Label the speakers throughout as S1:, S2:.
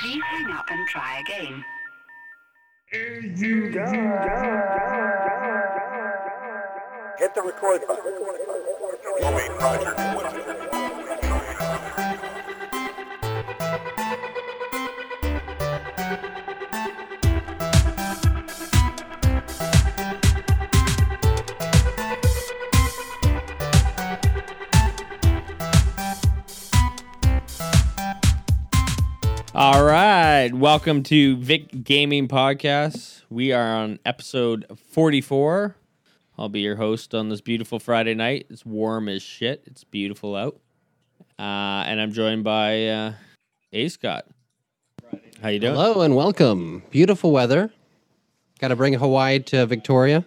S1: Please hang up and try again.
S2: Hit the record button. Oh, wait, Roger.
S3: All right, welcome to Vic Gaming Podcast. We are on episode 44. I'll be your host on this beautiful Friday night. It's warm as shit. It's beautiful out, uh, and I'm joined by uh, A Scott. How you doing?
S4: Hello and welcome. Beautiful weather. Got to bring Hawaii to Victoria.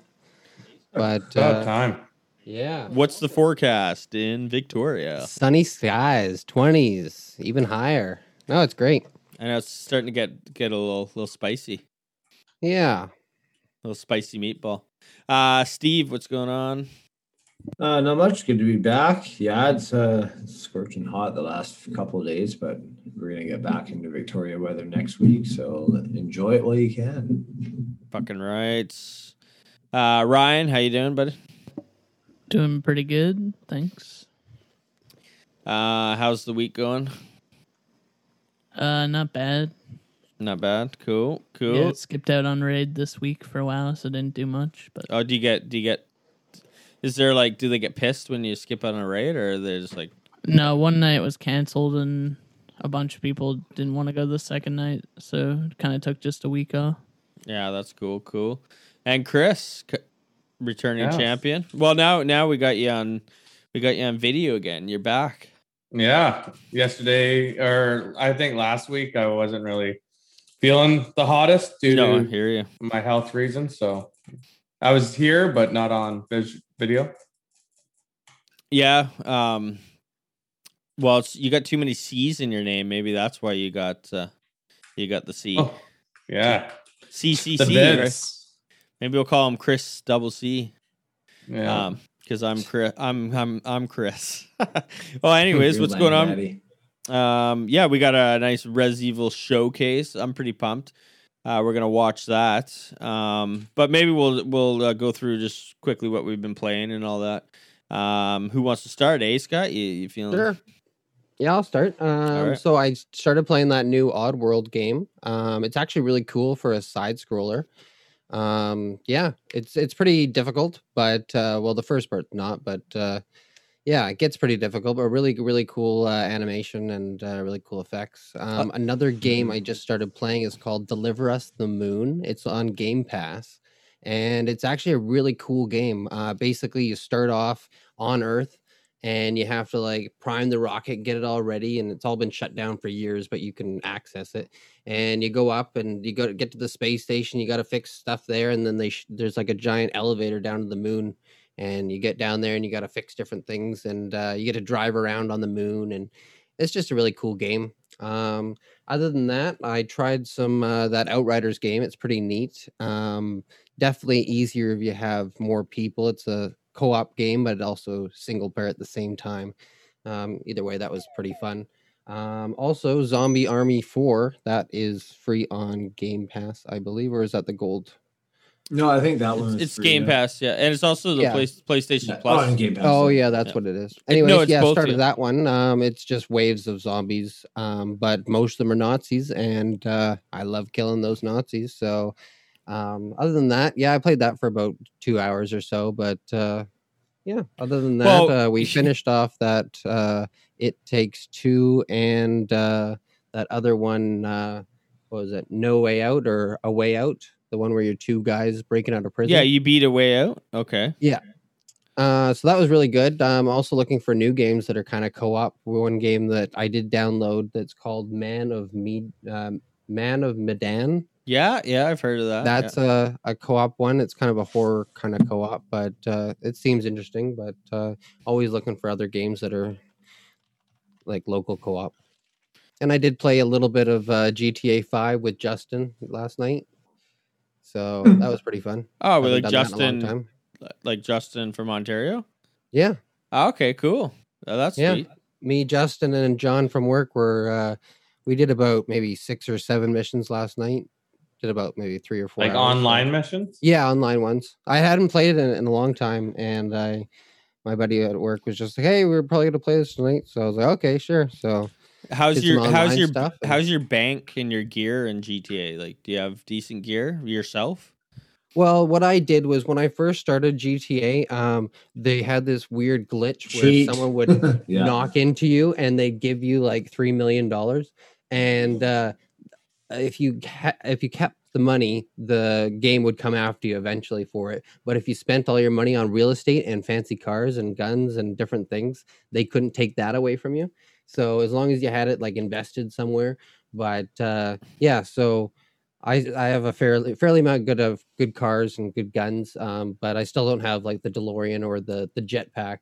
S4: But
S5: About
S4: uh,
S5: time.
S4: yeah,
S3: What's the forecast in Victoria?
S4: sunny skies, 20s, even higher. No, it's great.
S3: I know it's starting to get get a little little spicy,
S4: Yeah.
S3: little spicy meatball. Uh, Steve, what's going on?
S6: Uh, not much. Good to be back. Yeah, it's uh, scorching hot the last couple of days, but we're gonna get back into Victoria weather next week. So enjoy it while you can.
S3: Fucking rights. Uh, Ryan, how you doing, buddy?
S7: Doing pretty good, thanks.
S3: Uh, how's the week going?
S7: Uh, not bad.
S3: Not bad. Cool. Cool.
S7: Yeah, skipped out on raid this week for a while, so didn't do much. But
S3: Oh, do you get? Do you get? Is there like? Do they get pissed when you skip on a raid, or they're just like,
S7: no, one night was canceled, and a bunch of people didn't want to go the second night, so kind of took just a week off.
S3: yeah, that's cool, cool. And Chris, c- returning
S5: Yes.
S3: champion. Well, now now we got you on. We got you on video again. You're back.
S5: Yeah. Yesterday, or I think last week, I wasn't really feeling the hottest due
S3: no,
S5: to
S3: I hear you.
S5: my health reasons. So I was here, but not on vis- video.
S3: Yeah. Um. Well, it's, you got too many C's in your name. Maybe that's why you got. Uh, you got the C.
S5: Oh, yeah.
S3: C C
S5: The
S3: C. Right?
S5: Vince.
S3: Maybe we'll call him Chris Double C.
S5: Yeah.
S3: Um, because I'm Chris. I'm I'm I'm Chris. well, anyways,
S6: Your
S3: what's going on?
S6: Langdaddy.
S3: Um, yeah, we got a nice Res Evil showcase. I'm pretty pumped. Uh, we're gonna watch that. Um, but maybe we'll we'll uh, go through just quickly what we've been playing and all that. Um, who wants to start? A Scott, you, you feeling?
S4: Sure. Yeah, I'll start. Um,
S3: Hmm. right.
S4: So I started playing that new Oddworld game. Um, it's actually really cool for a side scroller. Um, yeah, it's it's pretty difficult, but uh, well, the first part's not, but uh, yeah, it gets pretty difficult. But really, really cool uh, animation and uh, really cool effects. Um, another game I just started playing is called Deliver Us the Moon. It's on Game Pass, and it's actually a really cool game. Uh, basically, you start off on Earth and you have to like prime the rocket, get it all ready, and it's all been shut down for years, but you can access it. And you go up and you go to get to the space station. You got to fix stuff there, and then they sh- there's like a giant elevator down to the moon, and you get down there and you got to fix different things, and uh, you get to drive around on the moon, and it's just a really cool game. Um, other than that, I tried some uh, that Outriders game. It's pretty neat. Um, definitely easier if you have more people. It's a co-op game, but also single player at the same time. Um, either way, that was pretty fun. Um, also, Zombie Army Four that is free on Game Pass, I believe, or is that the gold?
S6: No, I think that one.
S3: It's,
S6: is
S3: it's
S6: free,
S3: Game
S6: yeah.
S3: Pass, yeah, and it's also the
S4: Yeah.
S3: Play, PlayStation
S6: Yeah,
S3: Plus.
S6: Oh, and Game Pass.
S4: Oh
S6: yeah.
S4: yeah, that's
S3: Yeah.
S4: what it is.
S3: It- no,
S4: Anyways,
S3: it's
S4: yeah,
S3: both,
S4: started
S3: yeah.
S4: that one. Um, it's just waves of zombies, um, but most of them are Nazis, and uh, I love killing those Nazis. So, um, other than that, yeah, I played that for about two hours or so. But uh, yeah, other than that,
S3: Well,
S4: uh, we
S3: you should-
S4: finished off that uh, it takes two and uh, that other one. Uh, what was it? No way out or a way out? The one where you're two guys breaking out of prison.
S3: Yeah, you beat a way out. Okay,
S4: Uh, so that was really good. I'm also looking for new games that are kind of co-op. One game that I did download that's called Man of Med, um, Man of Medan.
S3: yeah, yeah, I've heard of that. Ah, yeah.
S4: That's uh, a, a co-op one. It's kind of a horror kind of co-op, but uh, it seems interesting. But uh, always looking for other games that are like local co-op. And I did play a little bit of uh, GTA Five with Justin last night, so that was pretty fun.
S3: oh, with
S4: Haven't done
S3: like
S4: that in a long
S3: Justin,
S4: time.
S3: like Justin from Ontario.
S4: Yeah.
S3: Ah, okay, cool. Oh, that's
S4: Yeah.
S3: sweet.
S4: me, Justin, and John from work were uh, we did about maybe six or seven missions last night. Did about maybe three or four.
S5: like
S4: hours.
S5: online missions.
S4: Yeah, online ones. I hadn't played it in, in a long time, and I, my buddy at work was just like, "Hey, we're probably gonna play this tonight." So I was like, "Okay, sure." So
S3: How's
S4: Did
S3: your
S4: some
S3: how's
S4: online
S3: your
S4: stuff and-
S3: how's your bank and your gear and GTA? Like, do you have decent gear yourself?
S4: Well, what I did was when I first started GTA, um, they had this weird glitch where
S6: Cheat.
S4: someone would
S6: yeah.
S4: knock into you and they'd give you like three million dollars, and uh, if you ca- if you kept the money, the game would come after you eventually for it. But if you spent all your money on real estate and fancy cars and guns and different things, they couldn't take that away from you. So as long as you had it like invested somewhere, but uh, yeah, so. I I have a fairly fairly amount good of good cars and good guns, um, but I still don't have like the DeLorean or the the jetpack.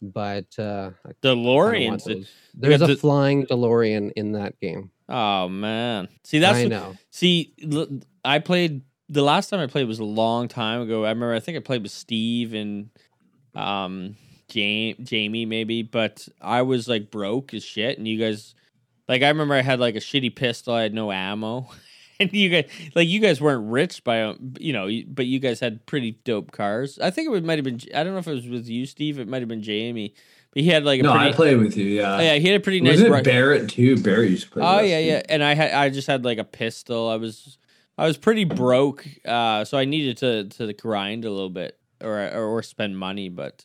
S4: But uh, I kinda want
S3: DeLoreans.
S4: those. there's a
S3: the-
S4: flying DeLorean in that game.
S3: Oh man. See that's
S4: I
S3: what,
S4: know.
S3: see l- I played the last time I played was a long time ago. I remember I think I played with Steve and um Jamie, Jamie maybe, but I was like broke as shit and you guys like I remember I had like a shitty pistol, I had no ammo. And you guys, like you guys, weren't rich by um, you know, but you guys had pretty dope cars. I think it would might have been. I don't know if it was with you, Steve. It might have been Jamie, but he had like a
S6: No,
S3: pretty.
S6: I played with you. Yeah.
S3: oh, yeah, he had a pretty nice.
S6: Was it
S3: ri-
S6: Barrett too? Barrett used to play.
S3: Oh
S6: with us,
S3: yeah,
S6: too.
S3: yeah. And I had I just had like a pistol. I was I was pretty broke, uh, so I needed to to grind a little bit or or, or spend money. But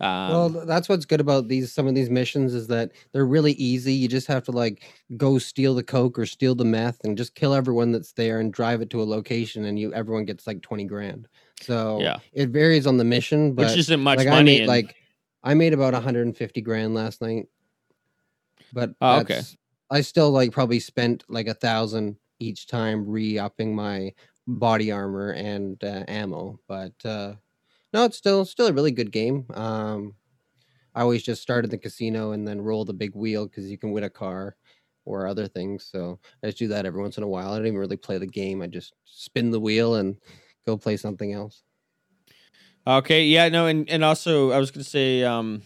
S3: um,
S4: well, th- that's what's good about these some of these missions is that they're really easy. You just have to like go steal the coke or steal the meth and just kill everyone that's there and drive it to a location, and you everyone gets like twenty grand. So
S3: Yeah.
S4: it varies on the mission, but
S3: which isn't much
S4: like
S3: money.
S4: I made
S3: and-
S4: like I made about 150 grand last night. But
S3: Oh, okay.
S4: that's- I still like probably spent like a thousand each time re-upping my body armor and uh, ammo. But uh, no, it's still still a really good game. Um, I always just start at the casino and then roll the big wheel because you can win a car or other things. So I just do that every once in a while. I don't even really play the game. I just spin the wheel and go play something else.
S3: okay, yeah, no, and and also I was gonna say um,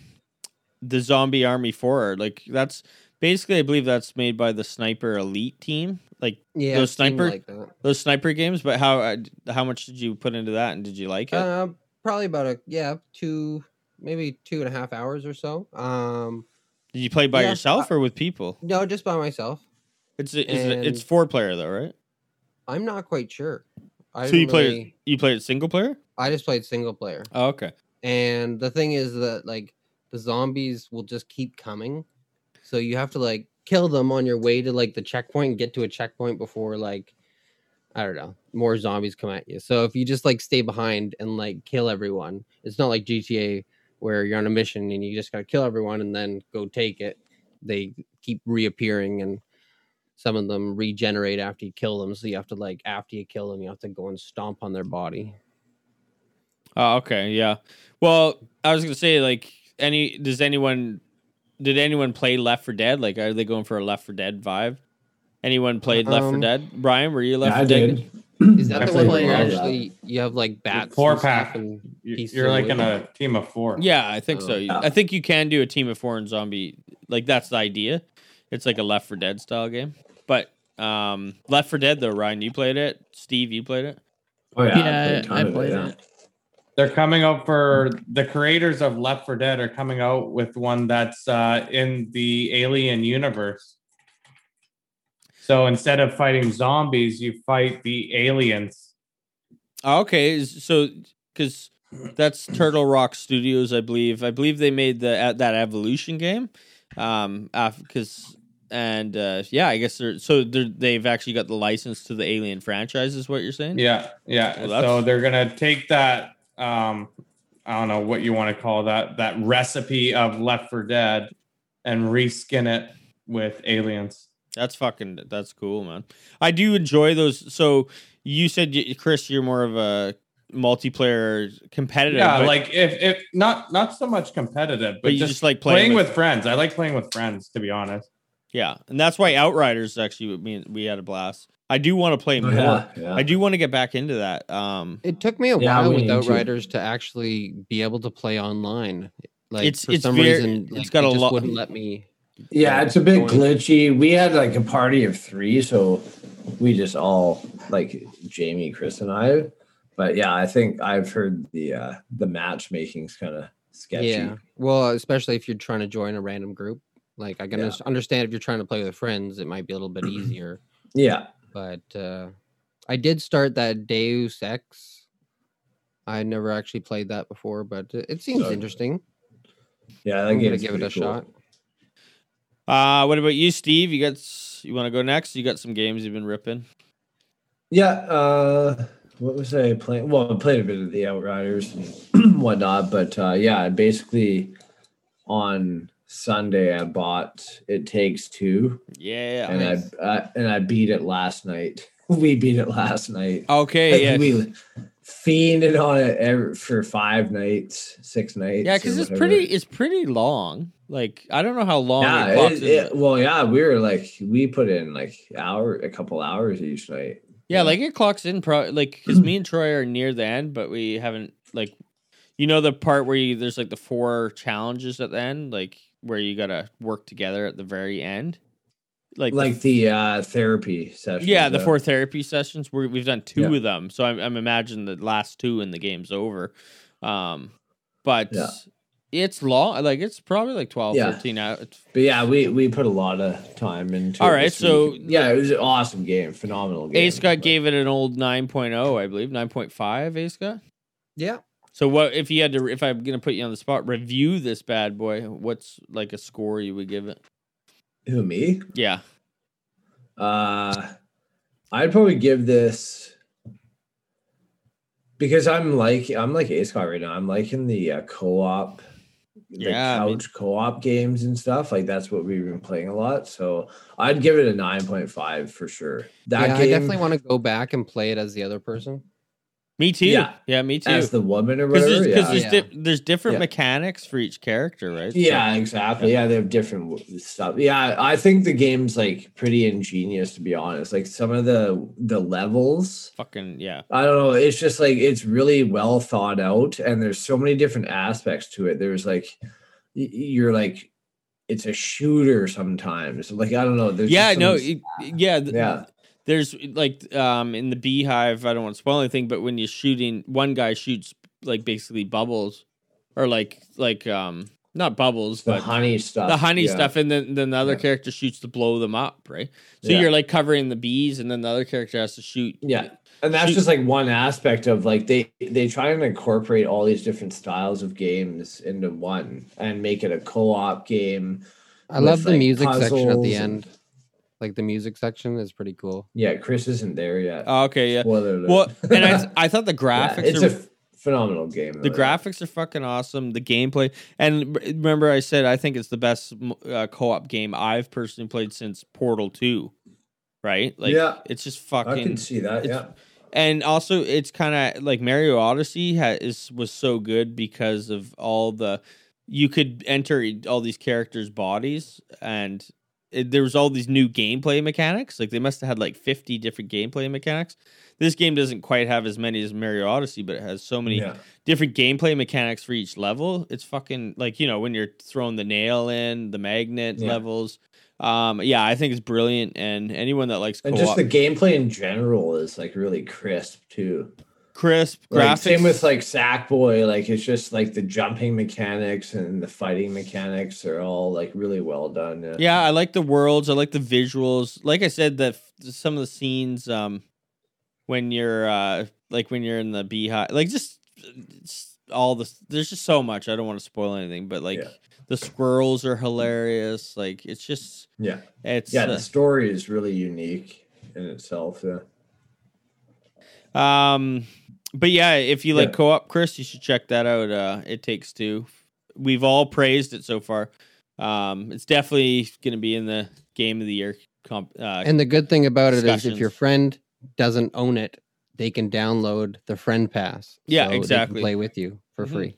S3: the Zombie Army Four, like that's basically I believe that's made by the Sniper Elite team, like
S4: Yeah,
S3: The
S4: it seemed
S3: sniper-
S4: like that.
S3: those sniper games. But how uh, how much did you put into that, and did you like it?
S4: Uh, probably about a yeah two maybe two and a half hours or so. Um,
S3: did you play by
S4: yeah,
S3: yourself or with people?
S4: no, just by myself.
S3: It's it's,
S4: and-
S3: it's four player though, right?
S4: I'm not quite sure. I
S3: so you
S4: didn't
S3: play
S4: really-
S3: you played single player?
S4: I just played single player,
S3: Oh, okay.
S4: and the thing is that like the zombies will just keep coming, so you have to like kill them on your way to like the checkpoint and get to a checkpoint before like I don't know more zombies come at you. So if you just like stay behind and like kill everyone, it's not like GTA where you're on a mission and you just gotta kill everyone and then go take it. They keep reappearing and some of them regenerate after you kill them. So you have to like after you kill them, you have to go and stomp on their body.
S3: Oh, okay. Yeah. Well, I was gonna say like any does anyone did anyone play Left for Dead? Like, are they going for a Left for Dead vibe? Anyone played Left for
S4: Um,
S3: Dead? Brian, were you
S6: Yeah,
S3: Left
S6: I
S3: for Dead?
S6: did.
S4: Is that
S5: I
S4: the
S5: played
S4: one where
S5: a
S4: you
S5: lot of
S4: actually you have like bats?
S5: four
S4: and stuff
S5: pack.
S4: and-
S5: You-
S4: Piece
S5: You're
S4: of
S5: like
S4: wood.
S5: in a team of four.
S3: Yeah, I think so.
S4: Oh,
S6: yeah.
S3: I think you can do a team of four and zombie. Like that's the idea. It's like a Left for Dead style game. But um Left for Dead though, Ryan, you played it. Steve, you played it.
S6: Oh yeah,
S7: Yeah,
S6: a ton
S7: I, I
S6: of
S7: played
S6: yeah.
S7: it.
S5: They're coming out for the creators of Left 4 Dead are coming out with one that's uh, in the Alien universe. So instead of fighting zombies, you fight the aliens.
S3: Ah, Okay, s- so because that's Turtle Rock Studios, I believe. I believe they made the uh, that Evolution game, um, because and uh, yeah, I guess they're so they're, they've actually got the license to the Alien franchise, is what you're saying?
S5: Yeah, yeah.
S3: Well, that's-
S5: so they're gonna take that. Um, I don't know what you want to call that that recipe of Left 4 Dead, and reskin it with aliens.
S3: That's fucking that's cool, man. I do enjoy those. So you said, y- Chris, you're more of a multiplayer competitive.
S5: Yeah,
S3: but-
S5: like if if not not so much competitive, but,
S3: but you
S5: just,
S3: just, like
S5: playing,
S3: playing,
S5: with, friends. I like playing with friends to be honest.
S3: yeah, and that's why Outriders actually me and- we had a blast. I do want to play
S6: Oh,
S3: more.
S6: yeah, yeah.
S3: I do want to get back into that. Um,
S4: It took me a
S6: Yeah,
S4: while
S6: we
S4: with
S6: need to.
S4: Outriders to actually be able to play online. Like
S3: It's-
S4: for
S3: it's
S4: some
S3: very-
S4: reason,
S3: it's
S4: like,
S3: got
S4: it
S3: a
S4: just
S3: lot-
S4: Wouldn't let me.
S6: Yeah, it's a bit glitchy. We had like a party of three, so we just all like Jamie, Chris, and I. But yeah, I think I've heard the uh the matchmaking's kind of sketchy.
S4: Yeah. Well, especially if you're trying to join a random group. Like I can
S6: Yeah.
S4: under- understand if you're trying to play with friends, it might be a little bit easier.
S6: Yeah.
S4: But uh, I did start that Deus Ex. I never actually played that before, but it it seems
S6: So-
S4: interesting.
S6: Yeah, that
S4: I'm gonna
S6: game's
S4: give it a
S6: pretty cool.
S4: shot.
S3: Uh, what about you, Steve? You got s- you want to go next? You got some games you've been ripping.
S6: Yeah, uh what was I playing? Well, I played a bit of the Outriders and whatnot, but uh yeah, I basically on Sunday I bought It Takes Two
S3: Yeah.
S6: and I uh, and I beat it last night. We beat it last night.
S3: okay. Yeah.
S6: Like, we fiended on it every, for five nights, six nights.
S3: Yeah,
S6: or
S3: because it's
S6: whatever.
S3: pretty. It's pretty long. Like I don't know how long.
S6: Yeah,
S3: it clocks
S6: it-
S3: in.
S6: it- well, yeah, we were like we put in like hour, a couple hours each night.
S3: Yeah, like it clocks in pro like because me and Troy are near the end, but we haven't like you know the part where you there's like the four challenges at the end, like where you gotta work together at the very end, like the
S6: Like the uh therapy uh, session.
S3: yeah, the four therapy sessions. We're, we've done two
S6: Yeah.
S3: of them, so I'm, I'm imagining the last two and the game's over. Um, but
S6: Yeah.
S3: it's long. Like it's probably like 12,
S6: Yeah.
S3: 13 hours.
S6: But yeah, we we put a lot of time into.
S3: All
S6: it
S3: right,
S6: this
S3: so-
S6: week. yeah, it was an awesome game, phenomenal game.
S3: Ace Scott
S6: but-
S3: gave it an old 9.0, I believe, 9.5. Ace Scott.
S4: Yeah.
S3: So what if you had to? If I'm gonna put you on the spot, review this bad boy. What's like a score you would give it?
S6: who me.
S3: Yeah,
S6: Uh, I'd probably give this because I'm like I'm like Ace Scott right now. I'm liking the uh, co-op, the
S3: Yeah, I mean-
S6: couch co-op games and stuff. Like that's what we've been playing a lot. So I'd give it a nine point five for sure. That
S4: yeah, I
S6: game
S4: definitely want to go back and play it as the other person.
S3: me too. Yeah,
S6: Yeah.
S3: me too.
S6: as the woman or
S3: Because
S6: whatever.
S3: there's, 'cause
S6: Yeah.
S3: there's,
S6: Yeah.
S4: yeah.
S3: di- there's different
S6: Yeah.
S3: mechanics for each character, right? So-
S6: exactly. Yeah, they have different w- stuff. Yeah, I think the game's like pretty ingenious to be honest. Like some of the the levels
S3: fucking yeah.
S6: I don't know. It's just like it's really well thought out, and there's so many different aspects to it. There's like y- you're like it's a shooter sometimes. Like I don't know. There's
S3: yeah,
S6: just
S3: no,
S6: some-
S3: it- yeah, th-
S6: yeah,
S3: There's like um in the beehive. I don't want to spoil anything, but when you're shooting, one guy shoots like basically bubbles, or like like um not bubbles,
S6: the
S3: but
S6: honey stuff.
S3: the honey
S6: yeah.
S3: stuff, and then then the other
S6: Yeah.
S3: character shoots to blow them up, right? So
S6: Yeah.
S3: you're like covering the bees, and then the other character has to shoot.
S6: Yeah, and that's
S3: Shoot.
S6: just like one aspect of like they they try and incorporate all these different styles of games into one and make it a co-op game.
S4: I
S6: with,
S4: love the
S6: like,
S4: music section at
S6: puzzles
S4: the
S6: and-
S4: end. Like the music section is pretty cool.
S6: Yeah, Chris isn't there yet.
S3: Oh, okay, yeah.
S6: Spoiler alert.
S3: Well, and I I thought the
S6: Yeah,
S3: graphics
S6: it's
S3: are
S6: a f- phenomenal game.
S3: the
S6: though, yeah.
S3: graphics are fucking awesome. The gameplay, and r- remember, I said I think it's the best m- uh, co-op game I've personally played since Portal Two, right? Like,
S6: Yeah.
S3: it's just
S6: I
S3: fucking.
S6: can see that.
S3: it's-
S6: Yeah.
S3: and also, it's kind of like Mario Odyssey ha- is was so good because of all the you could enter e, all these characters' bodies, and it, there was all these new gameplay mechanics. Like they must have had like fifty different gameplay mechanics. This game doesn't quite have as many as Mario Odyssey, but it has so many
S6: Yeah.
S3: different gameplay mechanics for each level. It's fucking like you know when you're throwing the nail in the magnet
S6: Yeah.
S3: levels. Um, yeah, I think it's brilliant, and anyone that likes
S6: And just
S3: co-op,
S6: the gameplay in general is like really crisp too.
S3: crisp
S6: Like,
S3: graphics,
S6: same with like Sackboy, like it's just like the jumping mechanics and the fighting mechanics are all like really well done.
S3: yeah, I like the worlds, I like the visuals. Like I said, that some of the scenes, um, when you're uh, like when you're in the beehive, like just, just all the there's just so much. I don't want to spoil anything, but like
S6: Yeah.
S3: the squirrels are hilarious. Like it's just
S6: yeah,
S3: it's
S6: yeah.
S3: uh,
S6: The story is really unique in itself. Yeah,
S3: Um, but yeah, if you like
S6: Yeah.
S3: co-op, Chris, you should check that out. Uh, it takes two. We've all praised it so far. Um, it's definitely going to be in the game of the year. Comp- uh,
S4: And the good thing about it is if your
S3: Discussions.
S4: friend doesn't own it, they can download the friend pass.
S3: Yeah,
S4: they can
S3: exactly.
S4: play with you for
S3: Mhm.
S4: free.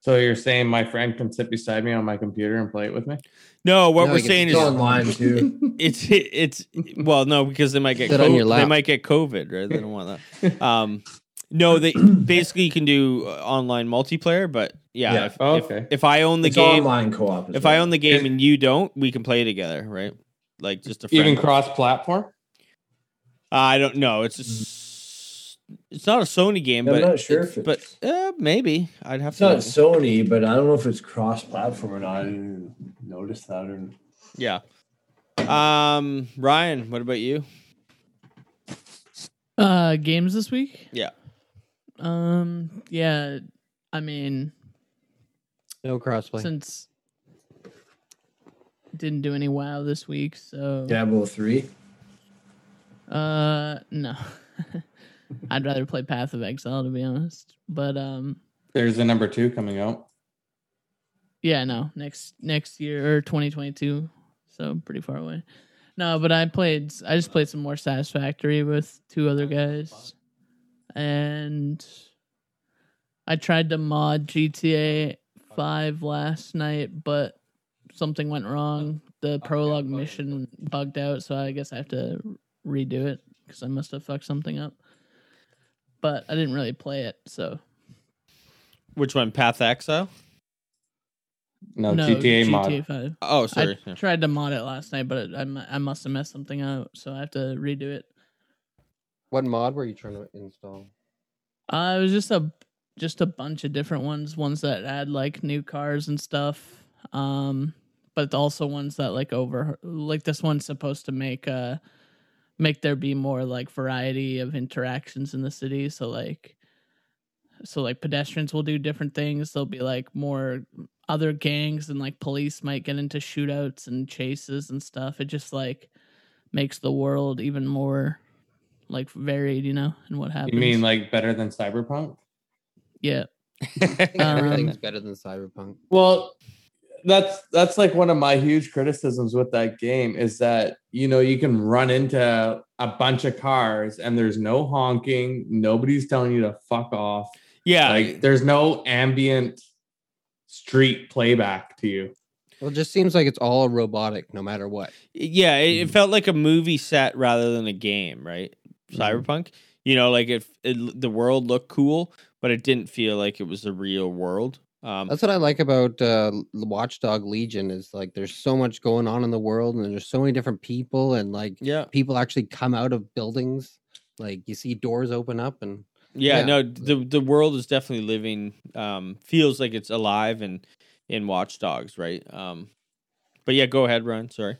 S5: So you're saying my friend can sit beside me on my computer and play it with me?
S3: no, what
S4: No,
S3: we're
S4: you can
S3: saying
S6: it's
S3: is
S6: online too.
S3: it's it's well, no, because they might get
S4: Sit on
S3: co-
S4: your
S3: they
S4: lap.
S3: might get COVID, right? They don't want that. Um, No, they basically you can do uh, online multiplayer, but yeah,
S6: Yeah.
S3: If,
S5: Oh,
S3: if-
S5: okay.
S3: if, I own the
S6: it's
S3: game,
S6: online co-op. as
S3: if
S6: well.
S3: I own the game and you don't, we can play together, right? Like just a friend.
S5: Even cross platform?
S3: I don't know. It's a s it's not a Sony game,
S6: Mm-hmm. I'm
S3: but
S6: not sure
S3: it's-
S6: if
S3: but
S6: it's-
S3: uh, maybe I'd have
S6: It's
S3: to.
S6: not
S3: look.
S6: Sony, but I don't know if it's cross-platform or not. I didn't notice that. Or
S3: yeah. Um, Ryan, what about you?
S7: Uh, games this week?
S3: Yeah.
S7: Um. Yeah. I mean,
S4: No crossplay.
S7: since didn't do any WoW this week, so
S6: Diablo three.
S7: Uh, no. I'd rather play Path of Exile to be honest. But um,
S5: There's a number two coming out.
S7: yeah, no. Next next year or 2022, so pretty far away. No, but I played. I just played some more Satisfactory with two other guys, and I tried to mod GTA Five last night, but something went wrong. The prologue mission bugged out, so I guess I have to redo it because I must have fucked something up. But I didn't really play it, so
S3: Which one? Path to Exile?
S5: No, GTA, mod.
S7: Five.
S3: Oh,
S7: I
S3: sorry. Yeah.
S7: tried to mod it last night, but it, I, mu- I must have messed something up, so I have to redo it.
S4: What mod were you trying to install?
S7: Uh, it was just a just a bunch of different ones, ones that add like new cars and stuff, um, but also ones that like over like this one's supposed to make uh make there be more like variety of interactions in the city. So like so like pedestrians will do different things. There'll be like more other gangs and like police might get into shootouts and chases and stuff. It just like makes the world even more like varied, you know, and what happens.
S5: You mean like better than Cyberpunk?
S7: yeah.
S4: I think
S7: Um,
S4: everything's better than Cyberpunk.
S5: Well, that's that's like one of my huge criticisms with that game is that you know you can run into a bunch of cars and there's no honking, nobody's telling you to fuck off.
S3: yeah.
S5: Like there's no ambient street playback to you.
S4: Well, it just seems like it's all robotic, no matter what.
S3: Yeah, it,
S5: Mm.
S3: it felt like a movie set rather than a game, right?
S5: Mm-hmm.
S3: Cyberpunk. You know, like if it, the world looked cool, but it didn't feel like it was the real world. Um,
S4: That's what I like about uh, L- Watchdog Legion is like there's so much going on in the world, and there's so many different people, and like
S3: yeah,
S4: people actually come out of buildings. Like you see doors open up, and
S3: yeah,
S4: Yeah.
S3: No, the the world is definitely living. Um, feels like it's alive and in Watch Dogs, right? Um, but yeah, go ahead, Ryan. Sorry.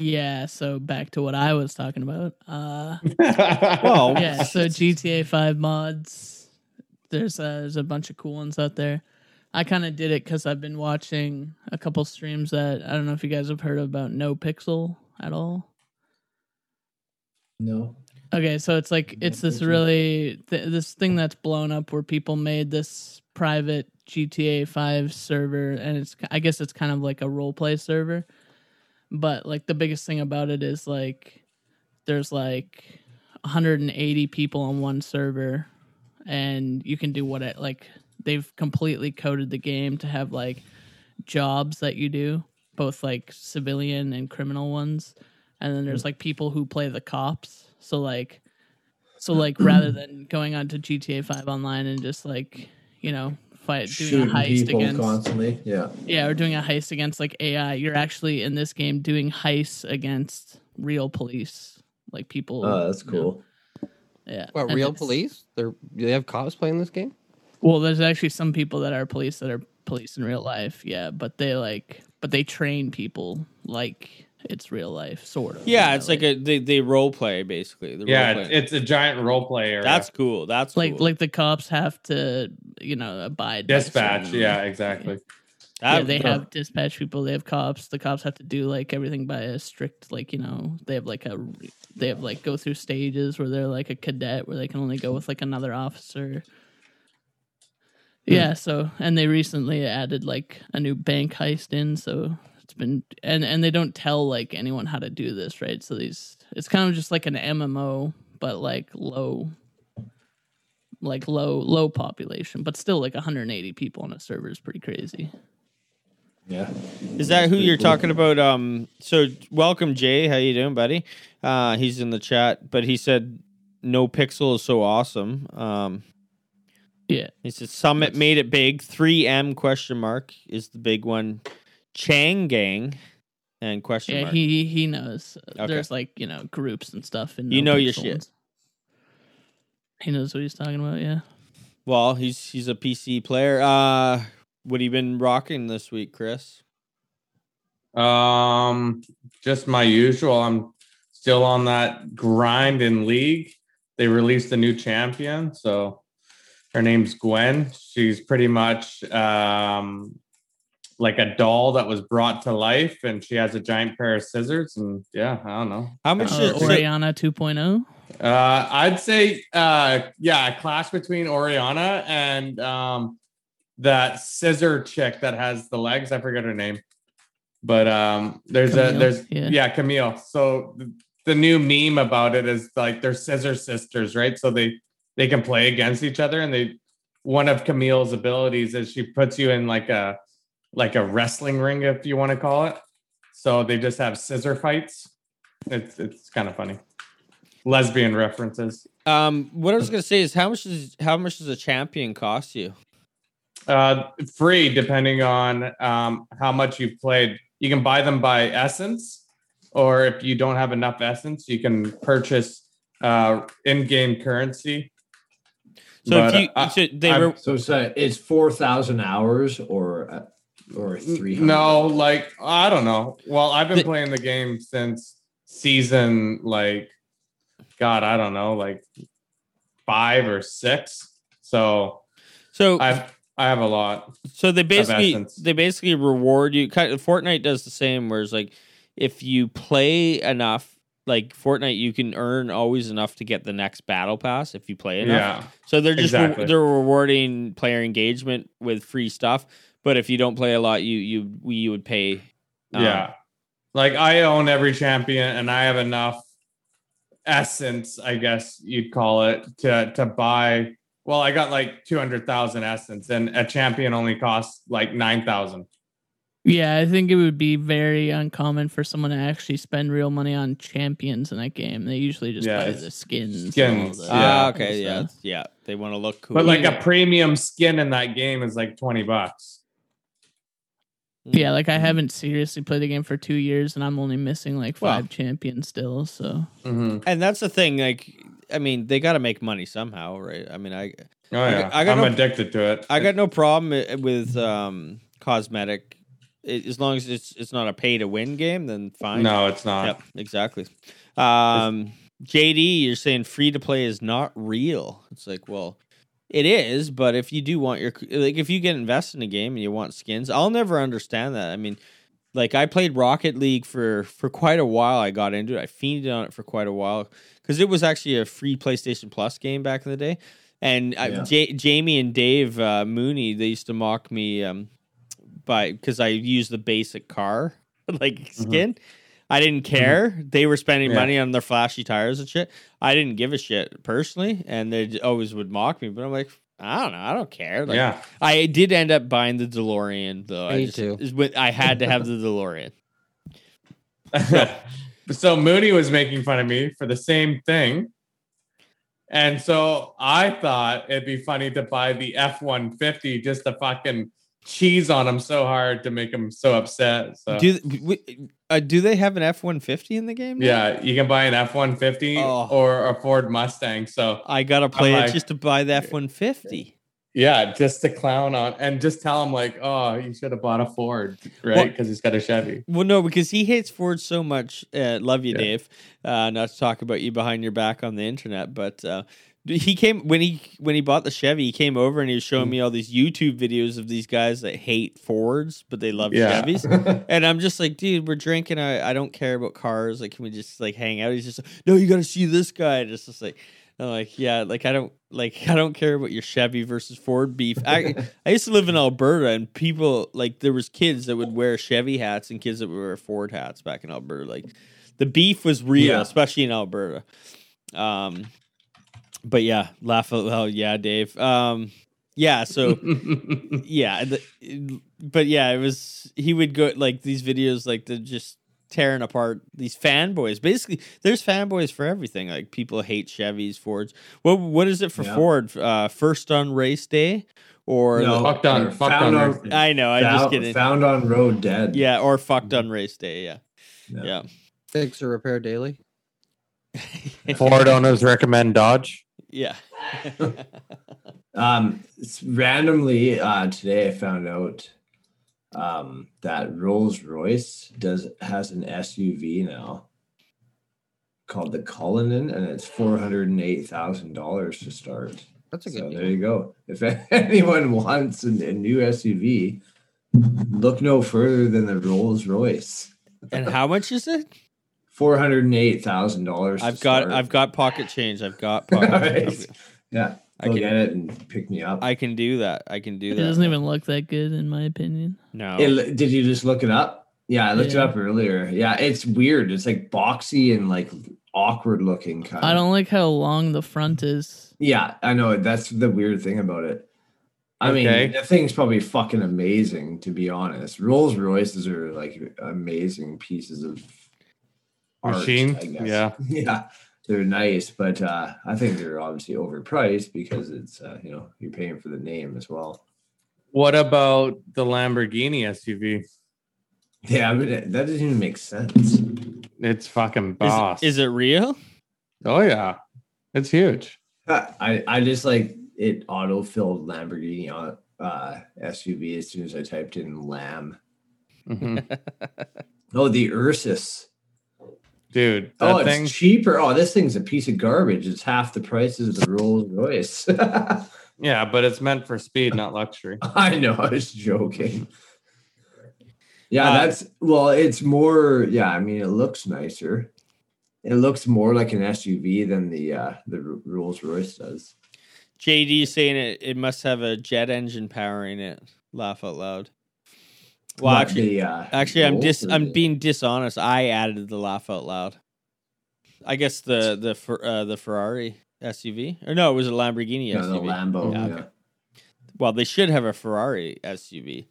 S7: Yeah, so back to what I was talking about. Uh
S3: Well,
S7: yeah, so GTA 5 mods. There's a, there's a bunch of cool ones out there. I kind of did it cuz I've been watching a couple streams that I don't know if you guys have heard about No Pixel at all.
S6: No.
S7: Okay, so it's like it's this really th- this thing that's blown up where people made this private GTA 5 server and it's I guess it's kind of like a role play server. But like the biggest thing about it is like there's like 180 people on one server and you can do what it like they've completely coded the game to have like jobs that you do, both like civilian and criminal ones and then there's like people who play the cops so like so like rather than going on to gta 5 online and just like you know fight doing a
S6: Shooting
S7: heist
S6: people
S7: against
S6: constantly. Yeah.
S7: yeah or doing a heist against like ai you're actually in this game doing heists against real police like people
S6: Oh, that's cool.
S7: yeah
S4: what
S7: And
S4: real
S7: it's-
S4: police? They're they have cops playing this game.
S7: well there's actually some people that are police that are police in real life yeah but they like but they train people like it's real life sort of
S3: yeah, it's like a they, they role play basically. The
S5: yeah,
S3: role
S5: it's,
S3: play.
S5: it's a giant role player.
S3: that's cool. That's
S7: like
S3: cool.
S7: like the cops have to you know abide by
S5: dispatch.
S7: certain-
S5: Yeah, exactly.
S3: That-
S7: yeah, they have dispatch people they have cops the cops have to do like everything by a strict like you know they have like a they have like go through stages where they're like a cadet where they can only go with like another officer
S5: Hmm.
S7: yeah so and they recently added like a new bank heist in so it's been and and they don't tell like anyone how to do this right so these it's kind of just like an mmo but like low like low low population but still like 180 people on a server is pretty crazy
S6: Yeah.
S3: Is that who
S6: pretty
S3: you're
S6: cool.
S3: talking about? Um, so welcome Jay, how you doing, buddy? Uh, he's in the chat, but he said No Pixel is so awesome. Um,
S7: Yeah.
S3: He says Summit made it big. 3M question mark is the big one. Chang Gang and question
S7: Yeah,
S3: mark.
S7: he he knows.
S3: Okay.
S7: There's like you know groups and stuff, and
S3: You
S7: no
S3: know your
S7: pixels.
S3: shit.
S7: He knows what he's talking about. Yeah,
S3: well, he's he's a PC player. Uh, what you been rocking this week, Chris?
S5: Um, just my usual. I'm still on that grind in league. They released a new champion, so her name's Gwen. She's pretty much um like a doll that was brought to life, and she has a giant pair of scissors. And yeah, I don't know.
S3: How much?
S7: uh,
S3: is- so-
S7: Oriana oh? 2.0.
S5: Uh, I'd say, uh, yeah, a clash between Oriana and um, that scissor chick that has the legs. I forget her name, but um, there's a
S7: Camille,
S5: there's
S7: yeah.
S5: yeah. Camille. So th- the new meme about it is like they're scissor sisters, right? So they they can play against each other, and they one of Camille's abilities is she puts you in like a like a wrestling ring, if you want to call it. So they just have scissor fights. It's it's kind of funny lesbian references.
S3: um, what I was gonna say is how much is how much does a champion cost you?
S5: Uh, free, depending on um, how much you've played. You can buy them by essence, or if you don't have enough essence, you can purchase uh, in-game currency.
S3: So
S5: But,
S3: if you
S5: uh,
S3: so they
S5: I'm-
S3: were
S6: So it's, uh, it's 4,000 hours or uh, or 300.
S5: No, like I don't know. Well, I've been
S3: The-
S5: playing the game since season like God, I don't know, like five or six. So
S3: so
S5: I've I have a lot.
S3: So they basically
S5: essence.
S3: they basically reward you. Kind of, Fortnite does the same, whereas like if you play enough, like Fortnite, you can earn always enough to get the next battle pass if you play enough.
S5: Yeah.
S3: So they're just re-
S5: Exactly.
S3: they're rewarding player engagement with free stuff. But if you don't play a lot, you you we you would pay. um,
S5: yeah. Like I own every champion and I have enough essence, I guess you'd call it, to to buy well, I got like 200,000 essence and a champion only costs like 9,000.
S7: Yeah, I think it would be very uncommon for someone to actually spend real money on champions in that game. They usually just
S5: Yeah,
S7: buy
S5: it's-
S7: the skins. and
S5: skins,
S7: all the-
S3: Ah,
S5: Yeah.
S3: okay. Yeah.
S7: Yeah.
S3: Yeah. They want to look cool.
S5: But like a premium skin in that game is like 20 bucks.
S3: Mm.
S7: Yeah, like I haven't seriously played the game for two years, and I'm only missing like
S3: Well.
S7: five champions still. So
S5: Mhm.
S3: and that's the thing. Like, I mean, they got to make money somehow, right? I mean, I
S5: Oh yeah.
S3: I
S5: I am
S3: got no-
S5: addicted to it.
S3: I got no problem i- with um, cosmetic, I- as long as it's it's not a pay to win game. Then fine.
S5: No, it's not.
S3: Yep. Exactly. Um, JD, you're saying free to play is not real. It's like, well, it is, but if you do want your like, if you get invested in a game and you want skins, I'll never understand that. I mean, like I played Rocket League for for quite a while. I got into it. I fiended on it for quite a while because it was actually a free PlayStation Plus game back in the day. And I,
S6: Yeah.
S3: Ja- Jamie and Dave uh, Mooney, they used to mock me um, by because I used the basic car like skin. I didn't care. They were spending
S5: Mm-hmm. Yeah.
S3: money on their flashy tires and shit. I didn't give a shit personally, and they j- always would mock me. But I'm like, I don't know. I don't care. Like,
S5: yeah.
S3: I did end up buying the DeLorean though. I
S4: Me
S3: just,
S4: too.
S3: is when- I had to have the DeLorean.
S5: so Mooney was making fun of me for the same thing. And so I thought it'd be funny to buy the F 150 just to fucking cheese on him so hard to make him so upset. So,
S3: Do w- uh, do they have an F one fifty in the game? now?
S5: yeah, you can buy an F 150
S3: Oh.
S5: or a Ford Mustang. So,
S3: I gotta play it
S5: like-
S3: just to buy the F one fifty.
S5: yeah, just to clown on and just tell him, like, oh, you should have bought a Ford, right?
S3: What-
S5: Because he's got a Chevy.
S3: Well, no, because he hates Ford so much. Uh, love you,
S5: Yeah.
S3: Dave. Uh, not to talk about you behind your back on the internet, but uh, he came when he when he bought the Chevy. He came over and he was showing
S5: Mm.
S3: me all these YouTube videos of these guys that hate Fords but they love
S5: Yeah.
S3: Chevys. and I'm just like, dude, we're drinking. I I don't care about cars. Like, can we just like hang out? He's just like, no, you got to see this guy. And it's just like. I'm like, yeah, like I don't like I don't care about your Chevy versus Ford beef. I I used to live in Alberta and people like there was kids that would wear Chevy hats and kids that would wear Ford hats back in Alberta. Like the beef was real,
S6: Yeah.
S3: especially in Alberta. Um but yeah, laugh out loud, yeah, Dave. Um yeah, so yeah, the, but yeah, it was he would go like these videos like the just tearing apart these fanboys. Basically, there's fanboys for everything. Like people hate Chevys, Fords. What what is it for
S6: Yeah.
S3: Ford? Uh, first on race day, or
S6: No,
S5: fucked on-
S6: or
S5: fucked
S6: found
S5: on
S6: on-
S5: race
S3: the- I know I'm just
S6: found-
S3: kidding.
S6: Found on road dead. Mm-hmm.
S3: yeah, or fucked on race day. Yeah,
S6: Yeah.
S3: yeah.
S4: Fix or repair daily.
S5: Ford owners recommend Dodge.
S3: Yeah.
S6: Um, s- randomly uh, today, I found out um, that Rolls Royce does has an SUV now called the Cullinan, and it's four hundred and eight thousand dollars to start.
S4: That's a good.
S6: So
S4: deal.
S6: there you go. If anyone wants a, a new SUV, look no further than the Rolls Royce.
S3: and how much is it?
S6: Four hundred and eight thousand dollars.
S3: I've got I've got pocket change. I've got pocket. change.
S6: Right. yeah.
S3: I
S6: Go
S3: can-
S6: get it and pick me up.
S3: I can do that. I can do
S7: It
S3: that.
S7: doesn't even look that good, in my opinion.
S3: no.
S6: It, l- did you just look it up? Yeah, I looked
S7: Yeah.
S6: it up earlier. Yeah, it's weird. It's like boxy and like awkward looking kind.
S7: I don't like how long the front is.
S6: Yeah, I know. That's the weird thing about it. I
S5: Okay.
S6: mean, the thing's probably fucking amazing, to be honest. Rolls Royces are like amazing pieces of art,
S5: Machine?
S6: I guess.
S5: Yeah.
S6: yeah, they're nice, but uh, I think they're obviously overpriced because it's uh, you know you're paying for the name as well.
S5: What about the Lamborghini SUV?
S6: Yeah, but that doesn't even make sense.
S5: It's fucking boss.
S3: Is, is it real?
S5: Oh yeah, it's huge.
S6: I, I just like it auto filled Lamborghini on uh, SUV as soon as I typed in lamb.
S3: Mm-hmm.
S5: Mhm.
S6: Oh, the Ursus.
S5: Dude, that
S6: Oh, it's
S5: thing.
S6: cheaper. Oh, this thing's a piece of garbage. It's half the price of the Rolls Royce.
S5: Yeah, but it's meant for speed, not luxury.
S6: I know. I was joking. Yeah,
S3: Uh,
S6: that's well. It's more. Yeah, I mean, it looks nicer. It looks more like an SUV than the uh, the Rolls Royce does.
S3: JD saying it, it must have a jet engine powering it. Laugh out loud. Well,
S6: But
S3: actually,
S6: the, uh,
S3: actually, I'm
S6: Rolls
S3: dis,
S6: or
S3: I'm
S6: the-
S3: being dishonest. I added the laugh out loud. I guess the the Fer- uh, the Ferrari SUV or no, it was a Lamborghini
S6: no,
S3: SUV.
S6: the Lambo.
S3: Yeah,
S6: Yeah,
S3: okay. Well, they should have a Ferrari SUV.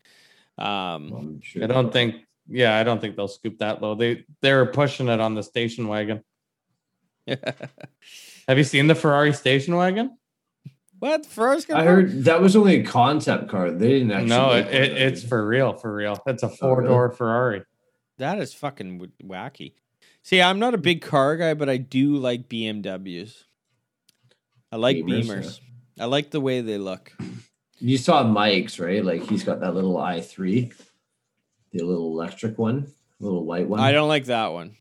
S3: Um,
S6: Well, I'm sure.
S5: I don't think. Yeah, I don't think they'll scoop that low. They they were pushing it on the station wagon. Have you seen the Ferrari station wagon?
S3: what Ferrari's gonna
S6: I
S3: put-
S6: heard that was only a concept car. They didn't actually.
S5: No,
S6: make
S5: it,
S6: one
S5: it,
S6: of
S5: it's for real, for real. It's a
S6: Oh,
S5: four
S6: really?
S5: door Ferrari.
S3: That is fucking w- wacky. See, I'm not a big car guy, but I do like BMWs. I like Beamers.
S6: Beamers,
S3: I like the way they look.
S6: You saw Mike's, right? Like he's got that little i3, the little electric one, little white one.
S3: I don't like that one.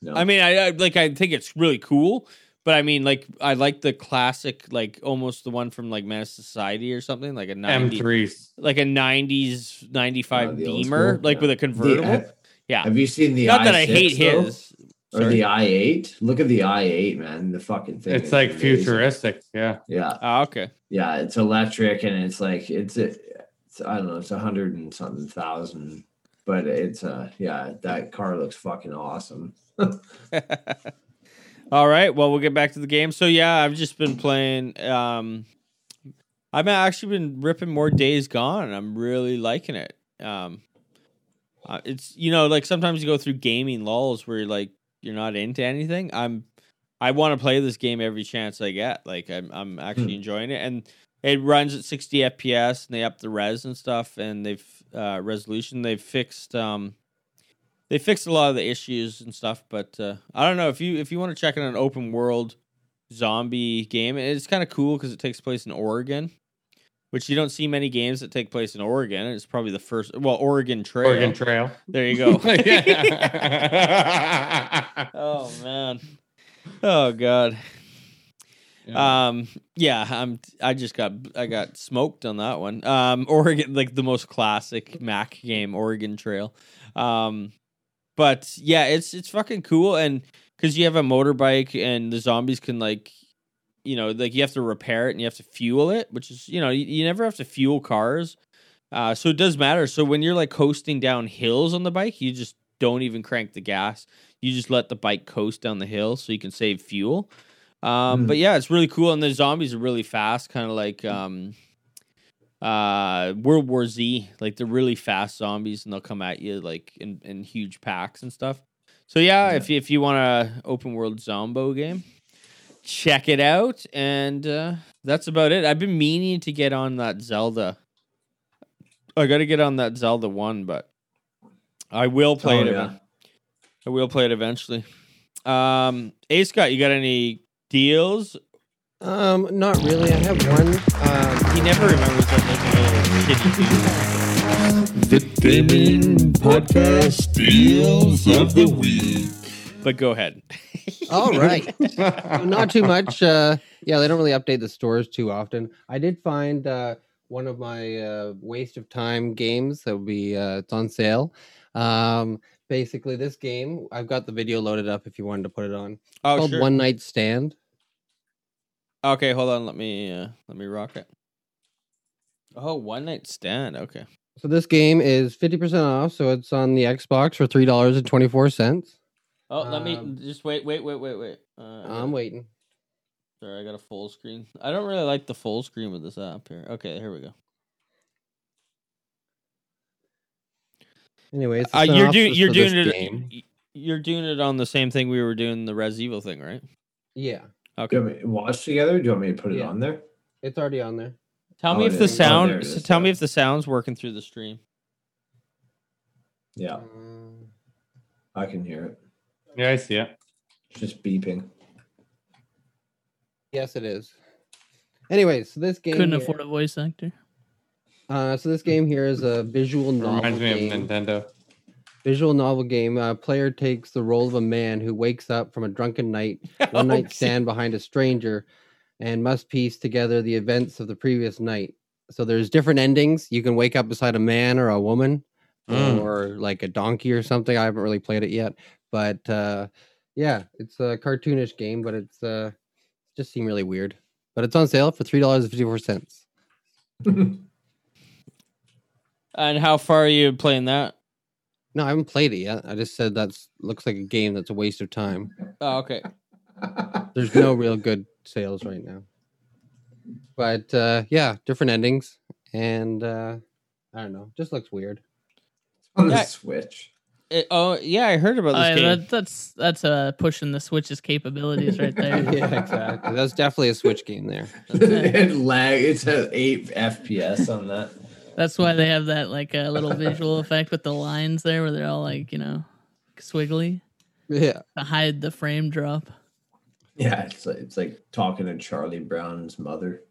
S6: No.
S3: I mean, I, I like. I think it's really cool, but I mean, like, I like the classic, like almost the one from like Menace Society or something, like a 90,
S5: M3s.
S3: like a '90s '95
S6: Uh, the old
S3: Beamer,
S6: school?
S3: like
S6: Yeah.
S3: with a
S6: The-
S3: convertible.
S6: have,
S3: yeah,
S6: have you seen the?
S3: not that I
S6: i6
S3: hate
S6: though?
S3: his.
S6: Or
S3: Sorry.
S6: the i8. Look at the i8, man. The fucking thing.
S5: It's
S6: is
S5: like
S6: amazing.
S5: futuristic. Yeah.
S6: Yeah,
S3: Ah, okay.
S6: yeah. It's electric, and it's like it's a, it's I don't know, it's a hundred and something thousand, but it's uh yeah, that car looks fucking awesome.
S3: All right. Well, we'll get back to the game. So yeah, I've just been playing. Um, I've actually been ripping more Days Gone. I'm really liking it. Um, uh, it's you know like sometimes you go through gaming lulls where you're like you're not into anything. I'm I want to play this game every chance I get. Like I'm I'm actually enjoying it, and it runs at 60 FPS, and they up the res and stuff, and they've uh, resolution. They've fixed um, they fixed a lot of the issues and stuff but uh, i don't know if you if you want to check out an open world zombie game it's kind of cool because it takes place in oregon which you don't see many games that take place in oregon it's probably the first well oregon trail
S5: Oregon Trail.
S3: there you go
S5: Yeah.
S3: oh man oh god um yeah i'm i just got i got smoked on that one um oregon like the most classic mac game oregon trail um but yeah it's it's fucking cool and because you have a motorbike and the zombies can like you know like you have to repair it and you have to fuel it which is you know you, you never have to fuel cars uh so it does matter so when you're like coasting down hills on the bike you just don't even crank the gas you just let the bike coast down the hill so you can save fuel um
S6: Hmm.
S3: but yeah it's really cool and the zombies are really fast kind of like um uh, uh World War Z, like they're really fast zombies and they'll come at you like in, in huge packs and stuff. So yeah, if you, if you want a open world zombo game, check it out. And uh, that's about it. I've been meaning to get on that Zelda. I got to get on that Zelda one, but I will play
S6: Oh,
S3: it.
S6: yeah.
S3: ev- I will play it eventually. Um, A Scott, you got any deals?
S4: Um, not really. I have one. Um,
S3: He never remembers that little kitty deal.
S8: Gaming Podcast Deals of the Week.
S3: But go ahead.
S4: all right. not too much. Uh, yeah, they don't really update the stores too often. I did find uh, one of my uh, waste of time games that would be uh, it's on sale. Um, basically, this game I've got the video loaded up. If you wanted to put it on, It's
S3: Oh,
S4: called
S3: sure.
S4: One Night Stand.
S3: Okay, hold on. Let me uh, let me rock it. Oh, one night stand. Okay.
S4: So this game is fifty percent off. So it's on the Xbox for three dollars and twenty four cents.
S3: Oh, let me
S4: Um,
S3: just wait, wait, wait, wait, wait. Uh,
S4: I'm waiting.
S3: Sorry, I got a full screen. I don't really like the full screen with this app here. Okay, here we go.
S4: Anyway, it's the
S3: Uh, you're doing
S4: synopsis for
S3: you're
S4: this
S3: doing it.
S4: game.
S3: y- You're doing it on the same thing we were doing the Res Evil thing, right?
S4: Yeah,
S6: Do
S3: Okay.
S6: you want me to watch together? Do you want me to put it
S4: Yeah.
S6: on there?
S4: it's already on there.
S3: Tell me
S6: Oh,
S3: if
S6: it
S3: the
S6: is. Oh,
S3: sound.
S6: there it
S3: s-
S6: is,
S3: tell me
S6: yeah.
S3: if the sound's working through the stream.
S6: Yeah,
S4: Um,
S6: I can hear it.
S5: Yeah, I see it.
S6: It's just beeping.
S4: yes, it is. Anyways, so this game
S7: Couldn't
S4: here-
S7: afford a voice actor.
S4: Uh, so this game here is a visual novel
S5: Reminds me
S4: game.
S5: of Nintendo.
S4: Visual novel game. Uh, player takes the role of a man who wakes up from a drunken night, one night stand behind a stranger, and must piece together the events of the previous night. So there's different endings. You can wake up beside a man or a woman,
S5: Mm.
S4: or like a donkey or something. I haven't really played it yet, but uh, yeah, it's a cartoonish game, but it's uh, just seemed really weird. But it's on sale for three dollars and fifty four cents.
S3: And how far are you playing that?
S4: No, I haven't played it yet. I just said that's looks like a game that's a waste of time.
S3: Oh, okay.
S4: There's no real good sales right now. But uh yeah, different endings and uh I don't know, just looks weird.
S6: on
S3: Yeah.
S6: the Switch.
S3: It- oh, yeah, I heard about this
S7: Aye,
S3: game.
S7: that, that's that's uh, pushing the Switch's capabilities right there.
S4: yeah, exactly. That's definitely a Switch game there.
S6: it lag. It's at eight FPS on that.
S7: That's why they have that like uh, little visual effect with the lines there, where they're all like you know swiggly
S4: Yeah.
S7: to hide the frame drop.
S6: Yeah, it's like, it's like talking to Charlie Brown's mother.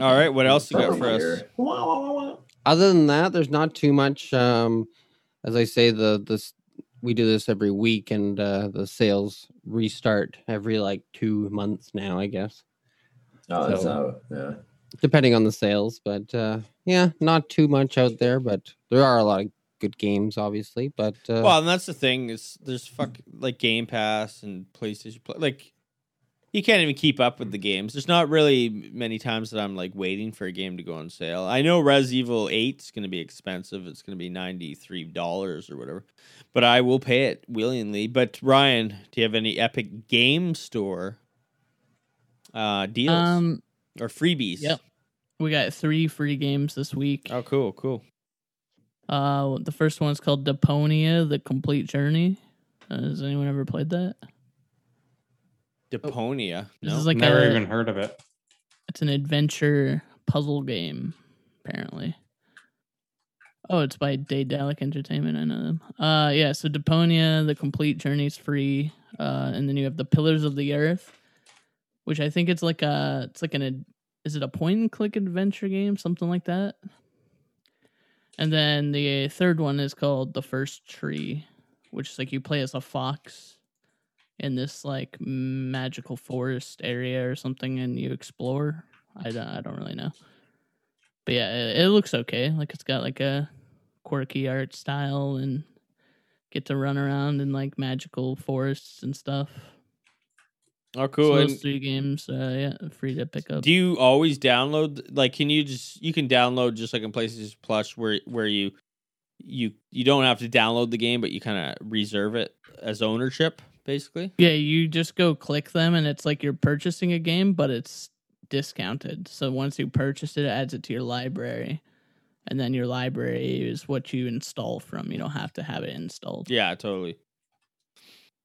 S3: All right, what else you got for us?
S6: Here. Wah, wah, wah, wah.
S4: Other than that, there's not too much um as I say the this we do this every week and uh the sales restart every like 2 months now, I guess.
S6: Oh, that's
S4: So-
S6: not. Yeah.
S4: depending on the sales but uh yeah not too much out there but there are a lot of good games obviously but uh
S3: Well, and that's the thing is there's fuck like Game Pass and PlayStation Play. Like you can't even keep up with the games. There's not really many times that I'm like waiting for a game to go on sale. I know Res Evil 8 is going to be expensive. It's going to be $93 or whatever. But I will pay it willingly. But Ryan, do you have any Epic Game Store uh deals
S7: Um,
S3: or freebies?
S7: yep. we got three free games this week.
S3: Oh, cool, cool.
S7: Uh, the first one's called Deponia: The Complete Journey. Uh, has anyone ever played that?
S3: Deponia.
S7: This
S3: No.
S7: is like
S5: Never
S7: a,
S5: even heard of it.
S7: it's an adventure puzzle game, apparently. Oh, it's by Daedalic Entertainment. I know them. Uh, yeah. So Deponia: The Complete Journey is free, uh, and then you have the Pillars of the Earth, which I think it's like a it's like an ad- is it a point and click adventure game, something like that. And then the third one is called The First Tree, which is like you play as a fox in this like magical forest area or something and you explore. I don't, I don't really know. But yeah, it, it looks okay. Like it's got like a quirky art style and get to run around in like magical forests and stuff.
S3: oh,
S7: So
S3: cool.
S7: those
S3: And-
S7: three games, uh, yeah, free to pick up.
S3: Do you always download? Like, can you just you can download just like in places plush where where you you you don't have to download the game, but you kind of reserve it as ownership, basically.
S7: yeah, you just go click them and it's like you're purchasing a game, but it's discounted. So once you purchase it, it adds it to your library. And then your library is what you install from. You don't have to have it installed.
S3: Yeah, totally.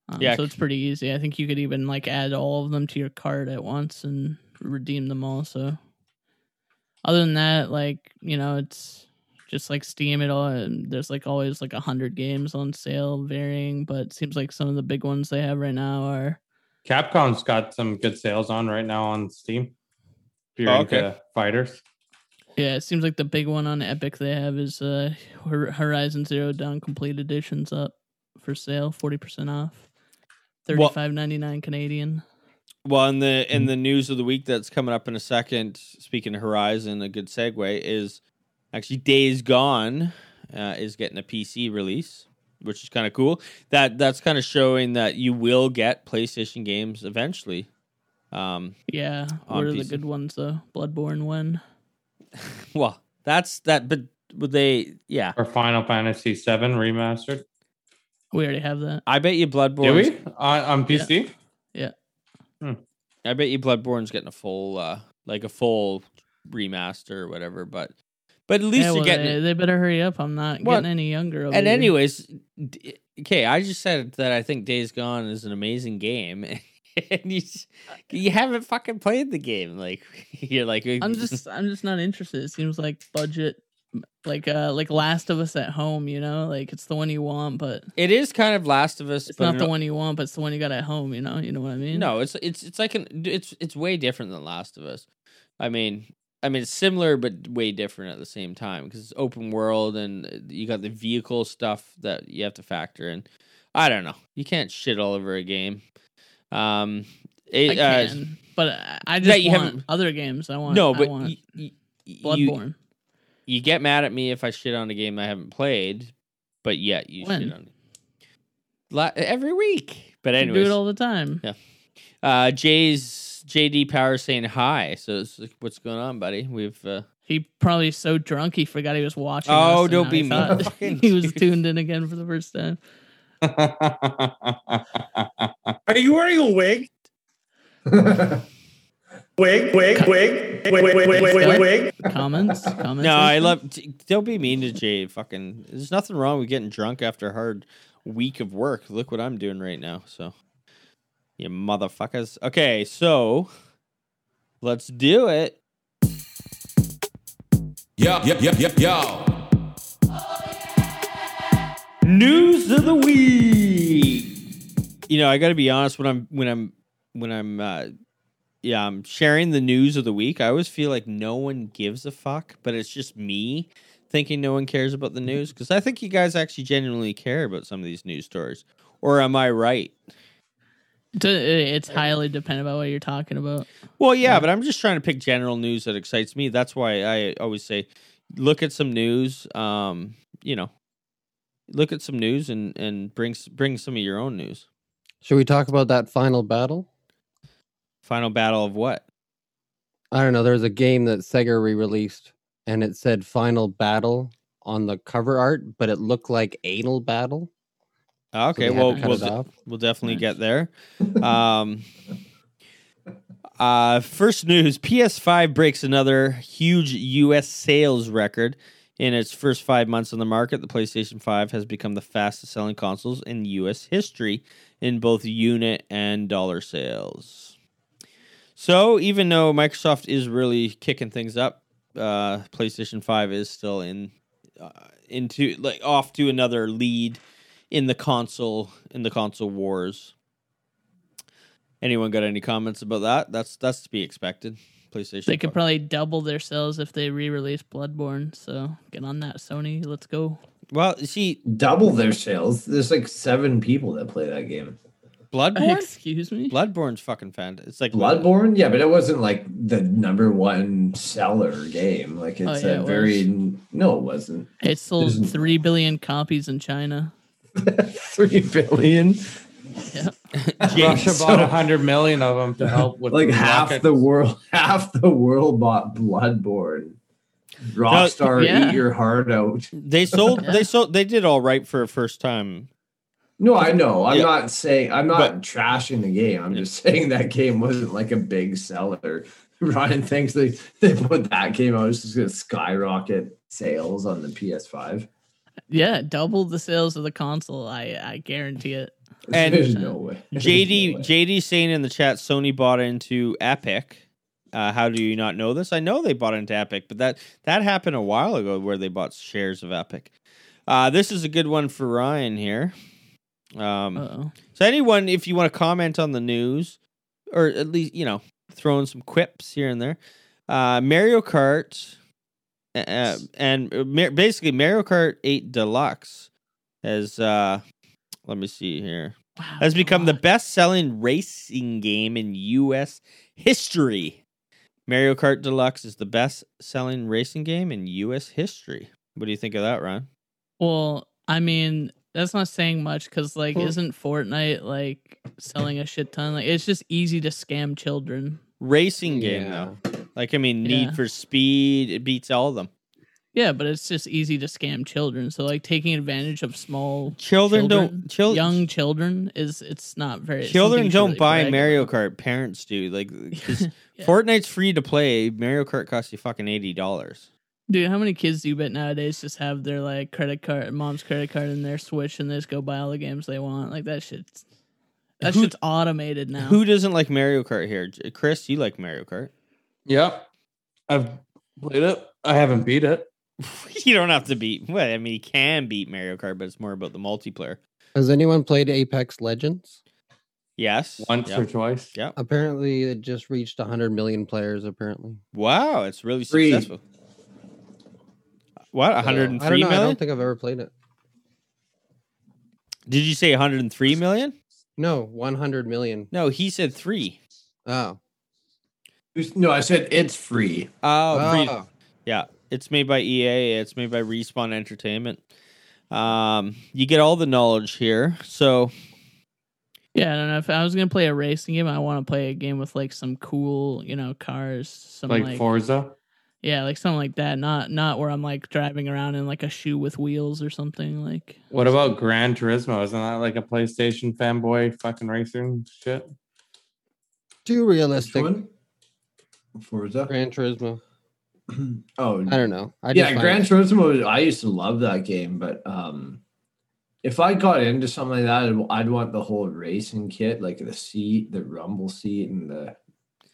S7: Um,
S3: Yeah.
S7: So it's pretty easy. I think you could even like add all of them to your cart at once and redeem them all. So other than that, like you know, it's just like Steam. It all and there's like always like a hundred games on sale, varying. But it seems like some of the big ones they have right now are
S5: Capcom's got some good sales on right now on Steam. If you're
S3: Oh,
S5: into fighters.
S7: yeah. It seems like the big one on Epic they have is uh Hor- Horizon Zero Dawn Complete Editions up for sale, forty percent off,
S3: Well-
S7: thirty five ninety nine Canadian.
S3: Well, in the
S7: Mm-hmm.
S3: in the news of the week that's coming up in a second, speaking of Horizon, a good segue is actually Days Gone uh, is getting a PC release, which is kind of cool. That that's kind of showing that you will get PlayStation games eventually. Um,
S7: Yeah,
S3: On
S7: what are the
S3: PC.
S7: good ones though? Bloodborne when?
S3: well, that's that, but but they yeah.
S5: Or Final Fantasy VII remastered.
S7: We already have that.
S3: I bet you
S5: Do
S3: Bloodborne.
S5: we? On, on PC?
S3: I bet you Bloodborne's getting a full uh like a full remaster or whatever, but but at least
S7: yeah,
S3: you're
S7: well,
S3: getting
S7: they,
S3: it.
S7: they better hurry up. I'm not
S3: Well,
S7: getting any younger. Over
S3: And
S7: here.
S3: anyways, d- okay, I just said that I think Days Gone is an amazing game. And you, s- you haven't fucking played the game, like you're like
S7: I'm just I'm just not interested. It seems like budget, like uh like Last of Us at home. You know, like it's the one you want, but
S3: It is kind of Last of Us,
S7: it's
S3: but
S7: not the one you want, but it's the one you got at home. You know, you know what I mean?
S3: No, it's it's it's like an it's it's way different than Last of Us. I mean, I mean it's similar but way different at the same time because it's open world and you got the vehicle stuff that you have to factor in. I don't know. You can't shit all over a game. Um,
S7: I
S3: it, uh,
S7: can, but I, I
S3: that
S7: just
S3: you
S7: want
S3: haven't-
S7: other games. I want
S3: no,
S7: I
S3: but
S7: want
S3: y- y- y- you,
S7: Bloodborne.
S3: you get mad at me if I shit on a game I haven't played, but yet you
S7: When?
S3: shit on it La- every week. But
S7: You do
S3: anyways,
S7: it all the time.
S3: Yeah. Uh, Jay's JD Power saying hi. So it's like, what's going on, buddy? We've uh,
S7: He probably is so drunk he forgot he was watching.
S3: Oh,
S7: us, and
S3: don't
S7: now he
S3: be
S7: thought
S3: mean.
S7: he was tuned in again for the first time.
S9: Are you wearing a wig? Wig, wig, wig, wig, wig, wig, wig, wig, wig.
S7: Comments, comments.
S3: no, I
S7: Ethan?
S3: love. t- Don't be mean to Jay. Fucking, there's nothing wrong with getting drunk after a hard week of work. Look what I'm doing right now. So, you motherfuckers. Okay, so let's do it.
S8: Yo, yo, yo, yo, yo.
S3: News of the week. You know, I got to be honest when I'm when I'm when I'm uh yeah, I'm sharing the news of the week. I always feel like no one gives a fuck, but it's just me thinking no one cares about the news cuz I think you guys actually genuinely care about some of these news stories. Or am I right?
S7: D- uh, It's highly dependent about what you're talking about.
S3: Well, yeah, but I'm just trying to pick general news that excites me. That's why I always say, look at some news. Um, you know, look at some news and and bring s- bring some of your own news.
S4: Should we talk about that final battle?
S3: Final battle of what?
S4: I don't know. There's a game that Sega re-released, and it said "Final Battle" on the cover art, but it looked like "Anal Battle."
S3: Ah,
S4: so they
S3: Okay,
S4: had to
S3: well,
S4: cut
S3: we'll,
S4: it
S3: de-
S4: off.
S3: we'll definitely
S7: Nice.
S3: get there. Um, uh, first news PS5 breaks another huge US sales record. In its first five months on the market, the PlayStation 5 has become the fastest selling consoles in US history in both unit and dollar sales. So, even though Microsoft is really kicking things up, uh, PlayStation 5 is still in uh, into like off to another lead in the console in the console wars. Anyone got any comments about that? That's that's to be expected. PlayStation.
S7: They could
S3: 5.
S7: probably double their sales if they re-release Bloodborne. So get on that, Sony. Let's go.
S3: well, see,
S6: Double their sales. There's like seven people that play that game.
S3: Bloodborne.
S7: Excuse me.
S3: Bloodborne's fucking fan. It's like
S6: Bloodborne, yeah, but it wasn't like the number one seller game. Like
S7: Oh,
S6: it's
S7: yeah, it
S6: a
S7: was.
S6: very no, it wasn't.
S7: It sold
S6: Isn't-
S7: three billion copies in China.
S6: Three billion,
S5: Russia
S6: So-
S5: bought 100 million of them to help with
S6: like half
S5: rocket-
S6: the world, half the world bought Bloodborne. Rockstar,
S7: yeah.
S6: eat your heart out.
S3: they sold.
S7: Yeah.
S3: They sold. They did all right for a first time
S6: No, I know. I'm
S3: Yeah.
S6: not saying I'm not
S3: But-
S6: trashing the game. I'm just saying that game wasn't like a big seller. Ryan thinks they they put that game out. It's just gonna skyrocket sales on the PS5.
S7: Yeah, double the sales of the console. I I guarantee it.
S3: And-
S6: there's no way. There's
S3: JD
S6: no way.
S3: JD's saying in the chat Sony bought into Epic. Uh, how do you not know this? I know they bought into Epic, but that that happened a while ago where they bought shares of Epic. Uh, this is a good one for Ryan here. Um,
S7: Uh-oh.
S3: so anyone, if you want to comment on the news, or at least you know, throw in some quips here and there. Uh, Mario Kart, uh, and uh, Mar- basically Mario Kart Eight Deluxe has. Uh, let me see here.
S7: Wow,
S3: Has become the
S7: God.
S3: best-selling racing game in U.S. history. Mario Kart Deluxe is the best-selling racing game in U.S. history. What do you think of that, Ron?
S7: Well, I mean, that's not saying much because, like,
S3: Well-
S7: isn't Fortnite like selling a shit ton? Like, it's just easy to scam children.
S3: Racing game
S4: Yeah.
S3: though. Like I mean, Need
S7: Yeah.
S3: for Speed it beats all of them.
S7: Yeah, but it's just easy to scam children. So, like, taking advantage of small
S3: Children, don't chil-
S7: young children is it's not very it's something
S3: children
S7: you should
S3: don't
S7: really
S3: buy
S7: brag
S3: Mario
S7: about.
S3: Kart. Parents do. Like 'cause
S7: Yeah.
S3: Fortnite's free to play. Mario Kart costs you fucking eighty dollars.
S7: Dude, how many kids do you bet nowadays just have their like credit card, mom's credit card, and their Switch, and they just go buy all the games they want? Like that shit's that
S3: Who-
S7: shit's automated now.
S3: Who doesn't like Mario Kart here? J- Chris, you like Mario Kart.
S5: Yep. I've played it. I haven't beat it.
S3: you don't have to beat. Well, I mean, you can beat Mario Kart, but it's more about the multiplayer.
S4: Has anyone played Apex Legends?
S3: Yes.
S5: Once
S3: Yeah.
S5: or twice.
S3: Yeah.
S4: Apparently, it just reached 100 million players. Apparently,
S3: Wow, it's really
S6: Three.
S3: successful. What?
S4: So,
S3: 103
S4: I don't know.
S3: million?
S4: I don't think I've ever played it.
S3: Did you say 103 million?
S4: No, 100 million.
S3: No, he said three.
S4: Oh,
S6: No, I said it's free.
S3: Oh, three.
S4: Oh.
S3: yeah. It's made by EA. It's made by Respawn Entertainment. Um, you get all the knowledge here. So
S7: Yeah, I don't know. If I was gonna play a racing game, I want to play a game with like some cool, you know, cars, some
S5: Like,
S7: like,
S5: Forza.
S7: yeah, like something like that. Not not where I'm like driving around in like a shoe with wheels or something. Like
S5: What about Gran Turismo? Isn't that like a PlayStation fanboy fucking racing shit?
S4: too
S6: Which
S4: realistic.
S6: one? Forza.
S4: Gran Turismo.
S6: oh,
S4: I don't know. I
S6: yeah,
S4: just
S6: Gran
S4: find-
S6: Turismo. I used to love that game, but um, if I got into something like that, I'd, I'd want the whole racing kit, like the seat, the rumble seat, and the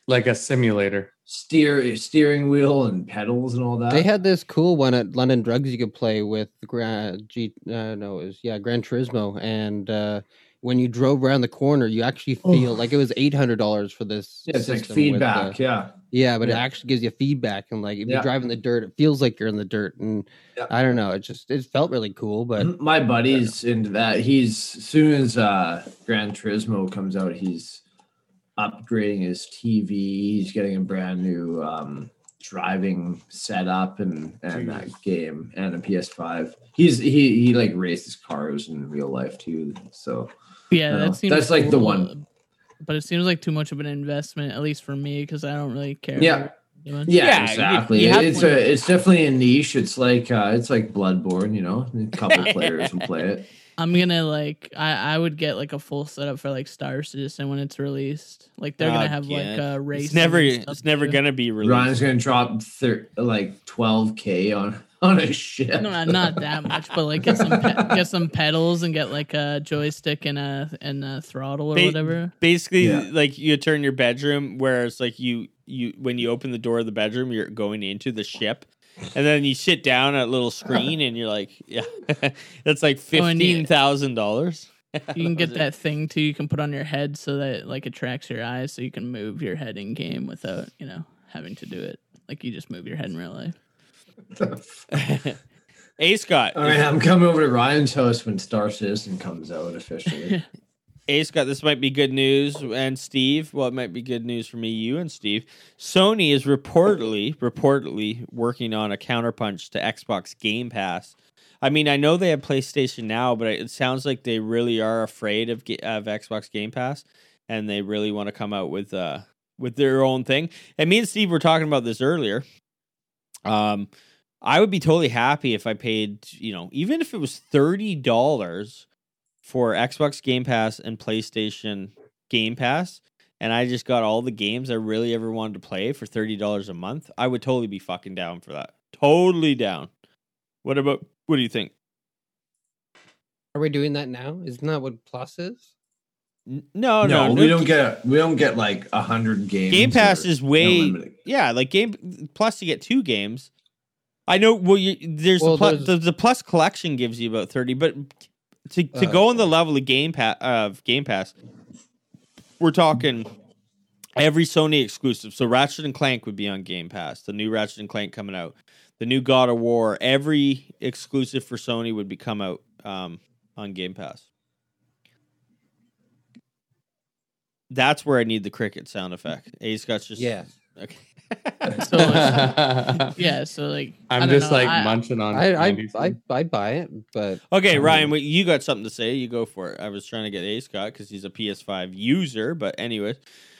S5: Like a simulator.
S6: steer steering wheel and pedals and all that.
S4: They had this cool one at London Drugs you could play with Gran G. Uh, no, it was yeah, Gran Turismo, and uh, when you drove around the corner, you actually
S6: Oh.
S4: feel like it was eight hundred dollars for this.
S6: yeah, it's like
S4: system with the-
S6: feedback. yeah,
S4: yeah, but it
S6: Yeah.
S4: actually gives you feedback, and like if
S6: Yeah.
S4: you're driving the dirt, it feels like you're in the dirt, and
S6: Yeah.
S4: I don't know, it just it felt really cool, but
S6: M- my buddy's into that. He's soon as uh, Gran Turismo comes out, he's upgrading his TV. He's getting a brand new um, driving setup and and that game and a PS5. He's he he like races cars in real life too. So
S7: yeah,
S6: No,
S7: that seems
S6: that's, like, the
S7: cool,
S6: one.
S7: But it seems like too much of an investment, at least for me, because I don't really care.
S6: Yeah.
S7: about doing.
S6: yeah,
S3: Yeah, you-
S6: exactly.
S3: you have
S6: it's
S3: to-
S6: a it's definitely a niche. It's like uh, it's like Bloodborne. You know, a couple players will play it.
S7: I'm gonna like I I would get like a full setup for like Star Citizen when it's released. Like they're
S3: Oh,
S7: gonna have
S3: yeah.
S7: like a race.
S3: it's never it's never gonna be
S6: Ryan's
S3: released.
S6: gonna drop thir- like twelve k on on a ship.
S7: No, not, not that much, but like get some pe- get some pedals and get like a joystick and a and a throttle or
S3: Ba-
S7: whatever.
S3: Basically,
S6: Yeah.
S3: like you turn your bedroom, whereas like you you when you open the door of the bedroom, you're going into the ship, and then you sit down at a little screen, and you're like, yeah, that's like
S7: Oh, and you-
S3: fifteen thousand dollars.
S7: You can get that thing too. You can put on your head so that like it tracks your eyes, so you can move your head in game without you know having to do it. Like you just move your head in real life.
S3: Hey Scott,
S6: All right, I'm coming over to Ryan's house when Star Citizen comes out officially.
S3: Hey Scott, this might be good news. And Steve, well, it might be good news for me, you, and Steve. Sony is reportedly, reportedly working on a counterpunch to Xbox Game Pass. I mean, I know they have PlayStation now, but it sounds like they really are afraid of Ga- of Xbox Game Pass, and they really want to come out with uh with their own thing. And me and Steve were talking about this earlier. Um, I would be totally happy if I paid, you know, even if it was thirty dollars for Xbox Game Pass and PlayStation Game Pass, and I just got all the games I really ever wanted to play for thirty dollars a month, I would totally be fucking down for that. Totally down. What about what do you think?
S4: Are we doing that now? Isn't that what Plus is?
S3: N- No, no,
S6: no, we don't get we don't get like a hundred games.
S3: Game Pass
S6: or
S3: is way
S6: unlimited.
S3: yeah, like game plus you get two games. I know. Well, you, there's,
S4: Well,
S3: the plus,
S4: there's-
S3: the, the plus collection gives you about thirty, but to to
S4: Uh,
S3: go on the level of Game Pass of Game Pass, we're talking every Sony exclusive. So Ratchet and Clank would be on Game Pass. The new Ratchet and Clank coming out, the new God of War, every exclusive for Sony would be come out um, on Game Pass. That's where I need the cricket sound effect. A Scott's just
S4: Yeah.
S3: Okay.
S7: So it's- yeah, so like I
S5: I'm
S7: don't
S5: just
S7: know,
S5: like
S7: I-
S5: munching on.
S4: I I
S5: candy.
S4: I I buy it, but
S3: okay, Ryan, wait, you got something to say? You go for it. I was trying to get A Scott because he's a PS5 user, but anyway,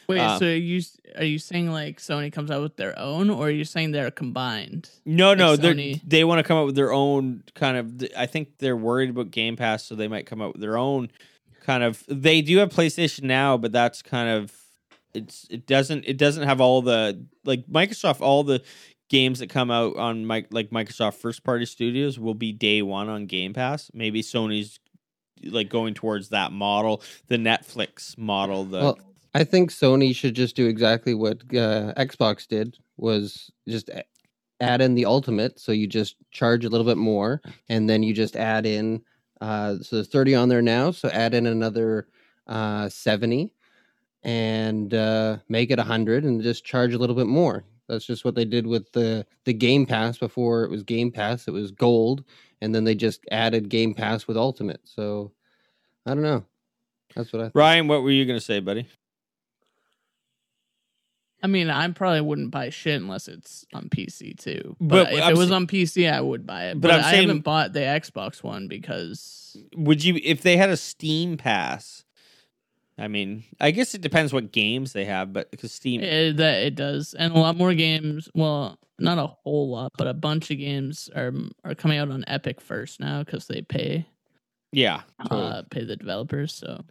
S7: Wait,
S3: Uh,
S7: so are you s- are you saying like Sony comes out with their own, or are you saying they're combined?
S3: no, no, they
S7: Sony.
S3: they want to come up with their own kind of. th- I think they're worried about Game Pass, so they might come up with their own kind of. They do have PlayStation now, but that's kind of it's it doesn't it doesn't have all the like Microsoft all the games that come out on mic like Microsoft first party studios will be day one on Game Pass. Maybe Sony's like going towards that model, the Netflix model, the
S4: Well, I think Sony should just do exactly what uh, Xbox did was just a- add in the ultimate so you just charge a little bit more and then you just add in uh so there's 30 on there now so add in another uh 70 and uh make it 100 and just charge a little bit more that's just what they did with the the game pass before it was game pass it was gold and then they just added game pass with ultimate so i don't know that's what i
S3: Ryan, what were you gonna say, buddy?
S7: I mean, I probably wouldn't buy shit unless it's on PC too.
S3: But
S7: But, if
S3: I'm
S7: it was
S3: sa-
S7: on PC, I would buy it.
S3: But
S7: But,
S3: I'm
S7: I
S3: saying-
S7: haven't bought the Xbox one because
S3: Would you if they had a Steam Pass? I mean, I guess it depends what games they have, but because Steam,
S7: it, that it does, and a lot more games. Well, not a whole lot, but a bunch of games are are coming out on Epic first now because they pay
S3: yeah.
S7: uh, pay the developers. So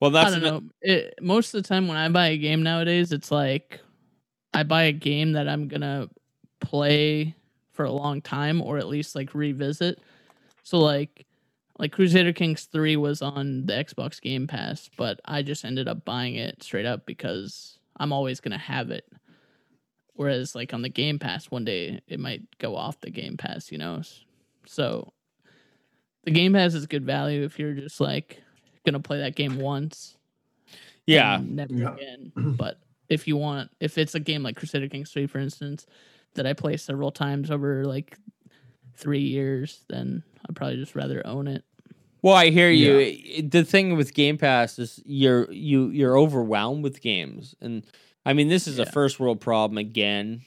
S3: Well, that's
S7: I don't
S3: ano-
S7: know. It, most of the time when I buy a game nowadays, it's like I buy a game that I'm gonna play for a long time, or at least like revisit. So like, like Crusader Kings Three was on the Xbox Game Pass, but I just ended up buying it straight up because I'm always gonna have it. Whereas like on the Game Pass, one day it might go off the Game Pass, you know. So the Game Pass is good value if you're just like gonna play that game once.
S3: yeah.
S7: and Never
S6: Yeah.
S7: again. But if you want, if it's a game like Crusader Kings 3, for instance, that I play several times over like three years, then I'd probably just rather own it.
S3: Well, I hear you. It- The thing with Game Pass is you're you you're overwhelmed with games, and I mean this is a
S7: Yeah.
S3: first world problem again.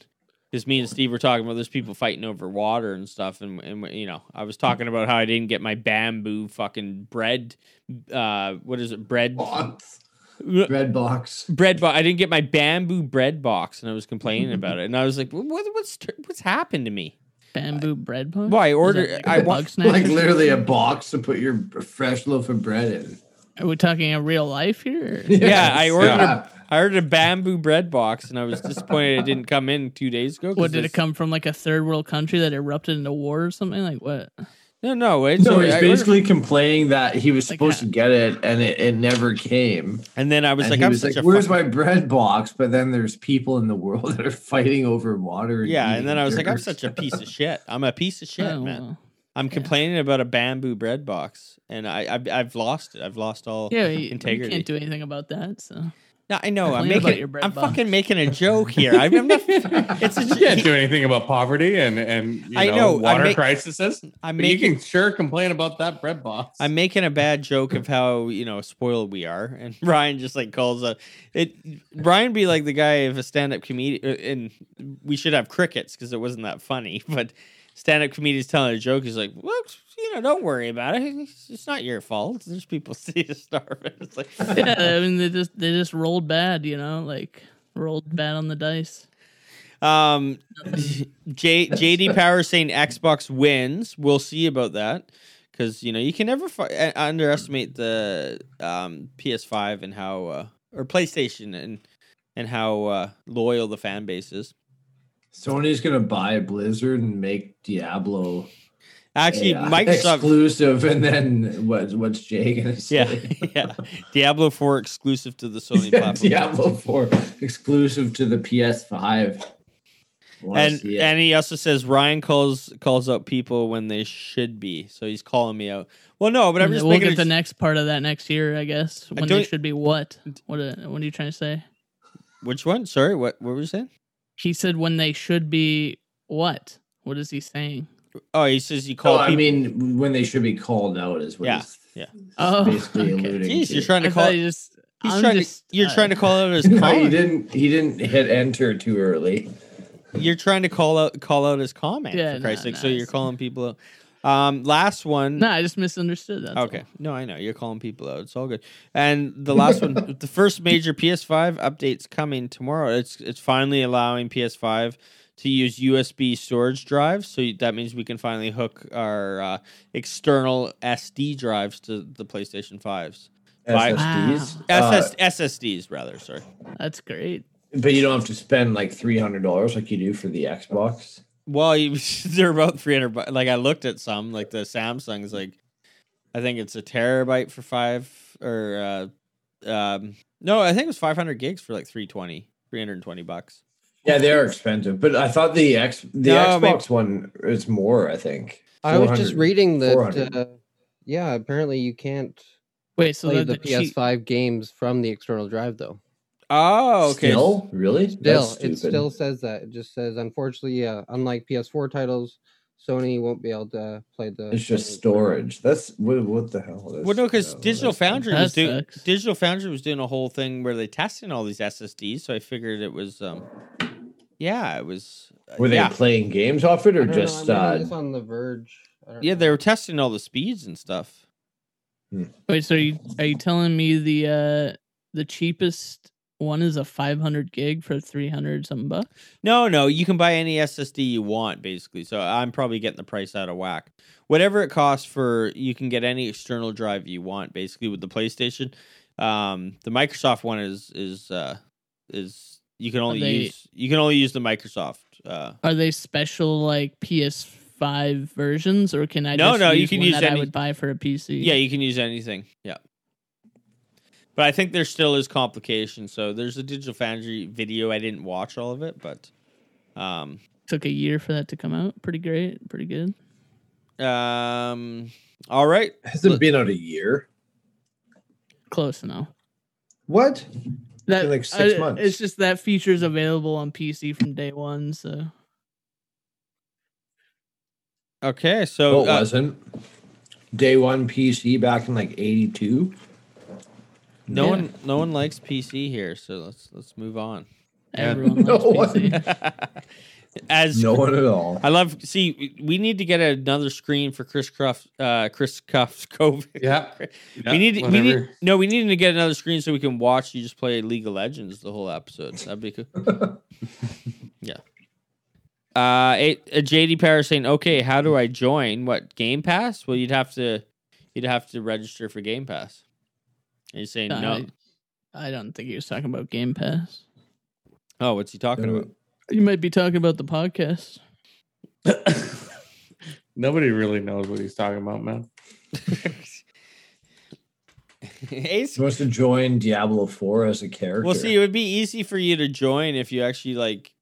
S3: Because me and Steve were talking about there's people fighting over water and stuff, and and you know I was talking about how I didn't get my bamboo fucking bread, uh, what is it, bread
S6: Box. Red box.
S3: bread box. I didn't get my bamboo bread box, and I was complaining about it. And I was like, "What? What's what's happened to me?
S7: Bamboo bread box?
S3: Well, I
S7: Is
S3: ordered-
S7: that
S3: I
S7: a bug
S3: want-
S7: snack?
S6: Like literally a box to put your fresh loaf of bread in.
S7: Are we talking in real life here?
S3: Yeah, I ordered.
S6: Yeah.
S3: A, I ordered a bamboo bread box, and I was disappointed it didn't come in two days ago. 'cause
S7: What did it
S3: it's-
S7: come from? Like a third world country that erupted into war or something? Like what?
S3: No, no, it's
S6: No,
S3: I
S6: he's
S3: ordered-
S6: basically complaining that he was
S7: Like
S6: supposed
S7: that.
S6: to get it and it, it never came.
S3: and then I was
S6: And
S3: like,
S6: he
S3: I'm
S6: was
S3: such
S6: like,
S3: a
S6: "Where's
S3: fuck-
S6: my bread box?" But then there's people in the world that are fighting over water. and
S3: yeah, and then I was like, I'm
S6: eating
S3: such a
S6: dirt.
S3: piece of shit. I'm a piece of shit,
S7: Oh,
S3: man.
S7: well.
S3: I'm complaining about a bamboo bread box, and I I've, I've lost it. I've lost all.
S7: Yeah, you, you
S3: Integrity.
S7: can't do anything about that. So
S3: No, I know. I'm
S7: Complain about
S3: making.
S7: your bread
S3: I'm
S7: box.
S3: fucking making a joke here. I'm, I'm not. It's a.
S5: You can't do anything about poverty and and you know,
S3: I know, I
S5: water
S3: make-
S5: crises.
S3: I'm
S5: But
S3: making.
S5: you can sure complain about that bread box.
S3: I'm making a bad joke of how you know spoiled we are, and Ryan just like calls up it. Ryan be like the guy of a stand-up comedian, and we should have crickets because it wasn't that funny. But stand-up comedians telling a joke, he's like, "Well, you know, don't worry about it. It's, it's not your fault. There's people see you starving." It's like,
S7: yeah, I mean they just they just rolled bad, you know, like rolled bad on the dice.
S3: um, J, JD Power saying Xbox wins. We'll see about that. because you know you can never fi- uh, underestimate the um, PS5 and how uh, or PlayStation and and how uh, loyal the fan base is.
S6: Sony's gonna buy Blizzard and make Diablo
S3: Actually,
S6: a, uh,
S3: Microsoft.
S6: exclusive, and then what's what's Jay gonna
S3: Yeah,
S6: say?
S3: yeah. Diablo 4 exclusive to the Sony
S6: Yeah,
S3: platform.
S6: Diablo 4 exclusive to the PS5. Wanna
S3: and
S6: see it.
S3: and he also says Ryan calls calls out people when they should be, so he's calling me out. Well, no, but I'm
S7: And
S3: just
S7: Mm, we'll
S3: making
S7: get
S3: a-
S7: the next part of that next year, I guess. When they
S3: don't-
S7: should be what? What? uh what are you trying to say?
S3: which one? Sorry, what what were you saying?
S7: He said when they should be what? What is he saying?
S3: Oh, he says you
S6: No,
S3: call.
S6: I
S3: people.
S6: mean when they should be called out is what
S3: Yeah,
S6: he's
S3: yeah.
S7: Oh,
S6: basically
S7: okay.
S6: alluding
S3: Jeez,
S6: to.
S3: you're trying to
S7: I
S3: call.
S7: thought
S3: He's
S7: you just. I'm
S3: trying
S7: just-
S3: to. You're
S7: uh,
S3: trying to call out his
S6: no, he
S3: comment.
S6: didn't. He didn't hit enter too early.
S3: You're trying to call out call out his comment.
S7: Yeah,
S3: for Christ's
S7: no,
S3: sake.
S7: no,
S3: so you're
S7: it's-
S3: calling people out. Um, last one.
S7: No, I just misunderstood that.
S3: Okay. No, I know. You're calling people out. It's all good. And the last one, the first major PS5 update's coming tomorrow. It's it's finally allowing PS5 to use USB storage drives. So that means we can finally hook our uh, external SD drives to the PlayStation 5s. By-
S6: SSDs, Uh,
S3: SS- SSDs, rather. Sorry.
S7: That's great.
S6: but you don't have to spend like three hundred dollars like you do for the Xbox.
S3: Well, you, they're about 300 bucks. Like, I looked at some, like the Samsung's,
S4: Mm-hmm.
S3: like, I think it's a terabyte for five, or, uh, um, no, I think it was 500 gigs for like 320, 320 bucks.
S6: Yeah, they are expensive, but I thought the X the
S3: No, maybe-
S6: Xbox one is more. I think
S4: I was just
S6: 400.
S4: reading that.
S6: 400.
S4: Uh, yeah, apparently you can't
S7: Wait, so
S4: play
S7: the,
S4: the, PS5 games from the external drive though.
S3: Oh, okay.
S6: Still, really? That's
S4: Still, it
S6: stupid.
S4: still says that. It just says, unfortunately, uh, unlike PS4 titles, Sony won't be able to play the.
S6: It's just
S4: Sony-
S6: storage. That's what, what the hell? That's,
S3: Well, no,
S4: Oh,
S3: because
S6: no,
S3: Digital
S6: that's-
S3: Foundry
S7: That
S3: was doing
S7: sucks.
S3: Digital Foundry was doing a whole thing where they testing all these SSDs. So I figured it was, um, yeah, it was.
S6: Were they
S3: yeah.
S6: playing games off it
S4: I
S6: or
S4: don't know,
S6: just?
S4: I'm reading
S6: uh,
S4: this on the verge. I don't
S3: yeah,
S4: know.
S3: they were testing all the speeds and stuff.
S7: Wait, so are you are you telling me the uh the cheapest one is a 500 gig for 300 something bucks?
S3: No, no, you can buy any SSD you want, basically. So I'm probably getting the price out of whack. Whatever it costs for, you can get any external drive you want, basically with the PlayStation. Um, the Microsoft one is is uh, is you can only
S7: they-
S3: use you can only use the Microsoft. Uh,
S7: Are they special like PS5 versions, or can I?
S3: No,
S7: just
S3: no, you
S7: use
S3: can
S7: one
S3: use
S7: that
S3: any-
S7: I would buy for a PC.
S3: yeah, you can use anything. Yeah, but I think there still is complication. So there's a Digital Foundry video. I didn't watch all of it, but um,
S7: took a year for that to come out. Pretty great, pretty good.
S3: um, all right.
S6: Has it been out a year?
S7: Close enough.
S6: What?
S7: That
S6: been like six
S7: I-
S6: months.
S7: It's just that feature's available on PC from day one. So
S3: Okay,
S6: No,
S3: so
S6: it
S3: uh,
S6: wasn't. Day one PC back in like '82.
S3: No
S7: Yeah.
S3: one, no one likes PC here, so let's let's move on. Yeah.
S7: everyone
S6: No
S7: loves PC.
S3: As
S6: No one at all.
S3: I love, see, we need to get another screen for Chris Cuff, uh, Chris Cuff's COVID.
S5: Yeah.
S3: we need, we
S5: whatever.
S3: need, no, we need to get another screen so we can watch you just play League of Legends the whole episode. That'd be cool. yeah. Uh, it, uh, JD Power saying, okay, how do I join? What Game Pass? Well, you'd have to, you'd have to register for Game Pass. And he's saying no.
S7: I- I don't think he was talking about Game Pass.
S3: Oh, what's he talking about?
S7: You might be talking about the podcast.
S5: Nobody really knows what he's talking about, man.
S3: Ace.
S6: supposed to join Diablo 4 as a character.
S3: Well, see, it would be easy for you to join if you actually like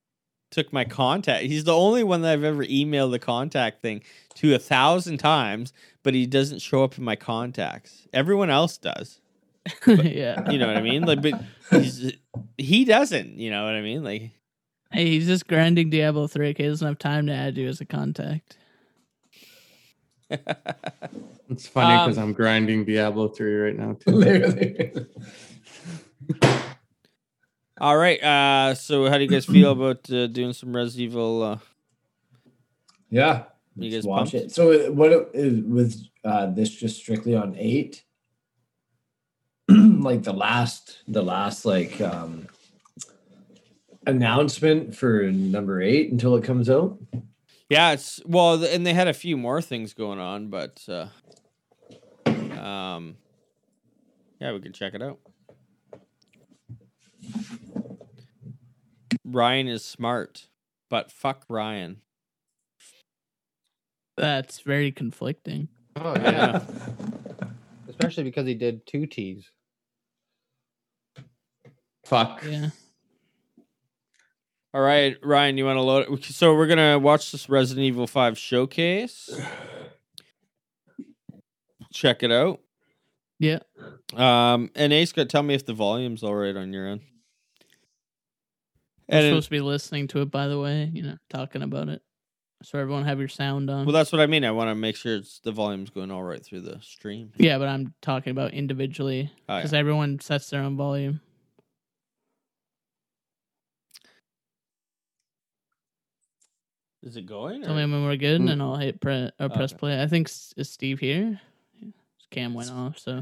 S3: took my contact. He's the only one that I've ever emailed the contact thing to a thousand times, but he doesn't show up in my contacts. Everyone else does.
S7: yeah.
S3: You know what I mean? Like, but he's, he doesn't. You know what I mean? Like,
S7: Hey, he's just grinding Diablo 3. Okay, he doesn't have time to add you as a contact.
S5: It's funny
S3: Um,
S5: because I'm grinding Diablo 3 right now, too.
S6: Literally.
S3: all right. Uh, so how do you guys feel about uh, doing some Res Evil? Uh,
S6: yeah.
S3: You
S6: Let's
S3: guys
S6: watch
S3: pumped?
S6: it. So, it- what it- is with uh, this just strictly on eight? like the last, the last like um announcement for number eight until it comes out.
S3: yeah, it's well, and they had a few more things going on, but uh, Um, yeah, we can check it out. Ryan is smart, but fuck Ryan.
S7: That's very conflicting.
S4: Oh yeah. Especially because he did two T's.
S5: Fuck.
S7: Yeah.
S3: All right, Ryan, you want to load it? So we're gonna watch this Resident Evil Five showcase. Check it out.
S7: Yeah.
S3: Um, and Ace, got tell me if the volume's all right on your end.
S7: We're
S3: And in-
S7: supposed to be listening to it, by the way, you know, talking about it. So everyone have your sound on.
S3: well, that's what I mean. I want to make sure it's, the volume's going all right through the stream.
S7: yeah, but I'm talking about individually
S3: Oh, yeah.
S7: because everyone sets their own volume.
S3: Is it going?
S7: Tell
S3: or-
S7: me when we're good, and then I'll hit pre- or press
S3: Mm. Hmm. Okay.
S7: play. I think S- is Steve here. His cam went off, so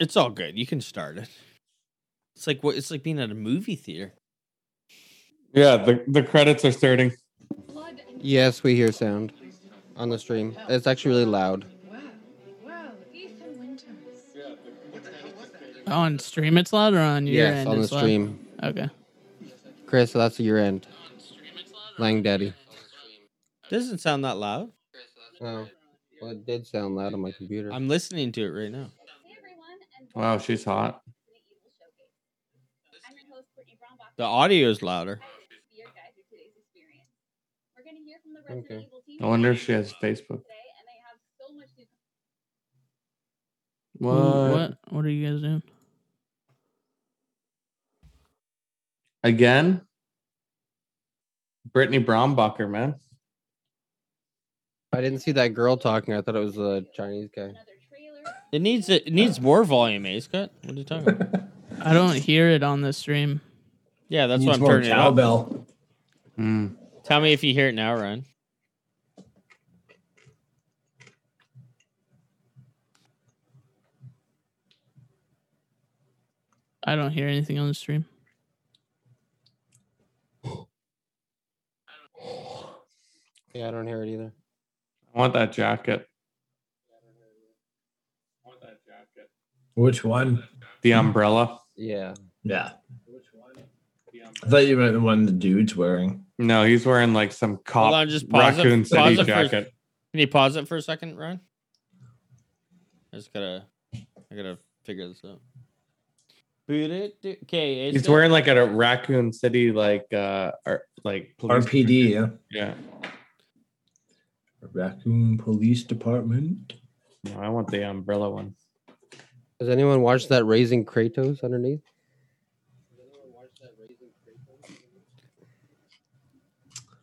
S3: It's all good. You can start it. It's like what? It's like being at a movie theater.
S5: Yeah, the, the credits are starting.
S4: Yes, we hear sound on the stream. It's actually really loud.
S7: on stream it's loud or on your
S4: yes,
S7: end
S4: on the
S7: it's loud?
S4: stream.
S7: Okay.
S4: Chris, that's your end. Lang Daddy.
S3: Doesn't sound that loud.
S4: Oh. Well, it did sound loud on my computer.
S3: I'm listening to it right now.
S5: Wow, she's hot.
S3: The audio is louder.
S4: Okay.
S5: I wonder if she has Facebook. What?
S7: What? What are you guys doing?
S5: Again? Brittany Brombacher, man.
S4: I didn't see that girl talking. I thought it was a Chinese guy.
S3: It needs it needs more volume, Ace Cut. What are you talking about?
S7: I don't hear it on the stream.
S3: Yeah, that's
S6: Needs
S3: what I'm
S6: more
S3: turning it up.
S6: cowbell.
S5: Mm.
S3: Tell me if you hear it now, Ryan.
S7: I don't hear anything on the stream.
S4: Yeah, I don't hear it either.
S5: I want that jacket.
S6: Which one?
S5: The umbrella.
S4: Yeah.
S6: Yeah. I thought you meant the one the dude's wearing.
S5: No, he's wearing like some cop
S3: Hold on, just pause it-
S5: raccoon city
S3: pause it for-
S5: jacket.
S3: Can you pause it for a second, Ryan? I just gotta, I gotta figure this out. Boot it. do- Okay, Ace
S5: He's
S3: Cut.
S5: wearing like a raccoon city like uh ar- like police-
S6: RPD, yeah.
S5: Yeah.
S6: Raccoon Police Department.
S5: No, I want the umbrella one.
S4: Does anyone watch that Raising Kratos underneath?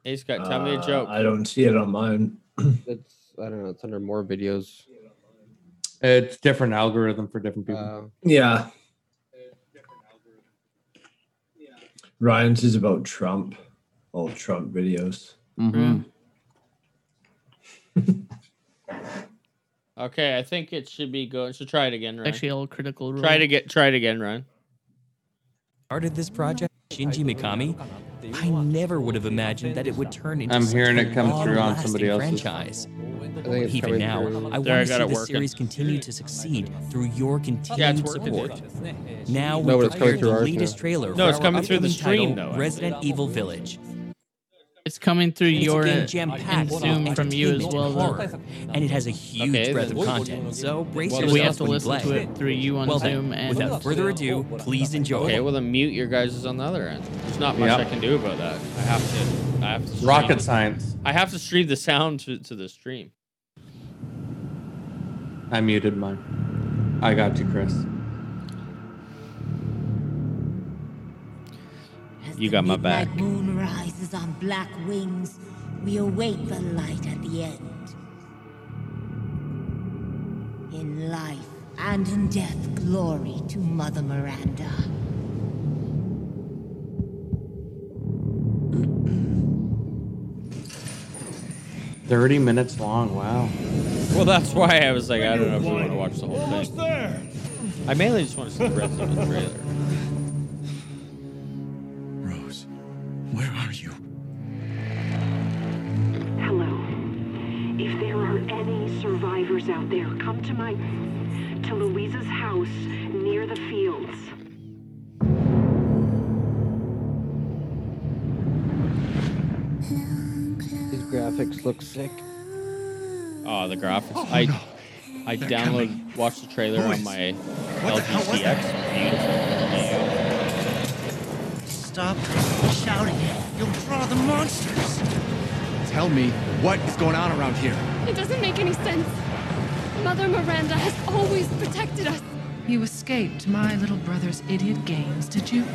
S3: Ace Cut. Tell me a
S6: Uh,
S3: joke.
S6: I don't see it on mine.
S4: It's I don't know. It's under more videos.
S5: It's different algorithm for different people.
S4: Uh,
S6: Yeah. Ryan's is about Trump. All Trump videos.
S3: Mm-hmm.
S5: Mhm.
S3: Okay, I think it should be going. So try it again, Ryan.
S7: Actually, all critical role.
S3: try to get. Try it again, Ryan.
S10: started this project, Shinji Mikami, I never would have imagined that it would turn into
S5: I'm
S10: such
S5: hearing
S10: a
S5: it come through on somebody
S10: long-lasting
S5: else's.
S10: franchise.
S4: I think it's
S10: Even
S4: coming
S10: now,
S4: through.
S10: I want
S3: There, I
S10: to
S3: got
S10: see
S3: it
S10: the
S3: working.
S10: series continue to succeed through your continued
S3: Yeah, it's working,
S10: support. Now
S4: No, but
S10: we've
S4: it's coming
S10: prepared the
S4: through ours
S10: latest
S4: now.
S10: trailer
S3: No,
S10: for
S3: it's
S10: our
S3: coming through the
S10: upcoming
S3: stream,
S10: title,
S3: though.
S10: Resident Evil Village.
S7: It's coming through
S10: It's
S7: your
S10: a game jam-packed with
S7: consumed from you as
S10: entertainment
S7: well,
S10: and
S7: though.
S10: horror, and it has a huge
S3: Okay,
S10: breadth of
S3: then-
S10: content. So brace
S3: Well,
S7: So we have
S10: yourself
S7: to
S10: when you
S7: listen to
S10: play.
S7: it through you on
S10: Well,
S7: Zoom
S10: then,
S7: and
S10: without further ado, please enjoy.
S3: Okay, well then mute your guys' on the other end. There's not much
S5: Yep.
S3: I can do about that. I have to. I have to. Stream.
S5: Rocket science.
S3: I have to stream the sound to, to the stream.
S5: I muted mine. I got you, Chris.
S11: As
S3: You
S11: the
S3: got my
S11: midnight
S3: back.
S11: Moon rises on black wings. We await the light at the end. In life and in death, glory to Mother Miranda.
S5: Thirty minutes long. Wow.
S3: Well, that's why I was like, I don't know if I want to watch the whole thing. I mainly just want to see the rest of the trailer.
S8: Rose, where are you?
S1: Hello. If there are any survivors out there, come to my
S12: Louisa's house near the fields.
S4: These graphics look sick.
S3: Oh, the graphics. I I
S4: They're
S3: downloaded, watched the trailer on my LG TX.
S13: Stop shouting. You'll draw the monsters.
S14: Tell me what is going on around here.
S1: It doesn't make any sense. Mother Miranda has always protected us.
S15: You escaped my little brother's idiot games, did you?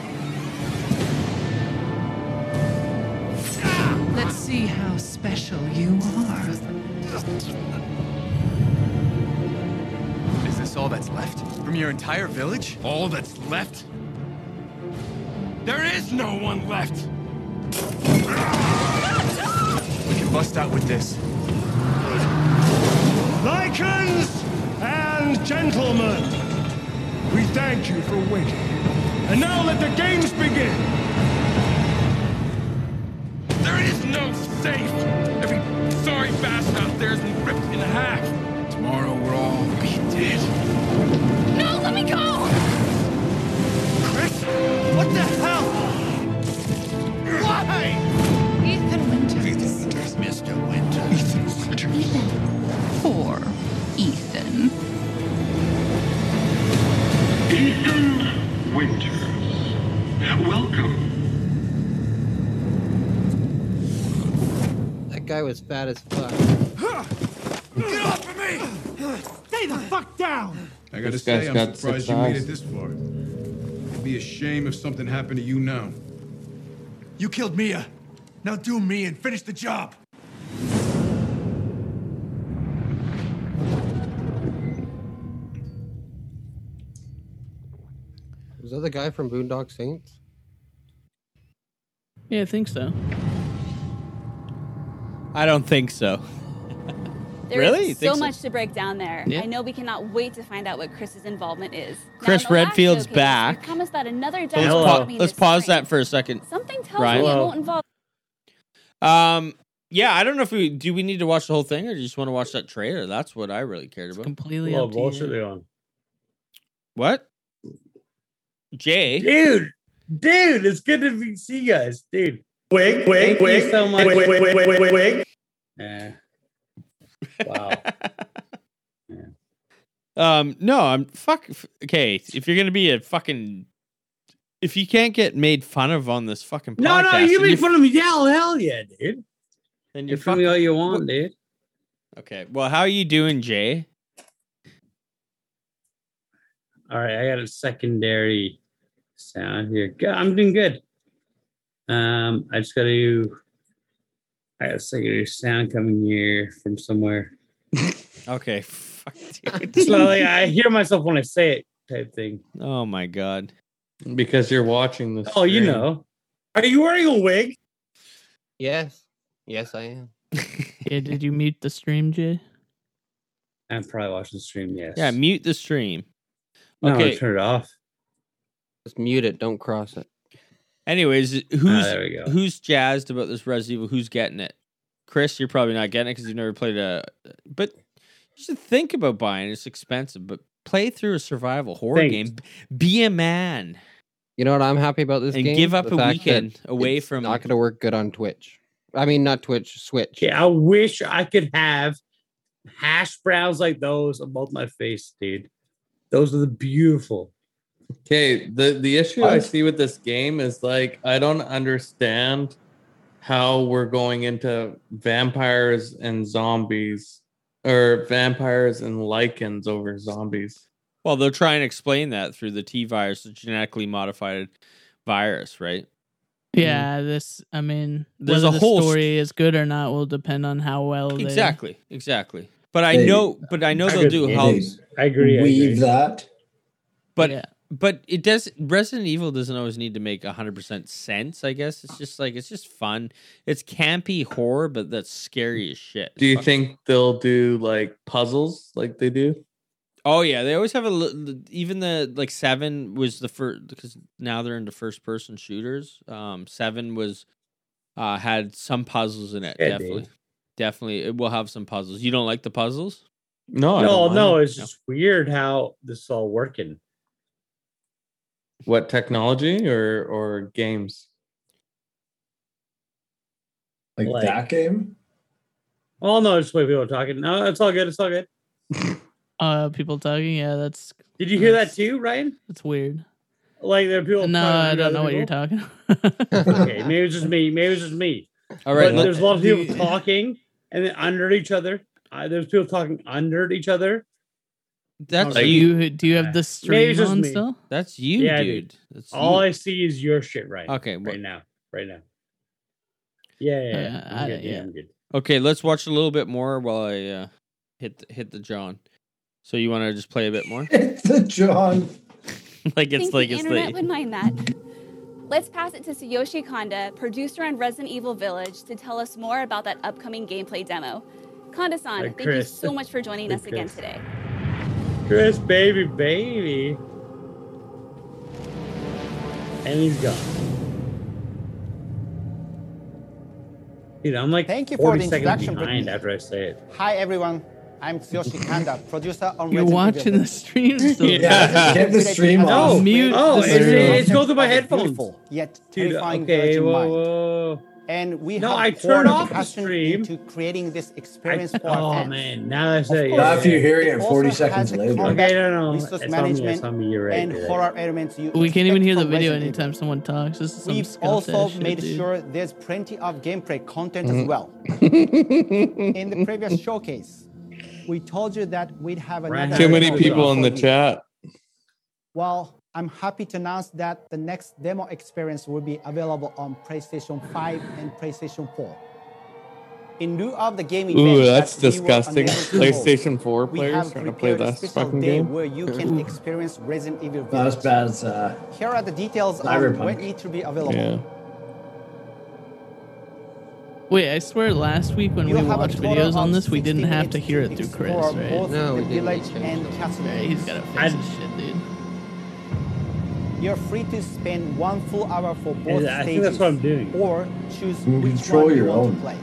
S15: Let's see how special you are.
S14: Is this all that's left? From your entire village? All that's left? There is no one left! We can bust out with this.
S16: Lycans and gentlemen, we thank you for waiting. And now let the games begin.
S14: There is no safe! Every sorry bastard out there has been ripped in half! Tomorrow we're all be dead.
S1: No, let me go!
S14: Chris! What the hell? Why?
S15: Ethan Winters. Ethan
S14: Winters, Mr. Winters. Ethan Winters.
S15: Poor Ethan.
S17: Ethan Winters. Welcome.
S4: That guy was fat as fuck.
S14: Get off of me! Stay the fuck down!
S6: I gotta
S3: This
S6: say,
S3: guy's
S6: I'm
S3: got
S6: surprised
S3: six
S6: you made
S3: eyes.
S6: it this far. It'd be a shame if something happened to you now.
S14: You killed Mia. Now do me and finish the job.
S4: Was that the guy from Boondock Saints?
S7: Yeah, I think so.
S3: I don't think so.
S18: There is
S3: really? You
S18: so
S3: think so?
S18: much to break down there.
S3: Yeah.
S18: I know we cannot wait to find out what Chris's involvement is. Now,
S3: Chris
S18: the last
S3: Redfield's
S18: showcase, you
S3: back.
S18: promised that another
S3: So let's,
S18: demo
S3: pa-
S18: would be
S3: let's
S18: this-
S3: pause that for a second.
S18: Something tells
S3: Ryan.
S18: me it won't involve
S3: Um, yeah, I don't know if we do. We need to watch the whole thing, or do you just want to watch that trailer? That's what I really cared about.
S7: completely Well, up to what you. should they
S3: on? What? Jay,
S16: dude, dude, it's good to be, see you guys, dude. Wig, wig,
S5: Thank you
S16: wig,
S5: so much.
S16: wig, wig, wig, wig, wig, wig.
S5: Yeah.
S16: Wow.
S3: Um, no, I'm fuck. f- Okay, if you're gonna be a fucking, if you can't get made fun of on this fucking podcast,
S16: No, no, you
S3: and
S16: make
S3: f-
S16: fun of me. Hell, hell yeah, dude.
S3: Then
S16: you're
S3: fucking-
S16: all you want, dude.
S3: Okay, well, how are you doing, Jay?
S19: All right, I got a secondary sound here. Go- I'm doing good. Um, I just got to. I got a secondary sound coming here from somewhere.
S3: okay,
S19: It's not like I hear myself when I say it, type thing.
S3: Oh my god!
S5: Because you're watching this.
S19: Oh, you know.
S16: Are you wearing a wig?
S4: Yes. Yes, I am.
S7: Yeah, did you mute the stream, Jay?
S19: I'm probably watching the stream. Yes.
S3: Yeah, mute the stream.
S19: No, turn it off.
S4: Just mute it. Don't cross it.
S3: Anyways,
S19: Ah,
S3: who's
S4: there we go.
S3: who's jazzed about this Resident Evil? Who's getting it? Chris, you're probably not getting it because you've never played a. But you should think about buying. it. It's expensive, but play through a survival horror
S4: Thanks.
S3: game. Be a man.
S4: You know what I'm happy about this
S3: And
S4: game?
S3: give up
S4: The
S3: a
S4: fact that
S3: weekend away
S4: it's
S3: from-
S4: Not going to work good on Twitch. I mean, not Twitch, Switch.
S19: Yeah, I wish I could have hash browns like those above my face, dude. Those are the beautiful.
S5: Okay, the the issue I see with this game is like I don't understand how we're going into vampires and zombies or vampires and lichens over zombies.
S3: Well, they'll try and explain that through the T virus, the genetically modified virus, right?
S7: Yeah, this. I mean,
S3: There's
S7: whether the
S3: a whole st-
S7: story is good or not will depend on how well they-
S3: Exactly, exactly. But I
S7: They-
S3: know, but I know
S7: I
S3: they'll do
S7: agree.
S3: how.
S19: I agree, I
S20: Weave that.
S3: But
S7: Yeah.
S3: but it does. Resident Evil doesn't always need to make hundred percent sense. I guess it's just like it's just fun. It's campy horror, but that's scary as shit.
S5: Do you
S3: Fuck.
S5: think they'll do like puzzles like they do?
S3: Oh yeah, they always have a li- even the like seven was the first because now they're into first person shooters. Um, seven was uh had some puzzles in it.
S19: Yeah, dude.
S3: definitely, definitely, it will have some puzzles. You don't like the puzzles? No, I
S21: no,
S3: don't
S21: no.
S3: mind.
S21: It's just weird how this is all working.
S5: What technology or or games?
S6: Like, that game?
S21: Oh no, it's just the way people are talking. No, it's all good. It's all good.
S7: Uh, people talking. Yeah, that's.
S21: Did you hear that too, Ryan?
S7: That's weird.
S21: Like there are people.
S7: No,
S21: talking
S7: I
S21: to
S7: don't
S21: other
S7: know what you're
S21: people.
S7: talking.
S21: okay, maybe it's just me. Maybe it's just me.
S3: All right,
S21: But
S3: let-
S21: there's a lot of
S3: do
S21: people
S3: you-
S21: talking and then under each other. Uh, there's people talking under each other.
S3: That's
S7: Are you? Do you have the
S21: Maybe
S7: stream
S21: it's just
S7: on
S21: me.
S7: still?
S3: That's you,
S21: Yeah,
S3: dude.
S21: dude.
S3: That's
S21: All
S3: you.
S21: I see is your shit right.
S3: Okay,
S21: right now, right now. Yeah, yeah, yeah.
S7: Uh,
S21: I'm
S7: I-
S21: good, yeah,
S7: yeah.
S21: I'm good.
S3: Okay, let's watch a little bit more while I uh, hit the, hit the John. So you want to just play a bit more?
S6: the John.
S18: Think
S3: like it's like
S18: the
S3: it's
S18: internet
S3: like
S18: would mind that. Let's pass it to Tsuyoshi Konda, producer on Resident Evil Village, to tell us more about that upcoming gameplay demo. Konda-san,
S21: Hi,
S18: thank you
S21: Chris.
S18: so much for joining
S21: Hi,
S18: us again
S21: Chris.
S18: today.
S21: Chris, baby, baby. And he's gone. Dude, I'm like
S13: Thank you for
S21: 40
S13: the
S21: seconds
S13: introduction,
S21: behind
S13: Brittany.
S21: after I say it.
S13: Hi everyone, I'm Tsuyoshi Kanda, producer on
S7: You're
S13: Resident Evil
S7: watching the
S13: Village.
S7: stream still.
S21: Yeah. Get the stream off.
S7: Mute.
S21: Oh,
S7: the
S21: it's-
S7: stream.
S21: it's going through my headphones.
S13: Beautiful, yet
S21: Dude,
S13: terrifying
S21: okay,
S13: virgin
S21: whoa,
S13: mind.
S21: whoa.
S13: And we
S21: No,
S13: have
S21: I
S13: poured
S21: turned off the
S13: passion
S21: stream.
S13: into creating this
S21: I,
S13: experience for our
S21: oh
S13: fans.
S21: man, now I
S13: Of
S21: say
S13: course,
S6: Not if you hear it
S13: also
S6: 40
S13: has
S6: seconds
S13: the
S6: later.
S13: combat,
S21: Okay, no, no, it's
S13: resource
S21: on me, it's
S13: management,
S21: on me, you're right,
S13: and
S21: you're right.
S13: horror elements you
S7: We can't even
S13: expect
S7: hear the
S13: from
S7: video
S13: Resident Evil.
S7: anytime someone talks. This is some
S13: We've
S7: scuffed
S13: also
S7: ass shit,
S13: made
S7: dude.
S13: sure there's plenty of gameplay content as
S7: Mhm.
S13: well. in the previous showcase, we told you that we'd have another.
S5: Too many
S13: demo
S5: people in
S13: for
S5: the
S13: you.
S5: chat.
S13: Well, I'm happy to announce that the next demo experience will be available on PlayStation 5 and PlayStation 4. In lieu of the game event,
S5: Ooh, that's
S13: that we were
S5: disgusting.
S13: unable to hold,
S5: PlayStation 4
S13: we
S5: players
S13: have
S5: trying to play
S13: prepared a
S5: this
S13: special
S5: fucking
S13: day
S5: game.
S13: Where you can experience Resident Evil
S6: Not as
S13: Village.
S6: bad as uh,
S13: Here are the details of
S6: Cyberpunk.
S13: when it will be available.
S5: Yeah.
S7: Wait, I swear last week when
S13: You
S7: we
S13: have a
S7: watched
S13: total
S7: videos on
S13: of
S7: this, we
S13: 60
S7: didn't have to
S13: minutes
S7: hear it through Chris,
S13: explore
S7: right?
S13: both the village and castle.
S7: He's got to fix
S13: I'd-
S7: his shit, dude.
S13: You're free to spend one full hour for both
S21: I
S13: stages.
S21: think that's what I'm doing.
S13: Or choose
S21: You
S13: which
S21: control
S13: one you
S21: your
S13: want
S21: own.
S13: to play.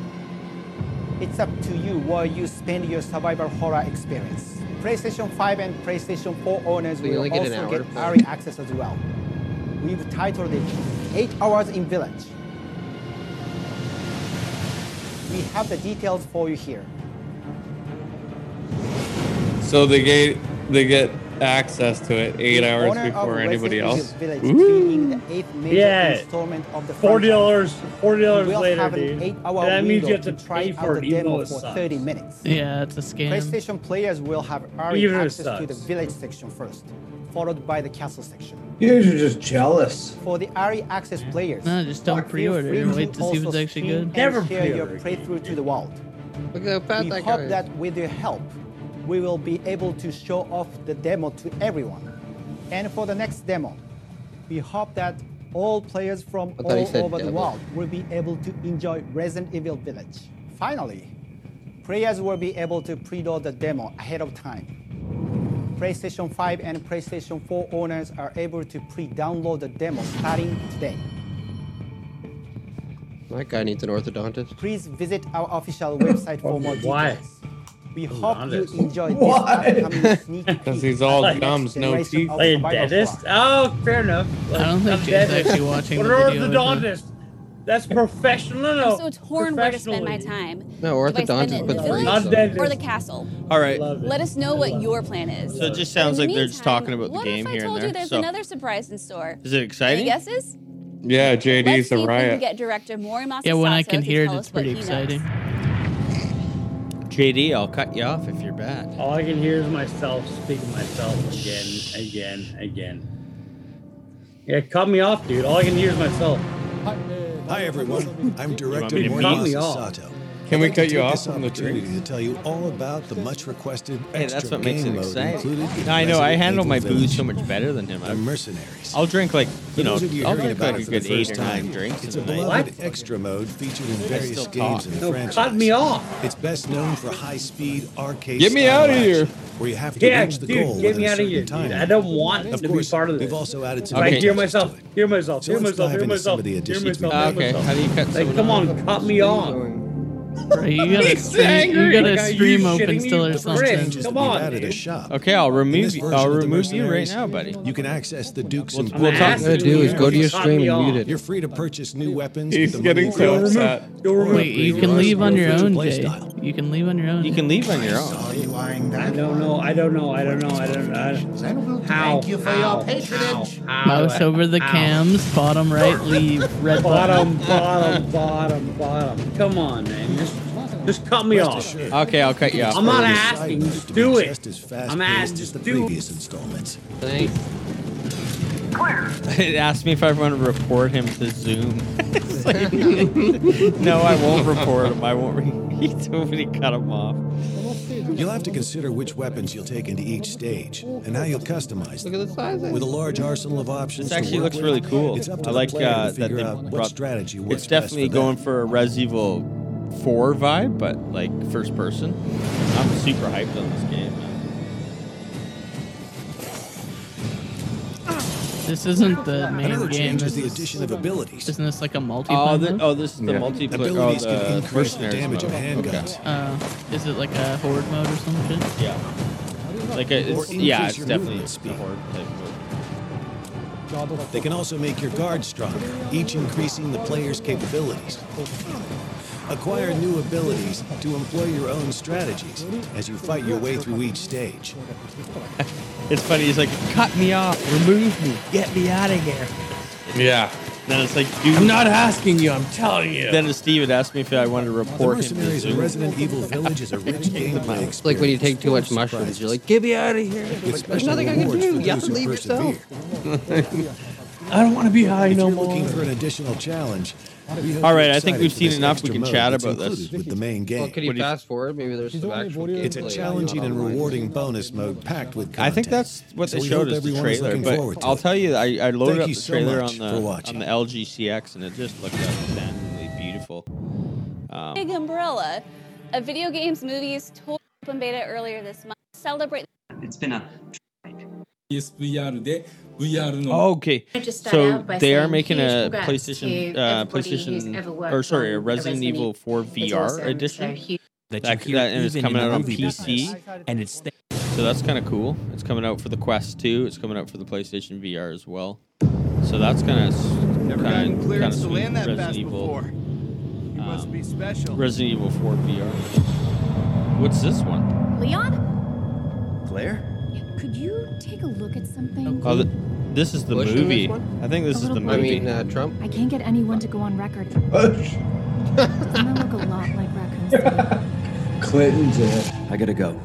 S13: It's up to you where you spend your survival horror experience. PlayStation 5 and PlayStation 4 owners
S4: So you
S13: will
S4: only get an
S13: also
S4: hour to
S13: get
S4: play.
S13: early access as well. We've titled it 8 Hours in Village. We have the details for you here.
S5: So they get they get access to it eight
S13: The
S5: hours
S13: owner of
S5: before
S13: Resident
S5: anybody
S13: Evil
S5: else.
S13: Village,
S5: Ooh.
S13: being the eighth major
S21: Yeah.
S13: installment of the
S21: Forty dollars, forty dollars
S13: We'll
S21: later,
S13: have an
S21: dude. And
S13: eight-hour
S21: that means you have
S13: window
S21: to
S13: to try
S21: pay
S13: out
S21: for it,
S13: the
S21: even
S13: demo
S21: though it
S13: for
S21: sucks.
S13: 30 minutes.
S7: Yeah, it's a scam.
S13: PlayStation players will have early
S21: Even if it
S13: access to the
S21: sucks.
S13: village section first, followed by the castle section.
S6: you guys are just jealous.
S13: For the early access players,
S7: No, just don't
S13: feel
S7: pre-order
S13: free
S7: and wait to see
S13: also
S7: if it's actually
S13: stream
S7: good.
S13: and share your playthrough to the world.
S4: Look how fat
S13: we
S4: that
S13: hope
S4: guy is.
S13: that with your help, we will be able to show off the demo to everyone. And for the next demo, we hope that all players from
S4: I thought he
S13: all
S4: said
S13: over the
S4: devil.
S13: world will be able to enjoy Resident Evil Village. Finally, players will be able to preload the demo ahead of time. PlayStation 5 and PlayStation 4 owners are able to pre-download the demo starting today.
S4: That guy needs an orthodontist.
S13: Please visit our official website for more details.
S4: Why?
S13: We hope you
S4: Orthodontist.
S13: enjoy this
S4: Why?
S13: upcoming sneak peek.
S5: Because he's all
S13: Like-
S5: gums, no
S13: Generation
S5: teeth.
S13: of Like a survival
S21: dentist? Oh, fair enough.
S7: I don't think
S21: I'm
S7: Jay's
S21: dead.
S7: actually watching
S21: What
S7: the
S21: are
S7: video,
S21: orthodontists? That's professional. No, no.
S18: I'm so torn where to spend my time.
S4: No,
S18: Do I spend
S4: orthodontist
S18: it in
S4: with
S18: the
S4: free, so-
S18: village or the castle?
S3: All right.
S18: Let us know what your plan is.
S3: So it just sounds
S18: In
S3: like
S18: the
S3: they're just talking about the game
S18: I
S3: here
S18: told you
S3: and there.
S18: there's
S3: So
S18: another surprise in store.
S3: is it
S18: Any
S3: exciting?
S18: guesses?
S5: Yeah,
S18: Let's
S5: JD's
S18: see
S5: a
S18: if we can
S5: riot.
S18: get director Morimasato
S7: Yeah, when I can
S18: to
S7: hear it,
S18: tell
S7: it's
S18: us what
S7: pretty
S18: he
S7: exciting.
S18: Knows.
S3: JD, I'll cut you off if you're bad.
S21: All I can hear is myself speaking to myself again, again, again. Yeah, cut me off, dude. All I can hear is myself.
S14: Hi everyone, I'm director
S21: me to
S14: Morgan
S21: mute?
S14: Sato.
S5: Can we cut you off
S14: this
S5: from the
S14: opportunity to tell you all about the much requested
S3: Hey,
S14: extra
S3: that's what makes
S14: game
S3: it
S14: mode
S3: exciting.
S14: included in
S3: I know I
S14: Resident
S3: handle
S14: Evil
S3: my booze
S14: Village.
S3: so much better than him.
S14: The
S3: I'm,
S14: mercenaries.
S3: I'll drink like
S14: For
S3: you know, I'll
S14: those of you hearing
S3: drink
S14: about
S3: like a
S14: it for the
S3: good eight
S14: first
S3: or nine
S14: time,
S3: drinks
S14: it's
S3: a
S14: a
S3: night.
S14: beloved extra mode featured in
S3: I
S14: various
S3: still
S14: games
S3: talk.
S14: in the
S3: No, cut
S14: franchise.
S21: me off.
S14: It's best known for high-speed arcade.
S5: Get me
S14: style
S5: outta here.
S14: action, Where you have to
S21: Yeah,
S14: reach the
S21: dude,
S14: goal
S21: get
S14: within
S21: me
S14: a
S21: outta
S14: certain
S21: here, dude.
S14: time.
S21: I don't want
S14: of
S21: to be
S14: course,
S21: part of
S14: We've
S21: this.
S14: also added
S21: If
S14: some.
S21: I hear
S14: additions
S21: myself, hear myself,
S14: So
S21: hear
S14: let's
S21: myself,
S14: dive
S21: hear
S14: into
S21: myself,
S14: some of the
S21: hear
S14: additions we've
S21: myself,
S14: added.
S21: hear myself.
S14: Okay, how do you cut
S21: Like,
S14: someone
S21: come
S14: off?
S21: on, cut me off.
S7: Right, you gotta
S14: He's
S7: stream, you
S14: angry.
S7: gotta
S14: Like, are you
S7: stream open
S14: shitting me?
S7: still or
S14: First
S7: something.
S14: changes that we've added is shop.
S3: Okay, I'll
S14: In
S3: remove
S14: this
S3: you-
S14: version
S3: I'll
S14: of the
S3: remove you right
S14: Mercenaries,
S3: now, buddy.
S14: You can access the Dukes
S3: We'll-
S14: and
S3: we'll talk-
S14: Bloods.
S3: What I'm gonna do is go to your stream and mute it.
S14: You're free to purchase new weapons.
S3: He's
S14: with the
S3: getting
S14: money
S3: so
S14: collected.
S3: upset. You'll remove
S7: Wait, you
S14: Free
S7: can
S14: to
S7: leave on your
S14: future
S7: own,
S14: play
S7: Jay.
S14: style.
S7: You can leave on your own.
S3: You can leave on your own.
S22: you eyeing that?
S21: I don't know. I don't know. I don't know. I don't know. How?
S22: Thank you for
S21: how,
S22: your patronage.
S21: How, how,
S7: Mouse over the
S21: how?
S7: cams, bottom right, leave, red
S21: Bottom, bottom,
S7: button.
S21: bottom, bottom. Come on, man. Just, just cut me off.
S3: Okay, I'll cut you off.
S21: I'm not
S3: Brody.
S21: asking. Just
S14: To be
S21: do it.
S14: just as
S21: I'm
S14: fast-paced
S21: asking.
S14: as the
S21: Just do it.
S14: previous installments.
S3: It asked me if I want to report him to Zoom. It's like, no, I won't report him. I won't. Re- he told me to cut him off.
S14: You'll have to consider which weapons you'll take into each stage and how you'll customize them.
S4: Look at the size.
S14: With a large arsenal of options,
S3: This
S14: to
S3: actually
S14: work
S3: looks
S14: with,
S3: really cool.
S14: It's up to
S3: I
S14: the
S3: like
S14: player
S3: uh,
S14: to
S3: that
S14: figure
S3: they
S14: out what
S3: brought.
S14: strategy works
S3: It's definitely
S14: best for them.
S3: going for a Res Evil Four vibe, but like first person. I'm super hyped on this game. man.
S7: This isn't the main
S14: Another
S7: game.
S14: change is
S7: This
S14: the
S7: is,
S14: addition of abilities.
S7: isn't this like a multiplayer?
S3: Oh,
S7: mode?
S3: the, oh, this is the
S14: Yeah.
S3: multiplayer. Oh,
S14: Abilities can
S3: the
S14: increase the
S3: mercenaries
S14: damage of
S3: mode. Okay.
S14: handguns.
S7: Uh, is it like a horde mode or some shit?
S3: Yeah. Like a,
S14: Or
S3: it's, yeah,
S14: increase
S3: it's
S14: your
S3: definitely
S14: movement
S3: a
S14: speed.
S3: horde type mode.
S14: They can also make your guard stronger, each increasing the player's capabilities. Acquire new abilities to employ your own strategies as you fight your way through each stage.
S3: It's funny. He's like, cut me off, remove me, get me out of here.
S5: Yeah.
S3: Then it's like, dude,
S5: I'm not asking you. I'm telling you.
S3: Then Steven asked me if I wanted to
S14: The
S3: report him to
S14: Mercenaries and
S3: Zoom.
S14: Resident Evil Village is a rich gameplay
S4: It's like when you take too much
S14: full of
S4: mushrooms,
S14: surprises.
S4: you're like, get me out of here.
S14: With
S4: Like, there's
S14: special
S4: nothing I can
S14: rewards
S4: do.
S14: for
S4: You have
S14: those who
S4: to leave yourself.
S14: persevere.
S5: I don't want to be high
S14: If
S5: no
S14: you're
S5: more.
S14: looking for an additional challenge, we hope
S3: All
S14: you're
S3: right, I think
S14: excited
S3: we've
S14: for
S3: seen
S14: this
S3: enough.
S14: extra
S3: We can
S14: mode
S3: chat
S14: that's
S3: about this.
S14: included With the main game.
S4: Well, could you fast forward? Maybe there's some actual
S14: It's a
S4: gameplay,
S14: challenging
S4: not
S14: and
S4: online.
S14: rewarding bonus mode packed with
S3: I
S14: content.
S3: think that's what
S14: So
S3: they
S14: we
S3: showed
S14: hope
S3: us the
S14: everyone is
S3: trailer.
S14: looking forward
S3: But
S14: to
S3: I'll
S14: it.
S3: tell you, I, I loaded
S14: Thank
S3: up
S14: you
S3: the
S14: so
S3: trailer
S14: much
S3: on
S14: for
S3: the on
S14: watching.
S3: the LG CX, and it just looked outstandingly beautiful. Um,
S18: Big Umbrella, a video games movies total open beta earlier this month. Celebrate
S23: It's been a
S3: Oh, okay,
S24: I just start
S3: so
S24: out by
S3: they are
S24: saying
S3: making
S24: huge
S3: a
S24: congrats
S3: PlayStation,
S24: to
S3: uh,
S24: everybody who's
S3: PlayStation,
S24: ever worked
S3: or sorry, a
S24: on a
S3: Resident
S24: Resident
S3: Evil 4
S24: It's
S3: VR
S24: awesome, so
S3: edition.
S24: huge.
S10: That you
S3: That,
S10: hear
S3: that- and it's
S10: even
S3: coming
S10: in
S3: out on
S10: movie
S3: PC,
S10: business, and it's th-
S3: so that's kind of cool. It's coming out for the Quest 2. It's coming out for the PlayStation VR as well. So that's kind of
S25: Never
S3: kind
S25: gotten
S3: of
S25: clearance to land that
S3: Resident
S25: fast
S3: Evil. Um,
S25: before. You must be special.
S3: Resident Evil 4 VR. What's this one?
S26: Leon,
S25: Claire?
S26: could you take a look at something?
S3: Oh, th- this is the
S4: Bush in this
S3: movie.
S4: one?
S3: I think this is the
S26: little
S3: movie.
S4: I mean, uh, Trump.
S26: I can't get anyone to go on record. It's gonna look a lot like raccoons.
S6: Clinton's a- I gotta go.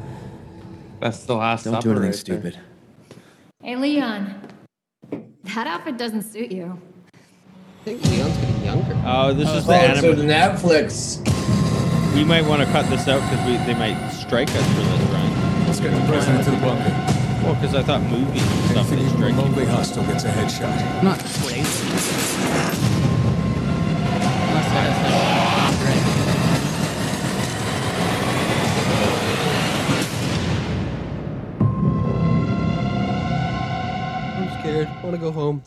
S5: That's the last
S6: Don't do
S5: supper
S6: anything
S5: right there.
S6: stupid.
S26: hey, Leon, that outfit doesn't suit you.
S4: I think Leon's getting younger.
S3: oh, this is the
S6: so
S3: anime.
S6: Netflix.
S3: we might want to cut this out because we they might strike us for this, Ryan.
S27: Let's get the president to the bunker.
S3: Well, because I thought movies and stuff they
S27: Anything
S3: strike. you.
S27: remotely hostile gets a headshot.
S7: Not crazy. Unless it has like great.
S4: I'm scared. I want to go home.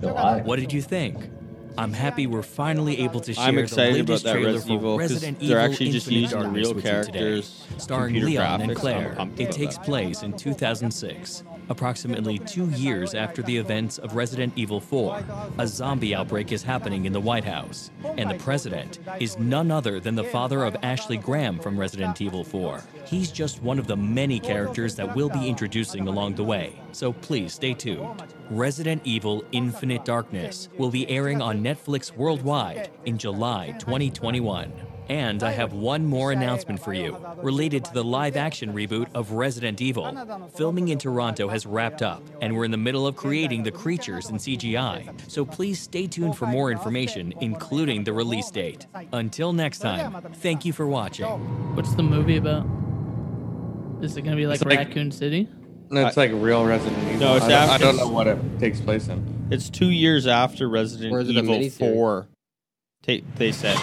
S6: July.
S10: What did you think? I'm happy we're finally able to share
S3: I'm
S10: the
S3: excited
S10: latest
S3: about that
S10: trailer
S3: Resident
S10: for
S3: Evil because
S10: Resident
S3: they're
S10: Evil
S3: actually just
S10: Infinite
S3: using
S10: Darkness
S3: real
S10: with you today,
S3: characters,
S10: starring
S3: computer
S10: Leon
S3: graphics.
S10: and
S3: I'm
S10: Claire.
S3: pumped
S10: It
S3: about
S10: takes
S3: that.
S10: place in 2006, approximately two years after the events of Resident Evil 4. A zombie outbreak is happening in the White House, and the president is none other than the father of Ashley Graham from Resident Evil 4. He's just one of the many characters that we'll be introducing along the way, so please stay tuned. Resident Evil Infinite Darkness will be airing on Netflix worldwide in July 2021. And I have one more announcement for you related to the live action reboot of Resident Evil. Filming in Toronto has wrapped up, and we're in the middle of creating the creatures in CGI. So please stay tuned for more information, including the release date. Until next time, thank you for watching.
S7: What's the movie about? Is it gonna be like,
S5: It's like-
S7: Raccoon City?
S5: No, it's like real Resident Evil.
S3: No, it's
S5: I, don't, I
S3: after-
S5: don't know what it takes place in.
S3: It's two years after
S4: Or is
S3: Resident
S4: it a
S3: Evil
S4: miniseries?
S3: 4. They, they said.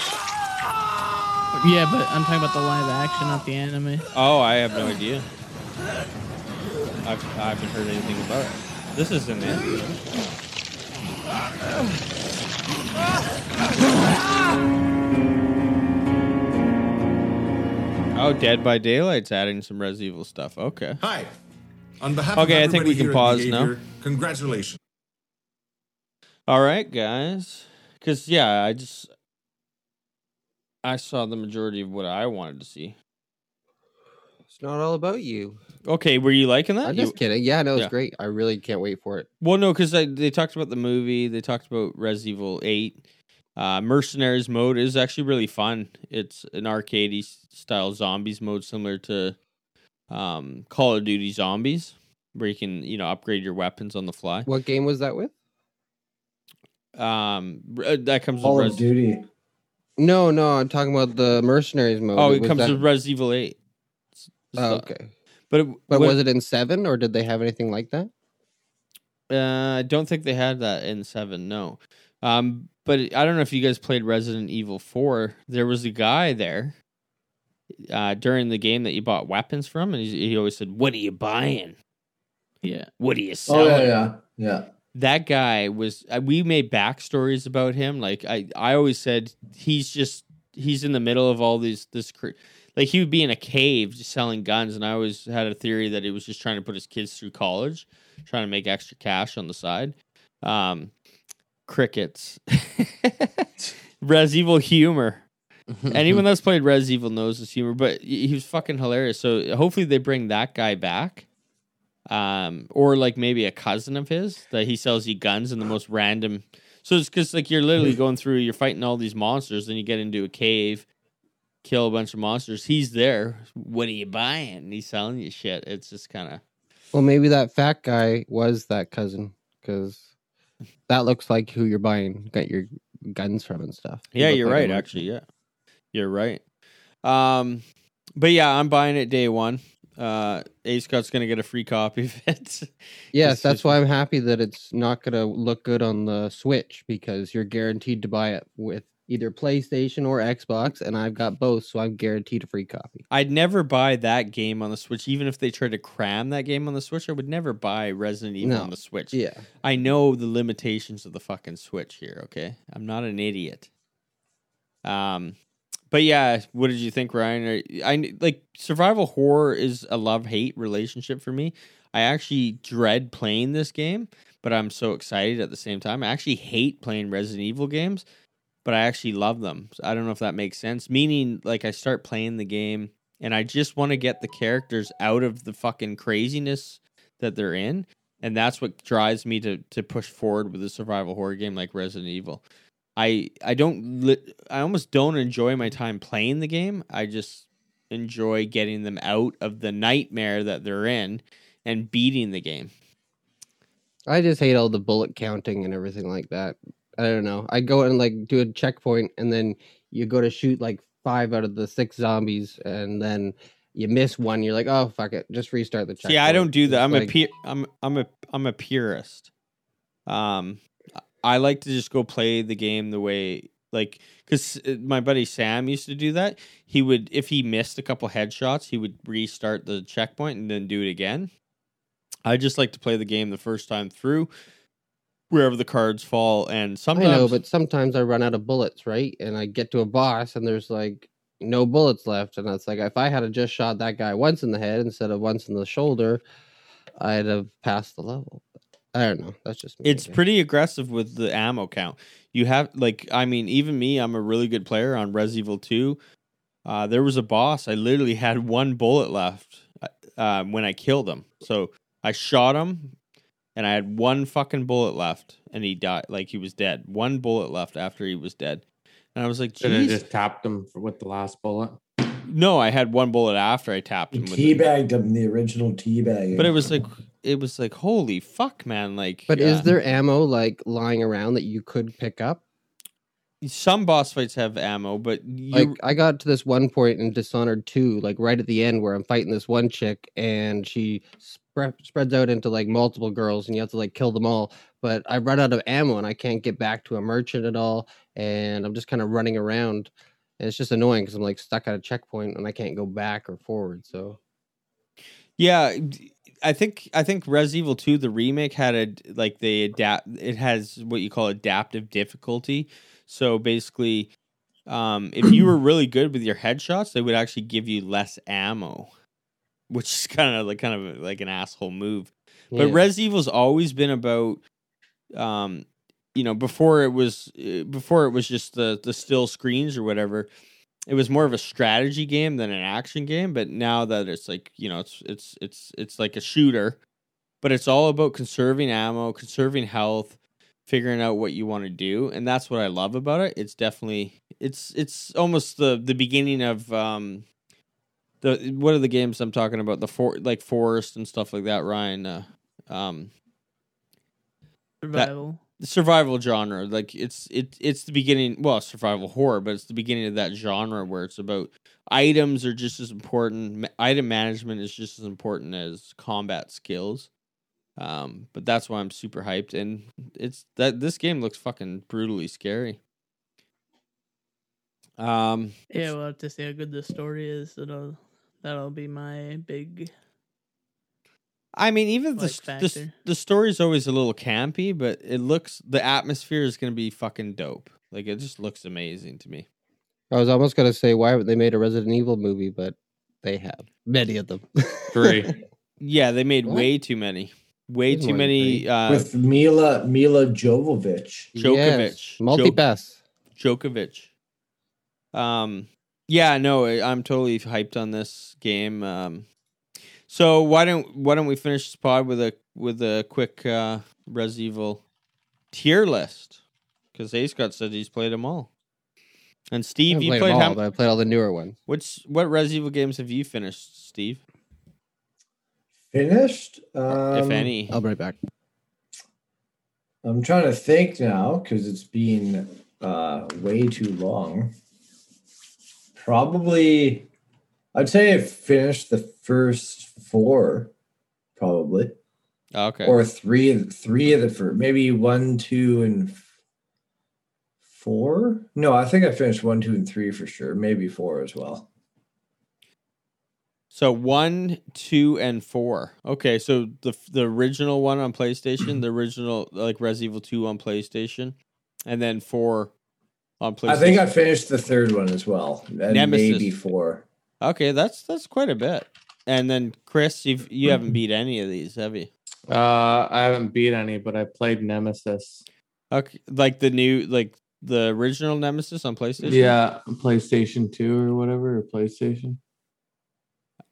S7: Yeah, but I'm talking about the live action, not the anime.
S3: Oh, I have no idea. I've, I haven't heard anything about it. This isn't it. Oh, Dead by Daylight's adding some Res Evil stuff. Okay.
S2: Hi. On behalf
S3: Okay, I
S2: of
S3: think we
S2: everybody
S3: can
S2: here at
S3: pause now.
S2: Behavior, Congratulations.
S3: All right, guys. Because yeah, I just I saw the majority of what I wanted to see.
S4: It's not all about you.
S3: Okay, were you liking that?
S4: I'm
S3: You-
S4: just kidding. Yeah, no, it's
S3: Yeah.
S4: great. I really can't wait for it.
S3: Well, no, because they talked about the movie. They talked about Res Evil Eight. Uh, Mercenaries mode is actually really fun. It's an arcadey s- style zombies mode, similar to um, Call of Duty Zombies, where you can you know upgrade your weapons on the fly.
S4: What game was that with?
S3: Um, r- uh, that comes
S4: Call
S3: with
S4: of
S3: Res-
S4: Duty. No, no, I'm talking about the mercenaries mode.
S3: Oh, it
S4: Was
S3: comes
S4: that-
S3: with Res Evil Eight.
S4: Oh, okay.
S3: But it,
S4: But
S3: what-
S4: was it in seven or did they have anything like that?
S3: Uh, I don't think they had that in seven. No, um, but it- I don't know if you guys played Resident Evil Four. There was a guy there uh, during the game that you bought weapons from, and he, he always said, "What are you buying?
S7: Yeah,
S3: what are you selling?"
S6: Oh yeah, yeah, yeah.
S3: That guy was. uh, We made backstories about him. Like I, I always said he's just he's in the middle of all these this. Cr- like he would be in a cave just selling guns, and I always had a theory that he was just trying to put his kids through college, trying to make extra cash on the side. Um, crickets. Res Evil humor. Anyone that's played Res Evil knows this humor, but he he was fucking hilarious. So hopefully they bring that guy back. Um, or like maybe a cousin of his that he sells you guns in the most random. So it's because like you're literally going through, you're fighting all these monsters, then you get into a cave, kill a bunch of monsters. He's there. What are you buying? And he's selling you shit. It's just kind of
S4: Well, maybe that fat guy was that cousin because that looks like who you're buying got your guns from and stuff. He
S3: Yeah,
S4: looked
S3: you're
S4: like a
S3: right.
S4: merc.
S3: Actually, yeah, you're right. Um, but yeah, I'm buying it day one. Uh, A Scott's gonna get a free copy of it.
S4: Yes,
S3: Just-
S4: that's
S3: just-
S4: why I'm happy that it's not going to look good on the Switch because you're guaranteed to buy it with either PlayStation or Xbox, and I've got both, so I'm guaranteed a free copy.
S3: I'd never buy that game on the Switch, even if they tried to cram that game on the Switch. I would never buy Resident Evil
S4: No,
S3: on the Switch.
S4: yeah.
S3: I know the limitations of the fucking Switch here. Okay, I'm not an idiot. Um, but yeah, what did you think, Ryan? I, I like survival horror is a love hate relationship for me. I actually dread playing this game, but I'm so excited at the same time. I actually hate playing Resident Evil games, but I actually love them. So I don't know if that makes sense. Meaning, like, I start playing the game and I just want to get the characters out of the fucking craziness that they're in. And that's what drives me to, to push forward with a survival horror game like Resident Evil. I I don't li- I almost don't enjoy my time playing the game. I just enjoy getting them out of the nightmare that they're in and beating the game.
S4: I just hate all the bullet counting and everything like that. I don't know. I go and like do a checkpoint, and then you go to shoot like five out of the six zombies, and then you miss one. You're like, oh fuck it, just restart the checkpoint.
S3: See, I don't do that.
S4: It's
S3: I'm a
S4: like-
S3: pu- I'm I'm a I'm a purist. Um, I like to just go play the game the way like because my buddy Sam used to do that. He would if he missed a couple headshots, he would restart the checkpoint and then do it again. I just like to play the game the first time through, wherever the cards fall, and
S4: I
S3: sometimes
S4: know, but sometimes I run out of bullets, right? And I get to a boss, and there's like no bullets left, and it's like if I had have just shot that guy once in the head instead of once in the shoulder, I'd have passed the level. I don't know. That's just me. I
S3: It's
S4: guess.
S3: pretty aggressive with the ammo count. You have like I mean, even me, I'm a really good player on Res Evil Two. Uh, there was a boss. I literally had one bullet left uh, when I killed him. So I shot him, and I had one fucking bullet left, and he died. Like he was dead. One bullet left after he was dead, and I was like,
S5: Should have
S3: "Jeez,
S5: just tapped him for, with the last bullet.
S3: no!" I had one bullet after I tapped him. with it.
S6: Teabagged him, the original teabag.
S3: But it was like, it was like, holy fuck, man! Like,
S4: But
S3: yeah.
S4: is there ammo like lying around that you could pick up?
S3: some boss fights have ammo? But you,
S4: Like I got to this one point in Dishonored 2, like right at the end where I'm fighting this one chick and she spre- spreads out into like multiple girls and you have to like kill them all. But I run out of ammo and I can't get back to a merchant at all. And I'm just kind of running around. And it's just annoying because I'm like stuck at a checkpoint and I can't go back or forward. So
S3: Yeah, d- I think I think Res Evil Two the remake had a d- like they adapt. It has what you call adaptive difficulty. So basically, Um, if you were really good with your headshots, they would actually give you less ammo, which is kind of like kind of like an asshole move. But
S1: Yeah.
S3: Res Evil's always been about, um, you know, before it was uh, before it was just the the still screens or whatever. It was more of a strategy game than an action game, but now that it's like you know, it's it's it's it's like a shooter, but it's all about conserving ammo, conserving health, figuring out what you want to do, and that's what I love about it. It's definitely it's it's almost the the beginning of um the what are the games I'm talking about? The for like forest and stuff like that, Ryan. Uh, um, that-
S7: Survival.
S3: the survival genre, like it's it it's the beginning. Well, survival horror, but it's the beginning of that genre where it's about items are just as important. ma- Item management is just as important as combat skills. Um, but that's why I'm super hyped, and it's that this game looks fucking brutally scary. Um,
S7: Yeah, we'll have to see how good the story is. That'll that'll be my big.
S3: I mean, even the,
S7: like,
S3: s- the s-
S7: factor.
S3: the story's always a little campy, but it looks the atmosphere is gonna be fucking dope. Like it just looks amazing to me.
S4: I was almost gonna say why haven't they made a Resident Evil movie, but they have many of them.
S5: Three.
S3: Yeah, they made
S4: What?
S3: way too many, way
S4: Didn't
S3: too
S4: want
S3: many.
S4: three.
S3: Uh,
S6: With Mila Mila Jovovich.
S3: Djokovic,
S4: multi best.
S3: Jo- Djokovic. Um, yeah, no, I- I'm totally hyped on this game. Um, so why don't why don't we finish this pod with a with a quick uh, Res Evil tier list? Because Ace Scott said he's played them all. And Steve, you
S4: played,
S3: played,
S4: them all,
S3: how,
S4: but I played all the newer ones.
S3: What's what Res Evil games have you finished, Steve?
S6: Finished? Um,
S3: if any,
S4: I'll be right back.
S6: I'm trying to think now because it's been uh, way too long. Probably, I'd say I finished the first four, probably,
S3: Oh, Okay.
S6: or three, three of the first, maybe one, two, and f- four. No, I think I finished one, two, and three for sure. Maybe four as well.
S3: so one, two, and four. Okay, so the the original one on PlayStation, the original like Res Evil two on PlayStation, and then four on PlayStation.
S6: I think I finished the third one as well. and
S3: Nemesis.
S6: Maybe four.
S3: Okay, that's that's quite a bit. And then Chris, you've you haven't beat any of these, have you?
S5: Uh, I haven't beat any, but I played Nemesis.
S3: Okay, like the new like the original Nemesis on PlayStation.
S5: Yeah, PlayStation Two or whatever, or PlayStation.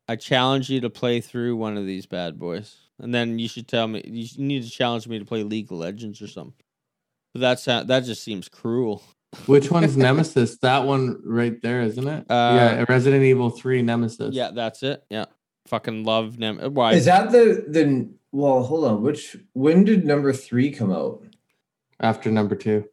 S3: I challenge you to play through one of these bad boys, and then you should tell me. You sh- need to challenge me to play League of Legends or something. But that sound, that just seems cruel.
S5: Which one's Nemesis? That one right there, isn't it? yeah,
S3: Uh,
S5: Resident Evil Three Nemesis.
S3: Yeah, that's it. Yeah, fucking love Nem. Why
S6: Is that the the? Well, hold on. Which when did number three come out?
S5: After number two.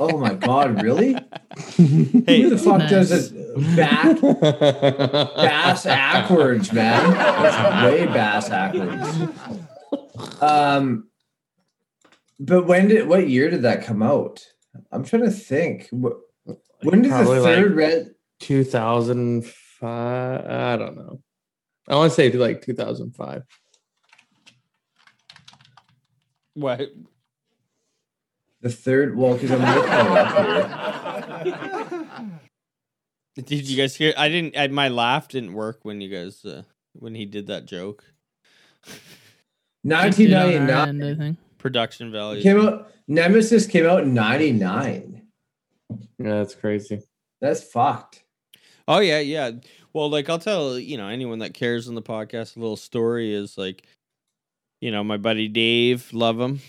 S6: Oh my god! Really?
S3: Hey,
S6: Who the fuck does it back bass backwards, man? That's way bass backwards. Um, but when did what year did that come out? I'm trying to think. Wh- When did
S5: Probably
S6: the
S5: like
S6: third red?
S5: 2005. I don't know. I want to say like 2005.
S3: What?
S6: The third. Well, because I'm looking it up here.
S3: Did you guys hear? I didn't. I, my laugh didn't work when you guys uh, when he did that joke.
S7: I did on our
S6: 1999.
S7: end, I think.
S3: Production value.
S6: It came out Nemesis came out in 99.
S5: Yeah, that's crazy.
S6: That's fucked.
S3: Oh yeah, yeah. Well, like I'll tell you know anyone that cares on the podcast a little story is like, you know, my buddy Dave, love him,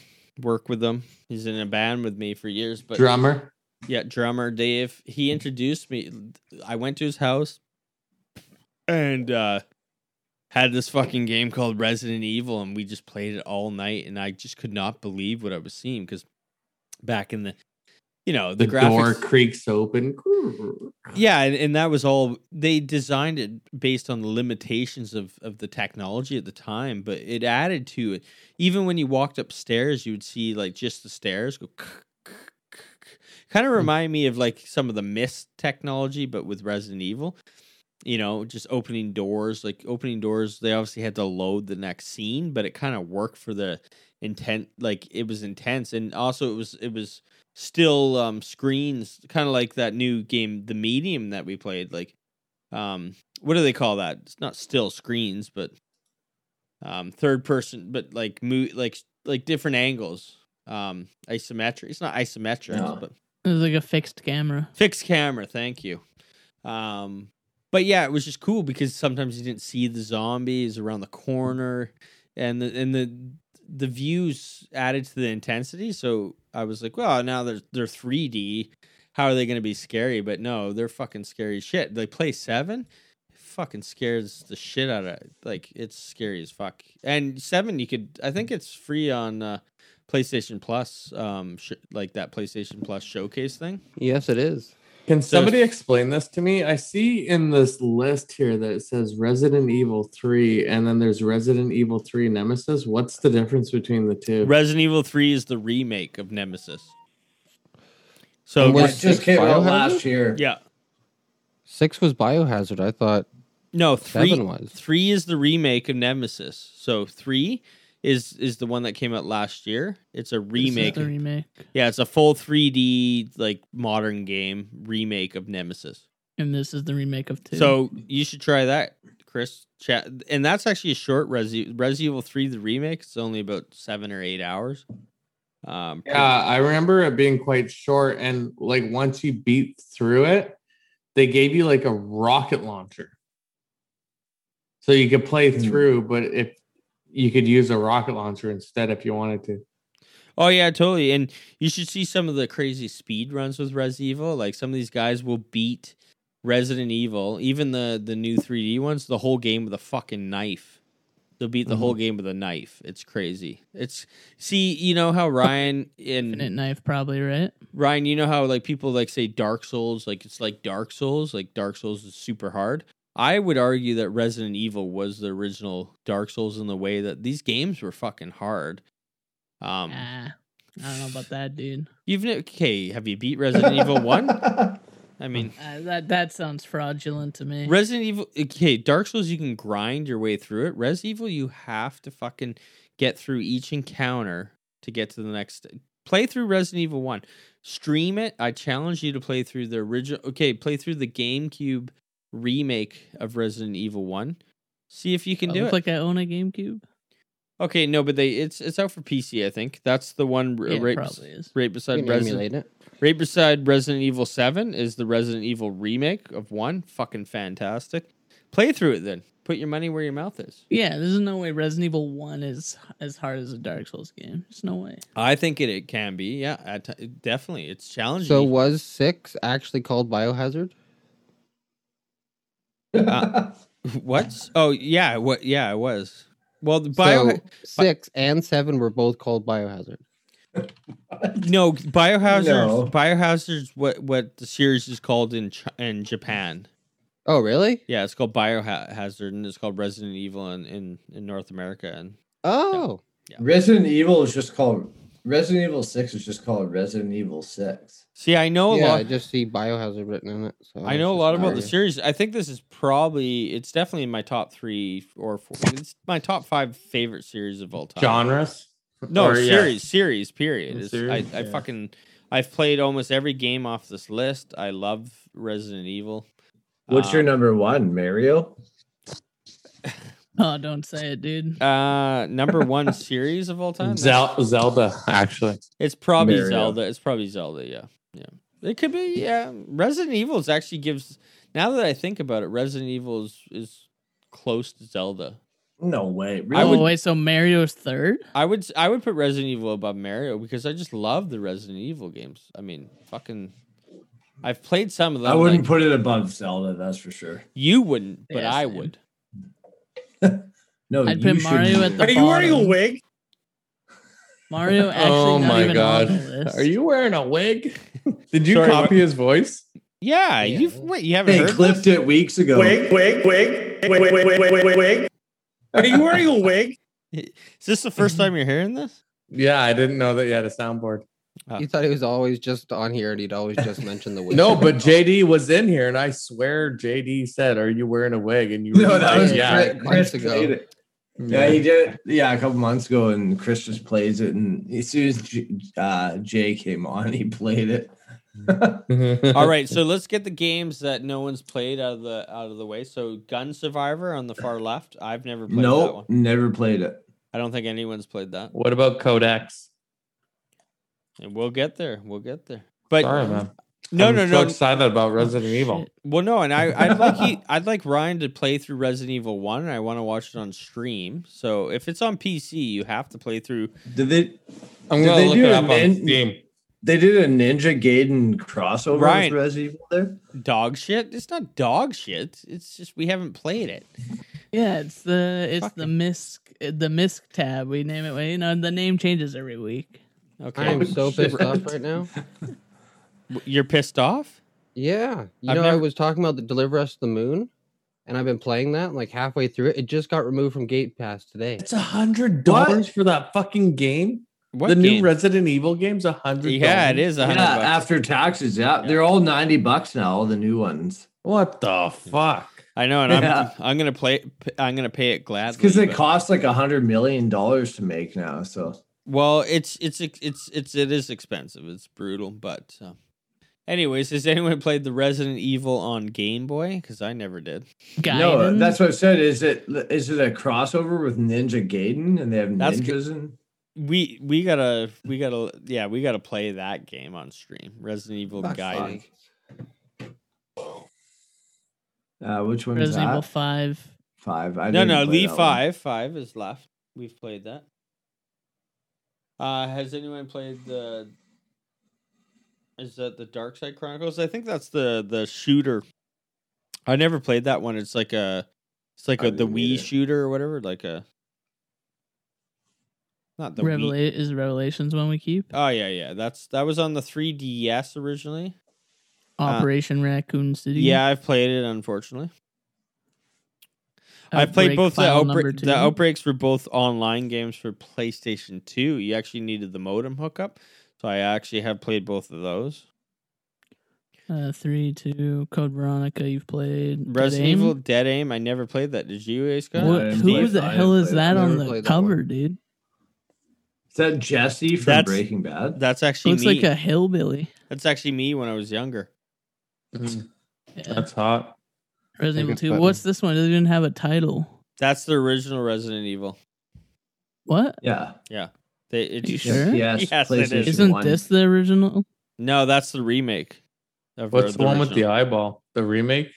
S3: work with him. He's in a band with me for years, but
S5: Drummer.
S3: yeah, drummer Dave. He introduced me. I went to his house and uh had this fucking game called Resident Evil, and we just played it all night, and I just could not believe what I was seeing because back in the you know the,
S5: The, door
S3: graphics
S5: creaks open.
S3: yeah, and, and that was all they designed it based on the limitations of, of the technology at the time, but it added to it. Even when you walked upstairs, you would see like just the stairs go kind of remind me of like some of the mist technology, but with Resident Evil. You know, just opening doors, like opening doors, they obviously had to load the next scene, but it kind of worked for the intent like it was intense and also it was it was still um screens kind of like that new game the medium that we played like um what do they call that it's not still screens but um third person but like mo- like like different angles um isometric it's not isometric
S7: No.
S3: but
S7: It was like a fixed camera.
S3: fixed camera thank you um but yeah it was just cool because sometimes you didn't see the zombies around the corner and the and the the views added to the intensity so i was like well now they're they're 3d how are they going to be scary but no they're fucking scary as shit they play seven it fucking scares the shit out of like it's scary as fuck and seven you could i think it's free on uh PlayStation Plus, um, sh- like that PlayStation Plus showcase thing.
S4: Yes, it is.
S5: Can
S3: So-
S5: somebody explain this to me? I see in this list here that it says Resident Evil 3 and then there's Resident Evil 3 Nemesis. What's the difference between the two?
S3: Resident Evil 3 is the remake of Nemesis.
S5: And
S3: So
S5: what-
S6: This just came out
S4: Biohazard?
S6: last year.
S3: yeah.
S4: Six was Biohazard. I thought
S3: No, 3
S4: Seven was.
S3: 3 is the remake of Nemesis. So 3 is is the one that came out last year. It's a remake.
S7: The remake.
S3: yeah, it's a full 3D like modern game remake of Nemesis.
S7: And this is the remake of two.
S3: So you should try that, Chris. Chat, and that's actually a short Resi- Resident Evil 3 the remake. It's only about 7 or 8 hours. Um
S5: Yeah, I remember it being quite short and like once you beat through it, they gave you like a rocket launcher. So you could play
S3: Hmm.
S5: through, but if you could use a rocket launcher instead if you wanted to.
S3: Oh yeah, totally. And you should see some of the crazy speed runs with Res Evil. Like some of these guys will beat Resident Evil, even the the new 3D ones, the whole game with a fucking knife. They'll beat the whole
S5: Mm-hmm.
S3: game with a knife. It's crazy. It's see, you know how Ryan
S7: Infinite
S3: and
S7: knife, probably right.
S3: Ryan, you know how like people like say Dark Souls, like it's like Dark Souls, like Dark Souls is super hard. I would argue that Resident Evil was the original Dark Souls in the way that these games were fucking hard. Um,
S7: Ah, I don't know about that, dude.
S3: You've ne- okay? Have you beat Resident Evil One? I mean,
S7: Uh, that that sounds fraudulent to me.
S3: Resident Evil. Okay, Dark Souls, you can grind your way through it. Res Evil, you have to fucking get through each encounter to get to the next. Play through Resident Evil One. Stream it. I challenge you to play through the original. Okay, play through the GameCube remake of Resident Evil One. See if you can
S7: I
S3: do
S7: look
S3: it.
S7: Uh, like I own a GameCube.
S3: okay, no, but they it's it's out for PC. I think that's the one r-
S7: Yeah, it
S3: right,
S7: probably is.
S3: right
S4: you
S3: beside
S4: can emulate
S3: Resident
S4: it.
S3: Right beside Resident Evil 7 is the Resident Evil remake of 1. Fucking fantastic. Play through it then. Put your money where your mouth is.
S7: Yeah, there's no way Resident Evil One is as hard as a Dark Souls game. There's no way.
S3: I think it, it can be. Yeah, at t- definitely. It's challenging.
S4: So was six actually called Biohazard?
S3: Uh, what? Oh, yeah. What? Yeah, it was. Well, the bio
S4: so six and seven were both called Biohazard.
S3: no biohazard
S4: No.
S3: biohazard's what what the series is called in Ch- in Japan.
S4: Oh, really?
S3: Yeah, it's called biohazard and it's called Resident Evil in in, in North America and
S4: Oh,
S6: Resident Evil is just called Resident Evil 6 is just called Resident Evil 6.
S3: See, I know a
S4: yeah.
S3: lot
S4: I just see Biohazard written in it. So
S3: I know a lot about the series. I think this is probably it's definitely in my top three or four. It's my top five favorite series of all time.
S5: Genres?
S3: No
S5: Or, yeah.
S3: series, series. Period.
S5: Mm,
S3: It's-
S5: series,
S3: I, I
S5: yeah.
S3: fucking I've played almost every game off this list. I love Resident Evil.
S6: What's your
S3: Um,
S6: number one, Mario?
S7: Oh, don't say it, dude.
S3: uh number one series of all time?
S5: Zel- Zelda, actually.
S3: Uh, It's probably
S5: Mario.
S3: Zelda. It's probably Zelda. Yeah, yeah. It could be. Yeah, Resident Evil is actually gives. Now that I think about it, Resident Evil is is close to Zelda.
S6: No way.
S3: I
S7: oh
S3: would-
S7: wait, so Mario's third?
S3: I would s- I would put Resident Evil above Mario because I just love the Resident Evil games. I mean, fucking, I've played some of them.
S6: I wouldn't
S3: like,
S6: put it above Zelda, that's for sure.
S3: you wouldn't, but
S7: Yeah,
S3: I
S7: same.
S3: would.
S6: No,
S7: I'd
S6: you
S7: put
S6: should
S7: Mario
S6: do
S7: at
S6: it.
S7: the Are you wearing a bottom.
S5: wig?
S7: Mario actually
S5: oh
S7: not
S5: my
S7: even
S5: god.
S7: on the list.
S5: Are you wearing a wig? Did you
S3: Sorry,
S5: copy
S3: what-
S5: his voice?
S3: Yeah, you've wait, you haven't
S6: They
S3: heard.
S6: clipped it weeks ago.
S5: wig, wig, wig, wig, wig, wig, wig, wig. Are you wearing a wig?
S3: Is this the first time you're hearing this?
S5: Yeah, I didn't know that you had a soundboard.
S4: You thought he was always just on here, and he'd always just mention the witch.
S5: No, but JD was in here, and I swear JD said, "Are you wearing a wig?" And you were
S6: No, that
S5: like,
S6: was
S5: yeah.
S6: Chris, Chris
S4: months ago.
S6: played it. Yeah, he did it. Yeah, a couple months ago, and Chris just plays it. And as soon as J- uh, Jay came on, he played it. Mm-hmm.
S3: All right, so let's get the games that no one's played out of the out of the way. So, Gun Survivor on the far left. I've never played that
S6: Nope,
S3: one.
S6: never played it.
S3: I don't think anyone's played that.
S5: What about Codex?
S3: And we'll get there. We'll get there. But
S5: Sorry, man.
S3: No,
S5: I'm
S3: no,
S5: so
S3: no.
S5: excited about Resident Evil.
S3: Well, no, and I, I'd like he, I'd like Ryan to play through Resident Evil One, and I want to watch it on stream. So if it's on PC, you have to play through.
S6: Did they?
S5: I'm
S6: Did
S5: gonna
S6: they
S5: look
S6: do
S5: it
S6: a
S5: up on
S6: nin-
S5: Steam.
S6: They did a Ninja Gaiden crossover
S3: Ryan.
S6: with Resident Evil there.
S3: Dog shit. It's not dog shit. It's just we haven't played it.
S7: Yeah, it's the it's the misc the misc tab. We name it. well, You know, the name changes every week.
S3: Okay.
S4: I am so pissed off right now.
S3: You're pissed off?
S4: Yeah. You
S3: I've
S4: know, I
S3: never-
S4: was talking about the Deliver Us the Moon, and I've been playing that like halfway through it. It just got removed from Gate Pass today.
S5: It's a hundred dollars for that fucking game.
S3: What
S5: the
S3: game?
S5: new Resident Evil game's a hundred.
S3: Yeah, it is a
S6: Yeah,
S3: hundred bucks.
S6: after taxes. Yeah, they're all ninety bucks now. All the new ones.
S5: What the fuck?
S3: I know, and
S6: Yeah.
S3: I'm I'm gonna play. p- I'm gonna pay it gladly.
S6: Because it
S3: but-
S6: costs like a hundred million dollars to make now. So
S3: Well, it's it's ex- it's it's it is expensive. It's brutal, but. Uh, anyways, has anyone played the Resident Evil on Game Boy? Because I never did.
S6: no, uh, that's what I said. Is it is it a crossover with Ninja Gaiden and they have
S3: That's
S6: ninjas
S3: good.
S6: in?
S3: We we gotta we gotta yeah we gotta play that game on stream. Resident Evil
S6: Fuck,
S3: Guidance.
S6: Uh, which one is
S7: Resident Evil
S6: that?
S7: Five.
S6: Five. I
S3: no,
S6: didn't
S3: no,
S6: play
S3: Lee
S6: that one.
S3: five five is left. We've played that. Uh, has anyone played the? Is that the Dark Side Chronicles? I think that's the the shooter. I never played that one. It's like a, it's like
S6: I
S3: a the
S6: didn't
S3: Wii
S6: either.
S3: shooter or whatever. Like a, not the Wii.
S7: Revela- is Revelations one we keep.
S3: Oh yeah, yeah. That's that was on the 3DS originally. Uh,
S7: Operation Raccoon City.
S3: Yeah, I've played it. Unfortunately, I've played
S7: Outbreak
S3: both the
S7: File
S3: outbreak.
S7: Number
S3: The
S7: Two.
S3: outbreaks were both online games for PlayStation Two. You actually needed the modem hookup, so I actually have played both of those.
S7: Uh, three, two, Code Veronica. You've played Dead
S3: Resident
S7: Aim?
S3: Evil Dead Aim. I never played that. Did you, Ace? Scott?
S7: What,
S6: I didn't play
S7: who
S6: it.
S7: the
S6: I
S7: hell
S6: didn't
S7: is
S6: play it.
S7: that
S4: Never
S7: on the
S4: played that
S7: cover, dude?
S6: Is that Jesse from
S3: That's-
S6: Breaking Bad?
S3: That's actually
S7: Looks
S3: me.
S7: like a hillbilly. Mm.
S3: That's actually me when I was younger.
S7: Yeah.
S5: That's hot.
S7: Resident Evil
S5: it's
S7: Two.
S5: button.
S7: What's this one? It doesn't even have a title.
S3: That's the original Resident Evil.
S7: What?
S6: Yeah.
S3: Yeah, they, it
S7: Are you
S3: just-
S7: sure?
S6: Yes.
S3: Yes, it
S6: PlayStation
S3: is.
S7: Isn't
S6: one.
S7: this the original?
S3: No, that's the remake. Of
S5: What's the, one with the
S3: original.
S5: eyeball? The remake?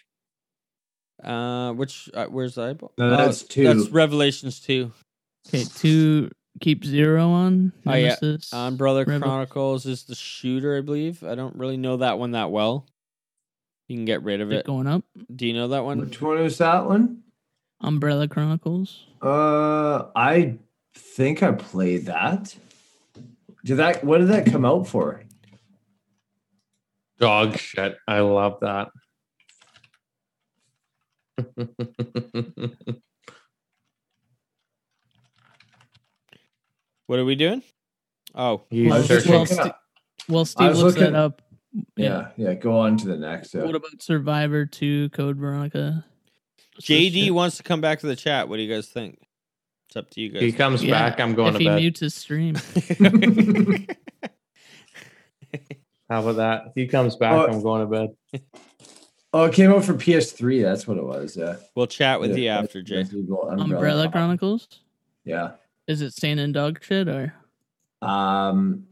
S3: Uh, which uh, where's the eyeball?
S6: No,
S3: Oh,
S6: that's two.
S3: That's Revelations two.
S7: Okay, two keep zero on.
S3: Oh, yeah.
S7: Nemesis.
S3: Um, Brother
S7: Rebel-
S3: Chronicles is the shooter, I believe. I don't really know that one that well. You can get rid of
S7: Is it
S3: it.
S7: going up.
S3: Do you know that one?
S6: Which one was that one?
S7: Umbrella Chronicles.
S6: Uh, I think I played that. Did that? What did that come out for?
S5: Dog shit. I love that.
S3: What are we doing? Oh,
S5: He's
S6: I was just
S5: searching.
S7: well,
S6: looking
S7: Ste-
S6: up-
S7: Well,
S6: I
S7: Steve
S6: was
S7: looks
S6: looking-
S7: that up.
S6: Yeah, yeah. Go on to the next. Yeah.
S7: What about Survivor 2 Code Veronica? What's this
S3: JD
S7: shit?
S3: wants to come back to the chat. What do you guys think? It's up to you
S5: he
S3: guys.
S5: comes
S7: Yeah,
S5: back. I'm going
S7: If
S5: to
S7: he
S5: bed.
S7: mutes his stream.
S5: How about that? If he comes back,
S6: Oh.
S5: I'm going to bed.
S6: Oh, it came out for PS3. That's what it was. Yeah.
S3: we'll chat with
S6: Yeah,
S3: you
S6: that's-
S3: after, Jay.
S6: that's Evil
S7: Umbrella Chronicles?
S6: Yeah.
S7: Is it Sand and Dog shit or?
S6: Um,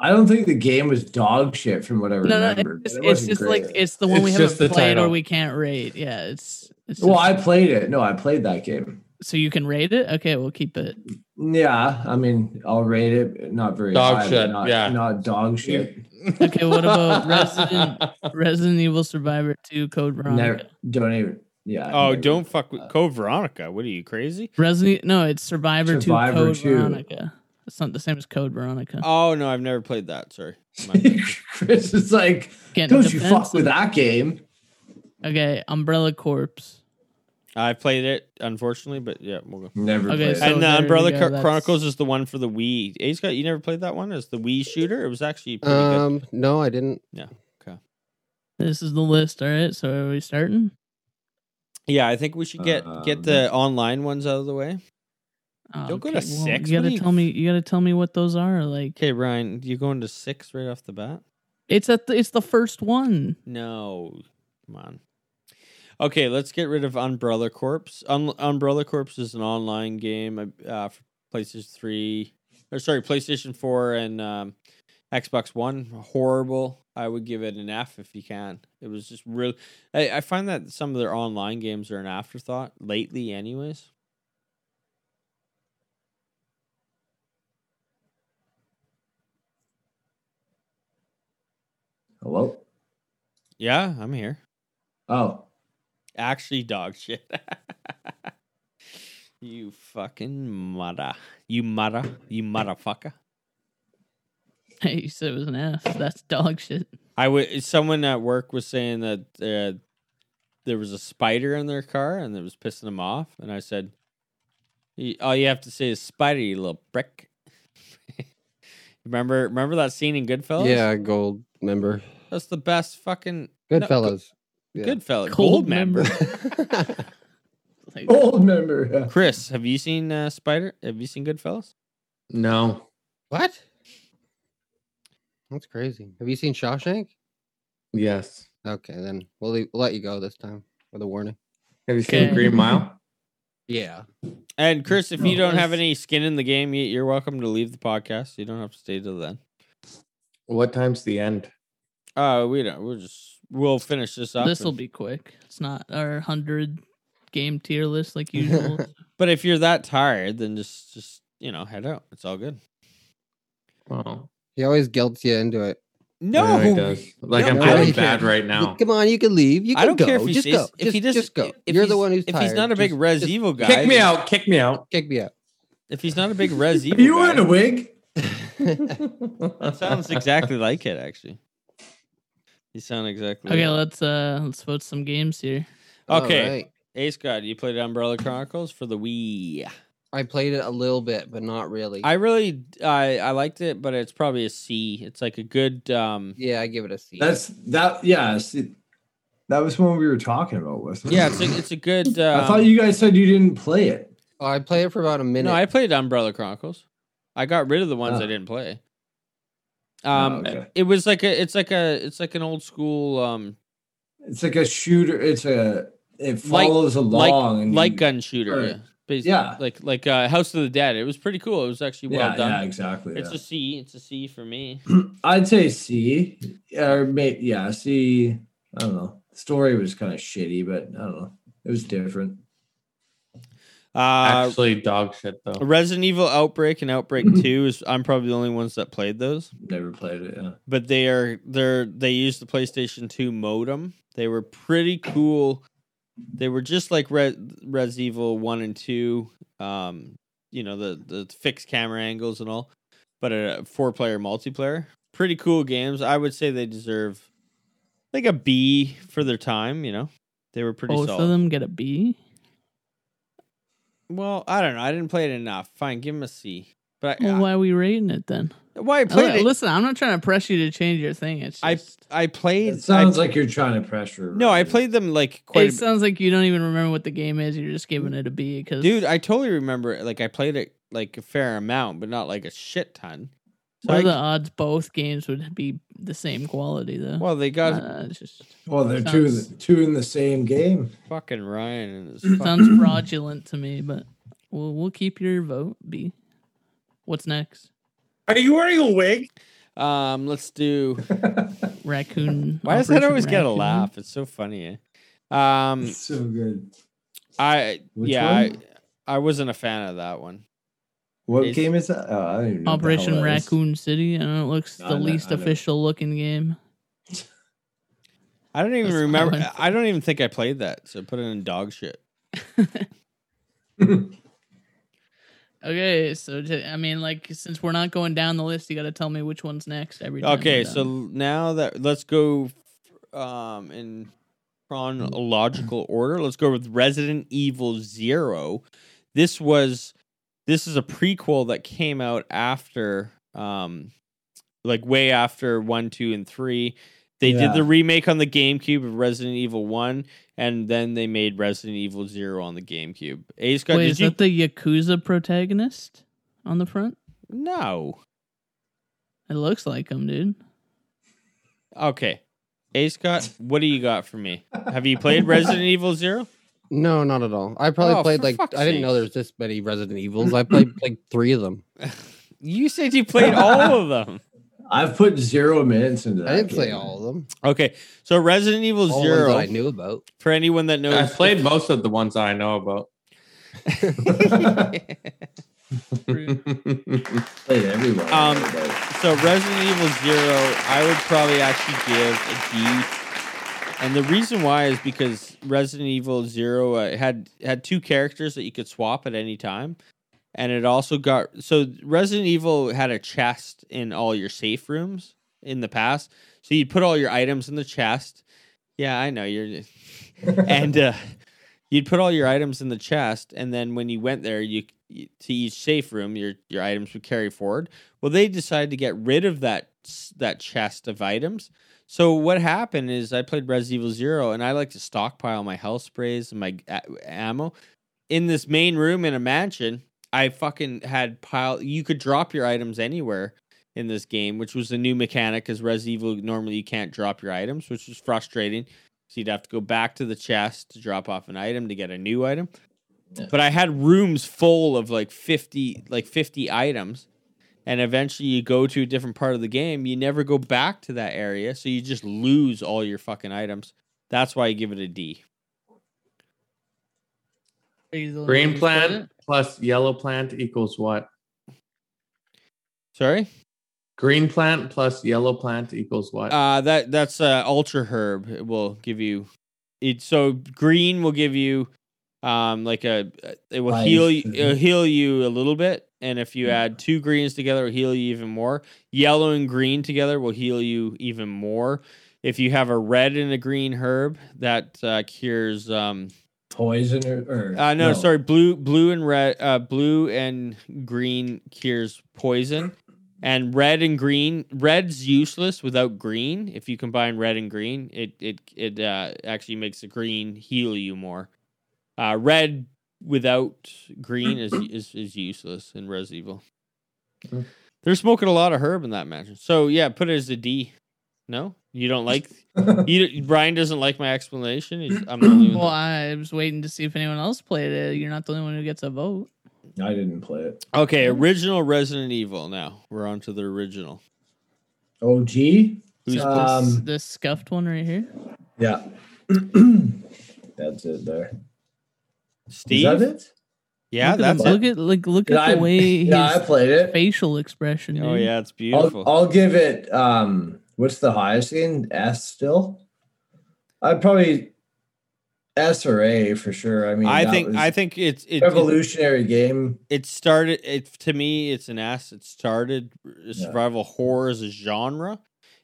S6: I don't think the game was dog shit from what I
S7: No, no,
S6: remember.
S7: it's,
S6: but it
S7: it's
S6: wasn't
S7: just
S6: great.
S7: like it's the one we
S5: It's
S7: haven't
S5: just the
S7: played or
S5: title.
S7: we can't rate. Yeah, it's, it's
S6: Well,
S7: just-
S6: I played it. No, I played that game.
S7: so you can rate it. Okay, we'll keep it.
S6: Yeah, I mean, I'll rate it but not very
S5: Dog
S6: high, but
S5: shit,
S6: Not,
S5: yeah.
S6: not dog shit.
S7: Okay, what about Resident Resident Evil Survivor 2 Code Veronica?
S6: Never, don't even. Yeah.
S3: Oh,
S6: never.
S3: don't fuck
S6: uh,
S3: with Code Veronica. What are you crazy?
S7: Resident No, it's Survivor, 2
S6: Survivor
S7: Code
S6: 2.
S7: Veronica. It's not the same as Code Veronica.
S3: Oh no, I've never played that. Sorry. My bad.
S6: Chris is like,
S7: Getting
S6: don't you fuck
S7: defensive.
S6: with that game.
S7: Okay, Umbrella Corpse.
S3: I've played it, unfortunately, but yeah, we'll go.
S6: Never
S7: Okay,
S6: played.
S7: so-
S6: it.
S3: and the
S7: there you
S3: Umbrella
S7: go,
S3: Chro-
S7: that's-
S3: Chronicles is the one for the Wii. Ace got you never played that one? Is the Wii shooter? It was actually pretty good.
S4: Um, no, I didn't.
S7: This is the list. All right, so are we starting?
S6: Um,
S3: Yeah, I think we should get get the online ones out of the way.
S7: Oh,
S3: Don't go to
S7: okay, well,
S3: six.
S7: You
S3: What
S7: gotta
S3: do you-
S7: tell me. You gotta tell me what those are. Like
S3: Okay, Ryan, you going to six right off the bat?
S7: it's at the, it's the first one.
S3: No, come on. Okay, let's get rid of Umbrella Corpse. Um, Umbrella Corpse is an online game uh, for PlayStation Three, or sorry, PlayStation Four and um, Xbox One. Horrible. I would give it an F if you can. It was just real. I, I find that some of their online games are an afterthought lately, anyways.
S6: Hello?
S3: Yeah, I'm here.
S6: Oh.
S3: Actually, dog shit. you fucking mudder. You mudder. You motherfucker.
S7: Hey, you said it was an F. That's dog shit.
S3: I would. Someone at work was saying that uh, there was a spider in their car and it was pissing them off. And I said, "Y- "All you have to say is spider, you little prick." remember, remember that scene in Goodfellas?
S4: Yeah, gold member.
S3: that's the best fucking
S4: Goodfellas.
S3: No,
S4: Yeah.
S3: good, Goodfellas. Gold,
S4: Gold
S3: member.
S6: Old member. Yeah.
S3: Chris, have you seen uh, Spider? Have you seen Goodfellas?
S4: No. What? That's crazy. Have you seen Shawshank?
S1: Yes.
S4: Okay, then we'll, leave, we'll let you go this time with a warning.
S1: Have you seen
S4: Okay.
S1: Green Mile?
S4: Yeah.
S3: And Chris, if you don't have
S4: Yes.
S3: any skin in the game, you- you're welcome to leave the podcast. You don't have to stay till then.
S1: What time's the end?
S3: Uh, we don't. We'll just we'll finish this up.
S7: This will
S3: and-
S7: be quick. It's not our hundred game tier list like usual.
S3: But if you're that tired, then just just you know head out. It's all good.
S1: Oh.
S4: He always guilts you into it.
S3: No.
S1: Yeah, he does. Like, I'm
S4: I
S1: feeling
S4: don't
S1: bad
S4: care.
S1: right now.
S4: Come on, you can leave. You can
S3: I don't
S4: go.
S3: care if he
S4: just
S3: stays-
S4: go.
S3: if
S4: just,
S3: he doesn't-
S4: just go.
S3: if
S4: You're the
S3: he's-
S4: one who's
S3: if
S4: tired.
S3: he's not a big
S4: just,
S3: Res
S4: just
S3: Evil guy,
S1: Kick me
S3: then-
S1: out. Kick me out.
S4: Kick me out.
S3: If he's not a big Res Evil,
S1: You
S3: guy,
S1: in a wig?
S3: That sounds exactly like it. Actually, you sound exactly.
S7: okay,
S3: like
S7: let's uh let's vote some games here.
S3: it. okay. Ace God, you played Umbrella Chronicles for the Wii.
S4: I played it a little bit, but not really.
S3: I really I I liked it, but it's probably a C. It's like a good um
S4: yeah, I give it a C.
S6: That's that. Yeah. See, that was when we were talking about, wasn't it?
S3: yeah, it's a, it's a good um,
S6: I thought you guys said you didn't play it.
S4: Oh, I played it for about a minute.
S3: um, No, I played Umbrella Chronicles. I got rid of the ones I
S6: Oh.
S3: didn't play. Um
S6: Oh, okay.
S3: it was like a it's like a it's like an old school um
S6: It's like a shooter. It's a. It
S3: light-
S6: follows
S3: light,
S6: along.
S3: light,
S6: and
S3: gun shooter.
S6: Right.
S3: yeah. Basi-
S6: Yeah.
S3: Like like uh, House of the Dead. It was pretty cool. It was actually well
S6: Yeah,
S3: done.
S6: yeah, exactly,
S3: It's
S6: yeah.
S3: a C. It's a C for me.
S6: I'd say C, or maybe yeah, C. I don't know. The story was kind of shitty, but I don't know. It was different.
S3: Uh
S5: Actually, dog shit though.
S3: Resident Evil Outbreak and Outbreak 2 is I'm probably the only ones that played those.
S6: Never played it. Yeah.
S3: but they are they're they used the PlayStation 2 modem. They were pretty cool. They were just like Red Res Evil 1 and 2. Um, you know, the the fixed camera angles and all, but a four player multiplayer. Pretty cool games. I would say they deserve like a B for their time, you know. They were pretty
S7: Both
S3: solid.
S7: of them get a B.
S3: Well, I don't know. I didn't play it enough. Fine, give them a C. But I,
S7: Well, why are we rating it then?
S3: Why I played it-
S7: Listen, I'm not trying to press you to change your thing. It's
S3: I I played
S6: It sounds
S3: I-
S6: like you're trying to pressure.
S3: No, I played them like quite a
S7: it
S3: bit.
S7: sounds like you don't even remember what the game is. You're just giving it a B because
S3: Dude, I totally remember. it. Like I played it like a fair amount, but not like a shit ton. So
S7: what are the
S3: I,
S7: odds both games would be the same quality though?
S3: well, they got
S7: Uh, it's just
S6: Well, they're two in the, two in the same game.
S3: fucking Ryan and his
S7: sounds
S3: fucking-
S7: fraudulent to me, but we'll we'll keep your vote B. What's next?
S21: Are you wearing a wig?
S3: Um, let's do.
S7: Raccoon.
S3: Why does that
S7: Operation
S3: always get a
S7: Raccoon?
S3: laugh? It's so funny. Eh? Um,
S6: So good.
S3: I
S6: Which
S3: yeah, I,
S6: one?
S3: I wasn't a fan of that one.
S6: What
S3: It's-
S6: game is that? Oh, I don't even know. what the hell
S7: Operation
S6: that is.
S7: Raccoon City. I don't know. It looks
S6: No, I
S7: the
S6: know-
S7: least
S6: I know.
S7: official looking game.
S3: I don't even
S7: That's my
S3: remember.
S7: one.
S3: I don't even think I played that. So put it in dog shit.
S7: Okay, so j- I mean, like, since we're not going down the list, you got to tell me which one's next every time. we're
S3: Okay,
S7: done.
S3: so now that let's go um in chronological order. Let's go with Resident Evil 0. This was this is a prequel that came out after um like way after 1, 2 and 3. They
S6: Yeah.
S3: did the remake on the GameCube of Resident Evil One, and then they made Resident Evil Zero on the GameCube. A Scott,
S7: Wait,
S3: did
S7: is
S3: you?
S7: that the Yakuza protagonist on the front?
S3: No.
S7: It looks like him, dude.
S3: Okay, A Scott, what do you got for me? Have you played Resident Evil Zero?
S4: No, not at all. I probably
S3: Oh,
S4: played
S3: for
S4: like
S3: fuck's
S4: I didn't know there's this many Resident Evils. I played like three of them.
S3: You said you played all of them.
S6: I've put zero minutes into that.
S4: I didn't play
S6: game.
S4: all of them.
S3: Okay, so Resident Evil
S4: All ones
S3: Zero.
S4: that I knew about.
S3: For anyone that knows,
S1: I've played most of the ones I know about.
S6: Played everyone.
S3: Um, so Resident Evil Zero, I would probably actually give a D, and the reason why is because Resident Evil Zero uh, had had two characters that you could swap at any time, and it also got so Resident Evil had a chest in all your safe rooms in the past, so you'd put all your items in the chest. Yeah, I know you're, and uh, you'd put all your items in the chest, and then when you went there, you you- to each safe room, your your items would carry forward. Well, they decided to get rid of that s- that chest of items. So what happened is I played Resident Evil Zero, and I like to stockpile my health sprays and my a- ammo in this main room in a mansion. I fucking had pile. You could drop your items anywhere in this game, which was a new mechanic because Resident Evil normally you can't drop your items, which is frustrating. So you'd have to go back to the chest to drop off an item to get a new item. But I had rooms full of like fifty, like fifty items, and eventually you go to a different part of the game. You never go back to that area, so you just lose all your fucking items. That's why I give it a D.
S1: Green plant plus yellow plant equals what?
S3: Sorry?
S1: Green plant plus yellow plant equals what?
S3: Uh, that that's uh, ultra herb. It will give you it. So green will give you, um, like a it will
S6: Life.
S3: heal you. It'll heal you a little bit, and if you add two greens together, it'll heal you even more. Yellow and green together will heal you even more. If you have a red and a green herb, that uh, cures. Um,
S6: Poison or, or
S3: uh, no, sorry, blue, blue and red, uh, blue and green cures poison, and red and green. Red's useless without green. If you combine red and green, it it it uh, actually makes the green heal you more. Uh, red without green is is is useless in Res Evil.
S1: Mm.
S3: They're smoking a lot of herb in that mansion. So yeah, put it as a D. No, you don't like. you, Brian doesn't like my explanation. He's- I'm the only
S6: Mm.
S3: one that-
S7: Well, I was waiting to see if anyone else played it. You're not the only one who gets a vote.
S6: I didn't play it.
S3: Okay, original Resident Evil. Now we're on to the original.
S6: OG.
S3: Who's
S7: this,
S6: Um,
S7: this scuffed one right here?
S6: yeah. That's it there.
S3: Steve.
S6: Is that it?
S3: Yeah,
S7: look at
S3: that's
S7: the, look
S3: it.
S7: at like look
S6: Yeah,
S7: at
S6: I-
S7: the way
S6: yeah, I
S7: his
S6: played it.
S7: facial expression.
S3: Oh
S7: dude.
S3: yeah, it's
S6: I'll,
S3: beautiful.
S6: I'll give it. Um, what's the highest in S still? I'd probably S or A for sure. I mean,
S3: I
S6: that
S3: think
S6: was
S3: I think it's it, it
S6: revolutionary game.
S3: it started it to me. It's an ass. It started uh, survival horror as a genre,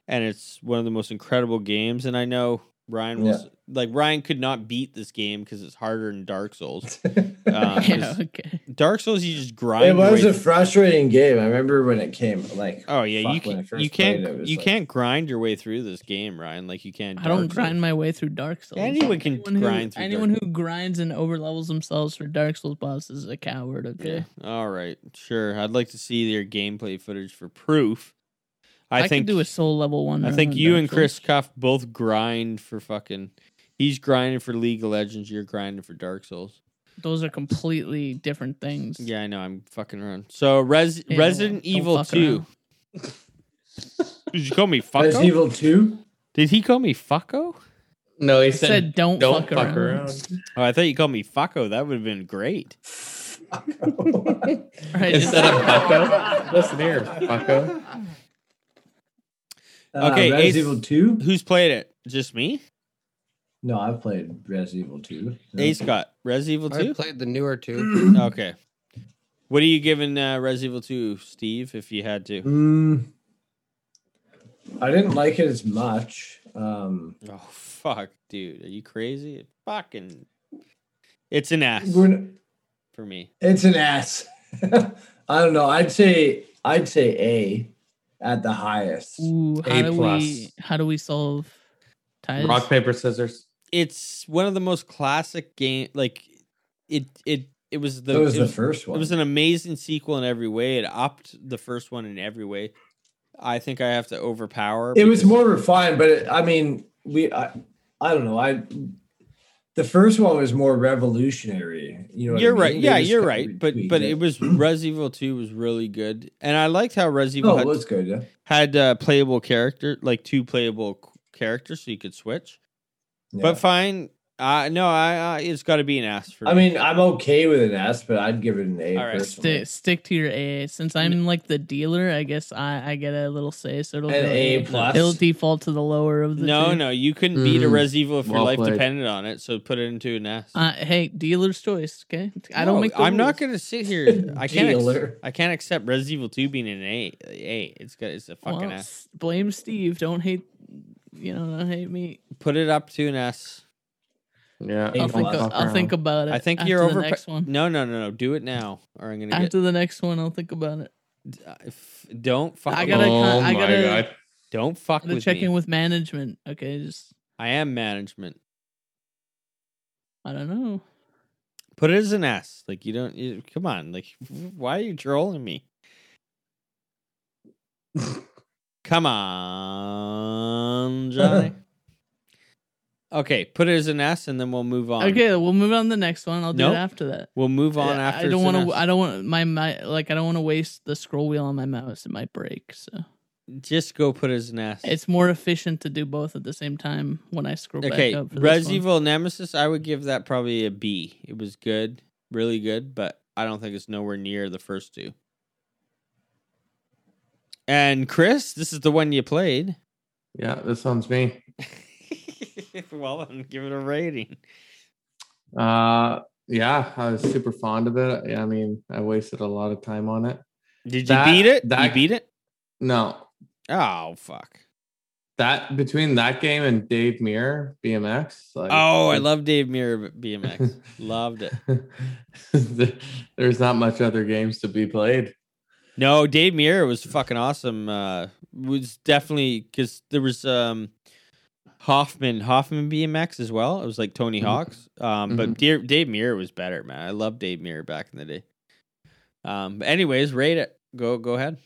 S3: and it's one of the most incredible games. And I know Ryan was
S6: Yeah.
S3: like Ryan could not beat this game because it's harder than Dark Souls.
S7: Yeah,
S3: Uh, 'cause
S7: okay.
S3: Dark Souls, you just grind.
S6: It
S3: your
S6: was
S3: way
S6: a frustrating game. I remember when it came. Like,
S3: Oh yeah,
S6: fuck,
S3: you
S6: when I
S3: can,
S6: first
S3: you
S6: played
S3: can't
S6: it, it was
S3: you
S6: like-
S3: can't grind your way through this game, Ryan. Like you can't.
S7: I don't
S3: Dark Souls.
S7: grind my way through Dark Souls.
S3: Anyone can
S7: who,
S3: grind through
S7: anyone
S3: Dark-
S7: who grinds and overlevels themselves for Dark Souls bosses is a coward. Okay.
S3: Yeah. All right. Sure. I'd like to see your gameplay footage for proof. I,
S7: could
S3: think
S7: do a soul level one.
S3: I
S7: run
S3: think
S7: on
S3: you
S7: Dark
S3: and
S7: Souls.
S3: Chris Cuff both grind for fucking. He's grinding for League of Legends. You're grinding for Dark Souls.
S7: Those are completely different things.
S3: Yeah, I know. I'm fucking around. So Res-
S7: Yeah,
S3: Resident
S7: don't
S3: Evil
S7: fuck
S3: Two.
S7: around.
S3: Did you call me fucko?
S6: Resident Evil Two.
S3: Did he call me fucko?
S1: no, he
S7: I said, don't, fuck, around.
S3: Oh, I thought you called me fucko. That would have been great.
S7: All right,
S1: Instead
S7: it's-
S1: of bucko, listen here, bucko.
S6: Uh,
S3: Okay,
S6: Resident
S3: Ace-
S6: Evil Two.
S3: Who's played it? Just me?
S6: No, I've played Resident Evil Two. Yeah.
S3: Hey, Scott. Res Evil
S4: I
S3: 2?
S4: played the newer two.
S3: Okay. What are you giving uh, Res Evil 2, Steve, if you had to?
S6: Mm, I didn't like it as much. Um,
S3: Oh, fuck, dude. Are you crazy? Fucking. It's an ass
S6: we're n-
S3: for me.
S6: It's an ass. I don't know. I'd say I'd say A. at the highest.
S7: Ooh, how
S3: A
S7: do
S3: plus.
S7: we how do we solve ties?
S5: Rock, paper, scissors.
S3: It's one of the most classic game. Like it, it, it was the
S6: That was
S3: it
S6: the first one.
S3: It was an amazing sequel in every way. It upped the first one in every way. I think I have to overpower.
S6: It was
S3: because-
S6: more refined, but it, I mean, we, I, I don't know. I, the first one was more revolutionary. You know, what I
S3: You're
S6: mean?
S3: right.
S6: They
S3: Yeah,
S6: just
S3: you're
S6: kinda
S3: right. But
S6: retweaked
S3: but it was Res Evil Two was really good, and I liked how Res Evil
S6: No, Oh, it
S3: had,
S6: was good, yeah.
S3: had uh, playable character, like two playable c- characters, so you could switch.
S6: Yeah.
S3: But fine, uh, no, I, I it's got to be an ass for
S6: I
S3: me.
S6: mean, I'm okay with an S, but I'd give it an A.
S3: All right.
S6: personally.
S7: Stick stick to your A. Since I'm like the dealer, I guess I I get a little say, so it'll
S6: An
S7: go-
S6: A plus.
S7: It'll default to the lower of the
S3: no,
S7: two.
S3: no, you couldn't beat a
S7: Mm.
S3: Res Evil if your
S7: Well
S3: life
S7: played.
S3: depended on it. So put it into an S.
S7: Uh, hey, dealer's choice. Okay, I don't
S3: No,
S7: make. The
S3: I'm
S7: rules.
S3: not going to sit here. I can't. Ex-
S7: Dealer.
S3: I can't accept Res Evil Two being an A. A. It's got. It's a fucking
S7: Well,
S3: S.
S7: s- Blame Steve. Don't hate. You know, don't hate me.
S3: Put it up to an S.
S1: Yeah.
S7: I'll think. I'll, think about it.
S3: I think
S7: after
S3: you're
S7: the
S3: over.
S7: next one.
S3: No, no, no, no. Do it now, or I'm gonna get.
S7: After the next one, I'll think about it.
S3: F- don't fuck.
S7: I
S3: with
S7: gotta
S3: me.
S7: con- Oh I my gotta- God.
S3: Don't fuck
S7: I'm gonna
S3: with
S7: check
S3: me.
S7: in with management. Okay, just
S3: I am management.
S7: I don't know.
S3: Put it as an S. Like you don't. You, come on. Like why are you trolling me? come on, Johnny. okay, put it as an S, and then we'll move on.
S7: Okay, we'll move on to the next one. I'll do
S3: Nope.
S7: it after that.
S3: We'll move on
S7: Yeah,
S3: after.
S7: I don't
S3: want
S7: to. I don't want my, my like. I don't want to waste the scroll wheel on my mouse. It might break. So
S3: Just go put it as an S.
S7: it's more efficient to do both at the same time when I scroll
S3: okay,
S7: back up. For
S3: Res
S7: this one.
S3: Evil Nemesis, I would give that probably a B. It was good, really good, but I don't think it's nowhere near the first two. And Chris, this is the one you played.
S1: Yeah, this one's me.
S3: well, then give it a rating.
S1: Uh, yeah, I was super fond of it. I mean, I wasted a lot of time on it.
S3: Did you beat it?
S1: That,
S3: you beat it?
S1: No.
S3: Oh fuck.
S1: That between that game and Dave Mirror BMX. Like,
S3: oh, I
S1: it-
S3: love Dave Mirror BMX. Loved it.
S1: There's not much other games to be played.
S3: No, Dave Mirror was fucking awesome. Uh, was definitely because there was um, Hoffman, Hoffman BMX as well. It was like Tony
S1: Mhm.
S3: Hawk's. Um,
S1: Mhm.
S3: but Dave, Dave Mirror was better, man. I loved Dave Mirror back in the day. Um, but anyways, rate it. Go, go ahead.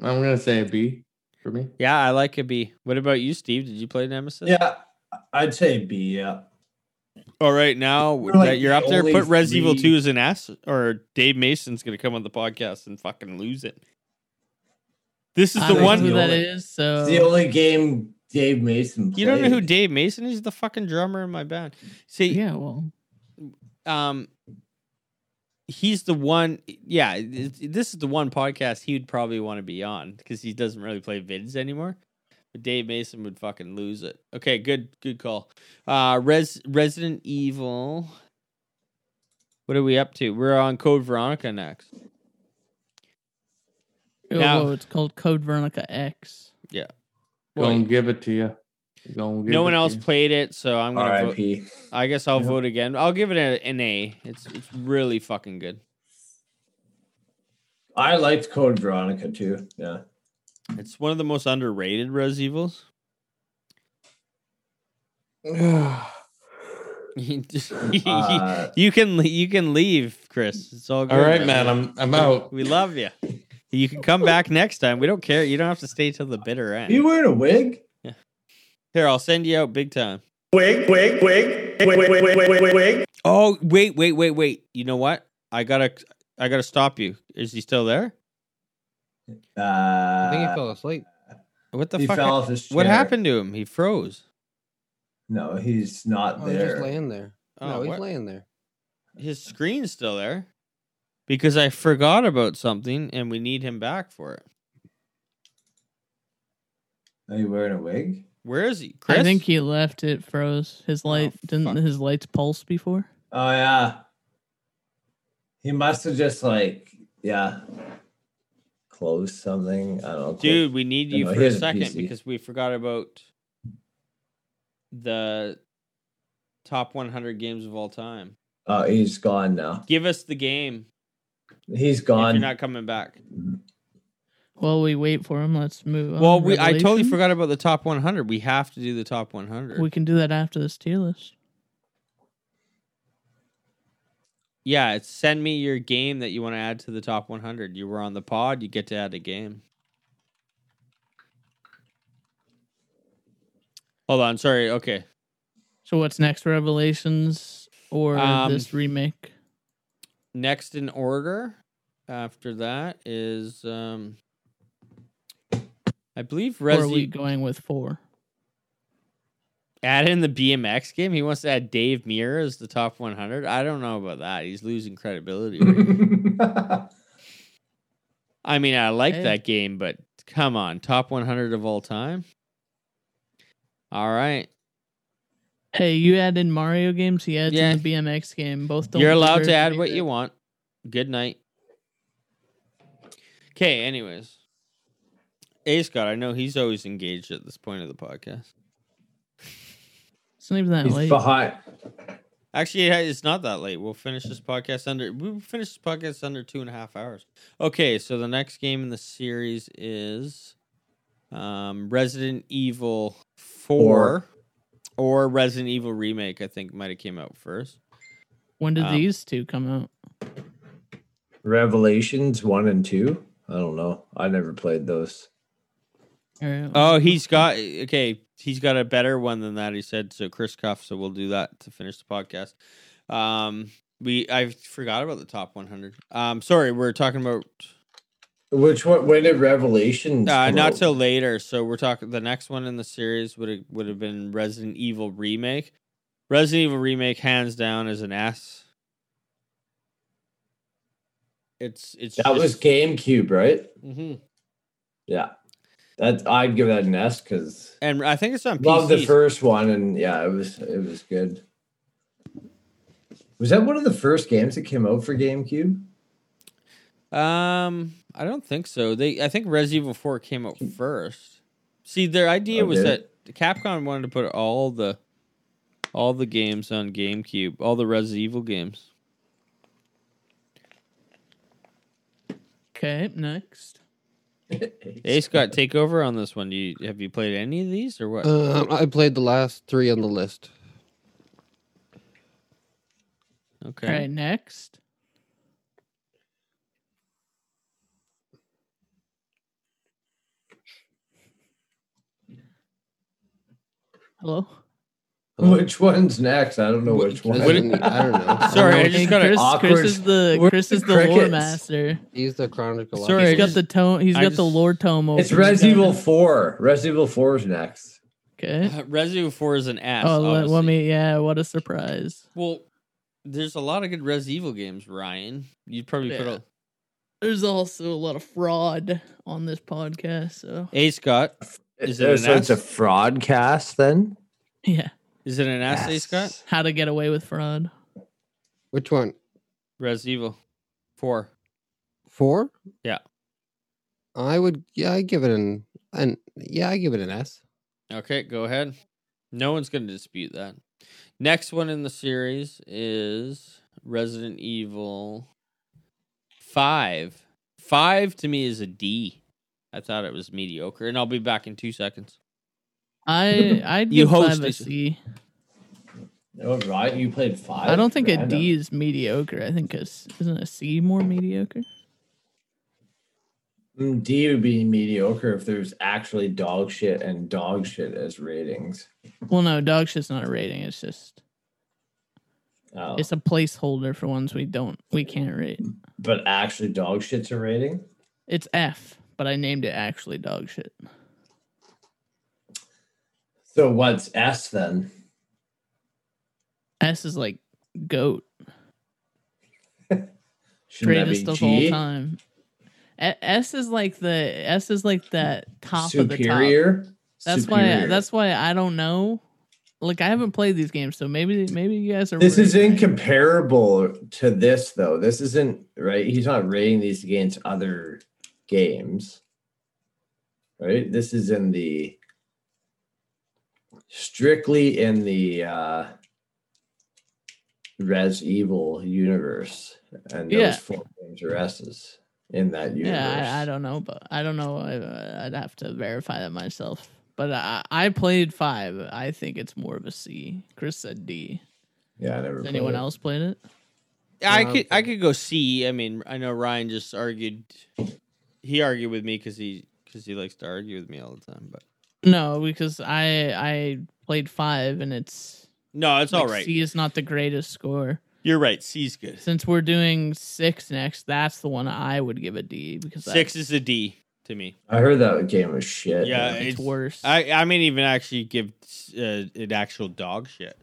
S1: I'm gonna say a B for me.
S3: Yeah, I like a B. What about you, Steve? Did you play Nemesis?
S6: Yeah, I'd say B. Yeah.
S3: All right, now
S6: We're
S3: that
S6: like
S3: you're up
S6: the
S3: there,
S6: only
S3: put Res Evil
S6: three-
S3: Two as an S, or Dave Mason's gonna come on the podcast and fucking lose it. This is
S7: I
S3: the
S7: don't
S3: one
S7: know who that
S6: only-
S7: is. So
S6: It's the only game Dave Mason. Played.
S3: You don't know who Dave Mason is? The fucking drummer in my band. See,
S7: yeah, well,
S3: um, he's the one. Yeah, it- it- this is the one podcast he would probably want to be on because he doesn't really play vids anymore. But Dave Mason would fucking lose it. Okay, good, good call. Uh, Res Resident Evil. What are we up to? We're on Code Veronica next.
S7: oh,
S3: Now-
S7: whoa, it's called Code Veronica X.
S3: Yeah.
S1: Gonna give it to you. Gonna give
S3: no one
S1: it to
S3: else
S1: you.
S3: played it, so I'm gonna.
S6: RIP.
S3: Vote. I guess I'll vote again. I'll give it a- an A. It's it's really fucking good.
S6: I liked Code Veronica too. Yeah.
S3: It's one of the most underrated Res Evils.
S6: Uh,
S3: you,
S1: Uh,
S3: can le- you can leave, Chris. It's all good.
S1: right, man, I'm- I'm out.
S3: We love you. You can come back next time. We don't care. You don't have to stay till the bitter end.
S6: You wearing a wig?
S3: Yeah. Here, I'll send you out big time.
S6: Wig, wig, wig, wig, wig, wig, wig, wig, wig.
S3: Oh, wait, wait, wait, wait. You know what? I gotta I gotta stop you. Is he still there?
S6: Uh,
S4: I think he fell asleep.
S3: What the
S6: He
S3: fuck?
S6: fell off his
S3: What
S6: chair.
S3: happened to him? He froze.
S6: No, he's not
S4: Oh, he's
S6: there.
S4: just laying there.
S3: Oh,
S4: no, he's
S3: what?
S4: laying there.
S3: His screen's still there. Because I forgot about something and we need him back for it.
S6: Are you wearing a wig?
S3: Where is he?
S7: I
S3: Chris? Oh,
S7: think he left. It froze. His light didn't. His lights pulse before.
S6: Oh yeah. He must have just like yeah, closed something. I don't.
S3: Dude, we need
S6: I
S3: you
S6: know,
S3: for
S6: he
S3: a
S6: has a
S3: second
S6: PC.
S3: because we forgot about the top 100 games of all time.
S6: Oh, he's gone now.
S3: Give us the game.
S6: He's
S3: If
S6: gone.
S3: you're not coming back.
S7: While we wait for him, let's move on.
S3: Well, we I totally
S7: Revelation?
S3: forgot about the top 100. We have to do the top 100.
S7: We can do that after this tier list.
S3: yeah, it's send me your game that you want to add to the top 100. You were on the pod, you get to add a game. Hold on, sorry. Okay.
S7: So what's next? Revelations or
S3: Um,
S7: this remake?
S3: Next in order after that is um I believe
S7: or are we
S3: Resi
S7: going with four?
S3: add in the BMX game. He wants to add Dave Muir as the top 100. I don't know about that. He's losing credibility. right now. I mean, I like
S7: Hey.
S3: that game, but come on, top 100 of all time. All right,
S7: Hey, you add in Mario games. He adds
S3: Yeah.
S7: in the BMX game. Both don't.
S3: you're allowed to
S7: deserve
S3: add
S7: be
S3: what
S7: there.
S3: you want. Good night. Okay, anyways. A Scott, I know he's always engaged at this point of the podcast.
S7: It's not even that late.
S3: Actually, yeah, it's not that late. We'll finish this podcast under. We'll finish this podcast under two and a half hours. Okay, so the next game in the series is um, Resident Evil Four, or Resident Evil Remake. I think might have came out first.
S7: When did
S3: Um,
S7: these two come out?
S6: Revelations one and two. I don't know. I never played those.
S7: All right.
S3: Oh, he's got okay. He's got a better one than that. He said so. Chris Cuff. So we'll do that to finish the podcast. Um, we I forgot about the top 100. Um, sorry, we're talking about
S6: Which one? When did Revelations?
S3: Uh,
S6: come
S3: not
S6: out?
S3: till later. So we're talking. The next one in the series would have would have been Resident Evil remake. Resident Evil remake, hands down, is an S. It's it's
S6: that was GameCube, right?
S3: Mhm.
S6: Yeah, that I'd give that an S because
S3: and I think it's on
S6: love the
S3: PC.
S6: first one, and yeah, it was it was good. Was that one of the first games that came out for GameCube?
S3: Um, I don't think so. They, I think Resident Evil Four came out first. See, their idea
S6: Oh,
S3: was
S6: did
S3: that
S6: it?
S3: Capcom wanted to put all the, all the games on GameCube, all the Resident Evil games.
S7: Okay, next.
S3: Hey, Scott, take over on this one. Do you have you played any of these or what?
S7: Uh,
S4: Um, I played the last three on the list.
S3: okay.
S7: All right, next. Hello.
S6: Which one's next? I don't know which one.
S4: I don't know.
S3: Sorry, I just
S7: Chris,
S3: got to.
S7: Chris is the
S4: Where's
S7: Chris
S4: the
S7: is the lore
S4: crickets?
S7: master.
S4: He's the chronicle.
S7: Sorry, he's got the tome. He's
S3: I
S7: got the
S3: just-
S7: lore tome. Open.
S6: It's Resident Evil Four. Resident Evil Four is next.
S7: Okay.
S3: Resident Uh, Evil Four is an ass.
S7: oh, let,
S3: obviously.
S7: let me. Yeah, what a surprise.
S3: Well, there's a lot of good Resident Evil games, Ryan. You'd probably put
S7: Yeah.
S3: a.
S7: There's also a lot of fraud on this podcast. So
S3: Hey, Scott. Is it an
S6: so
S3: ass?
S6: it's a fraud cast then?
S7: yeah,
S3: Is it an ass, hey, Scott?
S7: how to get away with fraud?
S4: Which one?
S3: Resident Evil Four.
S4: Four?
S3: Yeah.
S4: I would. Yeah, I give it an an. Yeah, I give it an S.
S3: Okay, go ahead. No one's going to dispute that. Next one in the series is Resident Evil 5. 5 to me is a D. I thought it was mediocre, and I'll be back in two seconds.
S7: I I'd
S3: You
S7: give
S3: host
S7: five a
S3: this-
S7: C.
S6: Oh, right. You played five.
S7: I don't think a
S6: Random.
S7: D is mediocre. I think is isn't a C more mediocre?
S6: Mm, D would be mediocre if there's actually dog shit and dog shit as ratings.
S7: Well, no, dog shit's not a rating. It's just
S6: Oh,
S7: it's a placeholder for ones we don't we can't rate.
S6: but actually, dog shit's a rating.
S7: It's F, but I named it actually dog shit.
S6: So what's S then?
S7: S is like goat,
S6: Shouldn't that
S7: greatest
S6: be
S7: of
S6: G?
S7: all time. E- S is like the S is like that top of the top.
S6: Superior.
S7: That's why
S6: Superior.
S7: that's why I don't know. Like I haven't played these games, so maybe maybe you guys are.
S6: This
S7: right.
S6: is incomparable to this though. This isn't right. He's not rating these against other games. Right? This is in the strictly in the uh Res Evil universe. And those
S7: Yeah.
S6: four games are S's. in that universe.
S7: Yeah, I, I don't know, but I don't know. I, I'd have to verify that myself. But I, I played five. I think it's more of a C. Chris said D.
S6: Yeah, I never.
S7: Has
S6: played
S7: anyone
S6: it.
S7: else played it?
S3: Yeah, I
S7: Um,
S3: could I could go C. I mean, I know Ryan just argued. He argued with me because he because he likes to argue with me all the time. But
S7: No, because I I played five and it's
S3: no, it's all right.
S7: C is not the greatest score.
S3: You're right. C's good.
S7: Since we're doing six next, that's the one I would give a D because I-
S3: Six is a D to me.
S6: I heard that game was shit.
S3: Yeah,
S7: it's worse.
S3: I I mean, even actually give uh, it actual dog shit.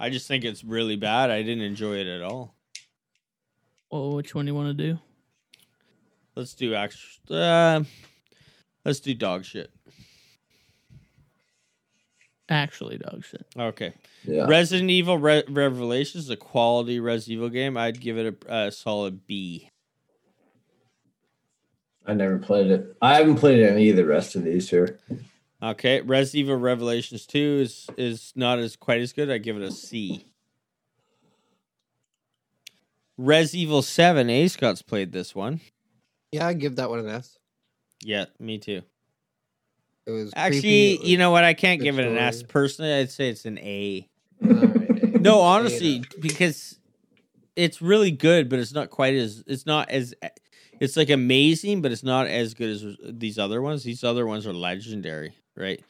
S3: I just think it's really bad. I didn't enjoy it at all.
S7: Well, which one do you want to do?
S3: Let's do actual. Uh, let's do dog shit.
S7: Actually, dog shit.
S3: Okay.
S7: Yeah.
S3: Resident Evil Re- Revelations is a quality Resident Evil game. I'd give it a, a solid B.
S6: I never played it. I haven't played any of the rest of these here.
S3: Okay. Resident Evil Revelations 2 is is not as quite as good. I give it a C. Res Evil 7, A Scott's played this one.
S4: Yeah, I give that one an S.
S3: Yeah, me too.
S4: It was
S3: Actually,
S4: creepy, it
S3: you
S4: was
S3: know what? I can't give it an
S4: story.
S3: S. Personally, I'd say it's an A. no, honestly, because it's really good, but it's not quite as it's not as it's like amazing, but it's not as good as these other ones. These other ones are legendary, right?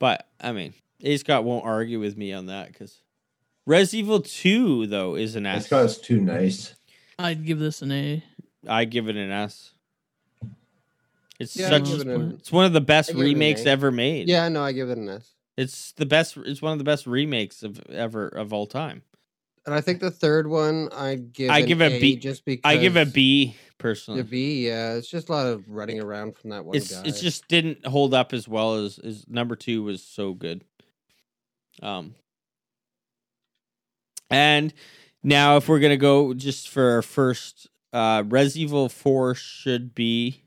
S3: But I mean, A Scott won't argue with me on that because Res Evil Two though is an S.
S6: Scott's too nice.
S7: I'd give this an A.
S3: I give it an S. It's
S4: Yeah, I'd
S3: such
S4: give it an-
S3: it's one of the best
S4: I'd give it an
S3: remakes
S4: A.
S3: ever made.
S4: Yeah, no, I give it an S.
S3: It's the best. It's one of the best remakes of ever of all time.
S4: And I think the third one I'd give.
S3: I
S4: an
S3: give a B.
S4: A
S3: I
S4: just because
S3: give a B
S4: The
S3: personally.
S4: B, yeah, it's just a lot of running around from that one
S3: It's
S4: guy.
S3: it's just didn't hold up as well as as number two was so good. Um, and now if we're gonna go just for our first, uh, Res Evil Four should be.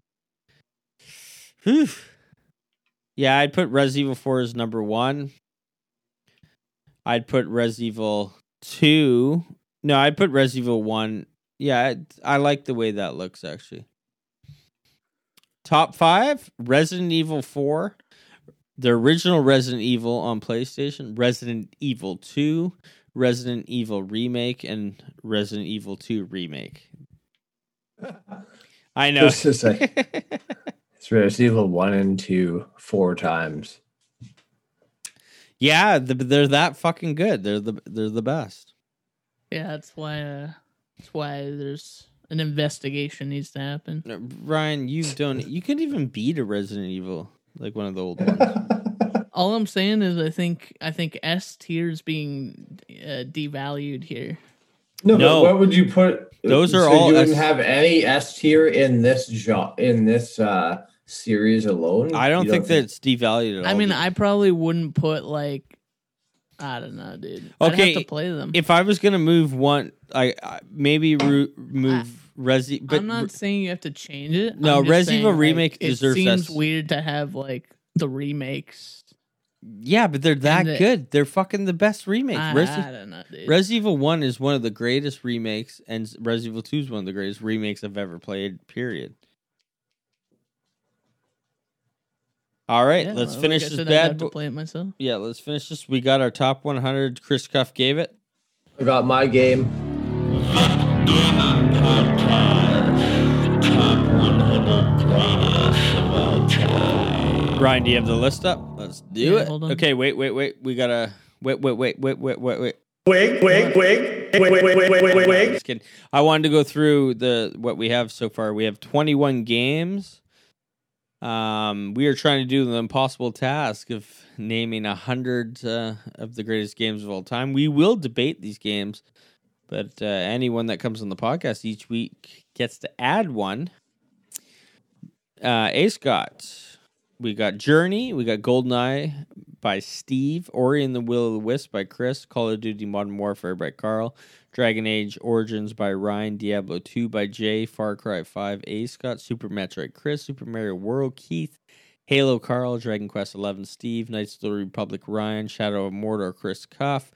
S3: Whew. Yeah, I'd put Res Evil Four as number one. I'd put Res Evil Two. No, I'd put Res Evil One. Yeah, I, I like the way that looks actually. Top five: Resident Evil Four, the original Resident Evil on PlayStation, Resident Evil Two, Resident Evil Remake, and Resident Evil Two Remake. I know.
S6: Just a sec. It's Resident Evil 1 and 2 four times.
S3: yeah, th- they're that fucking good. They're the they're the best.
S7: Yeah, that's why. Uh, that's why there's an investigation needs to happen.
S3: Ryan, you've done. You could even beat a Resident Evil, like one of the old ones.
S7: All I'm saying is, I think I think S tier is being uh, devalued here.
S6: No,
S3: No.
S6: But what would you put?
S3: Those are
S6: so
S3: all
S6: You
S3: S-
S6: wouldn't have any S tier in this genre, in this uh series alone.
S3: I don't
S6: You
S3: think that it's devalued at all.
S7: I mean, I probably wouldn't put like, I don't know, dude. I'd
S3: Okay,
S7: have to play them.
S3: If I was gonna move one, I, I maybe ru- move Resi, but
S7: I'm not saying you have to change it.
S3: No,
S7: I'm just
S3: Resident Evil
S7: saying, like,
S3: Remake
S7: it
S3: deserves
S7: seems
S3: S.
S7: weird to have like the remakes.
S3: yeah, but they're that
S7: the-
S3: good. They're fucking the best remakes.
S7: I-
S3: Resi-
S7: I don't know, dude.
S3: Resi Evil One is one of the greatest remakes, and Resident Evil Two is one of the greatest remakes I've ever played. Period. All right,
S7: Yeah,
S3: let's
S7: like I
S3: finish
S7: said,
S3: this
S7: I'd have
S3: bad.
S7: to
S3: bo-
S7: play it myself.
S3: Yeah, let's finish this. We got our top 100. Chris Cuff gave it.
S6: I got my game.
S3: Brian, do you have the list up? Let's do
S7: Yeah,
S3: it.
S7: hold on.
S3: Okay, wait, wait, wait. We gotta wait, wait, wait, wait, wait, wait, wait.
S11: Wig, wig, wig, wig, wig, wig, wig, wig, wig.
S3: Just kidding. I wanted to go through the what we have so far. We have 21 games. Um, we are trying to do the impossible task of naming a hundred uh, of the greatest games of all time. We will debate these games, but uh, anyone that comes on the podcast each week gets to add one. Uh, Ace got we got Journey, we got Goldeneye by Steve, Ori and the Will of the Wisp by Chris, Call of Duty Modern Warfare by Carl, Dragon Age Origins by Ryan, Diablo 2 by Jay, Far Cry 5, A Scott, Super Metroid Chris, Super Mario World Keith, Halo Carl, Dragon Quest 11 Steve, Knights of the Republic Ryan, Shadow of Mordor Chris Cuff,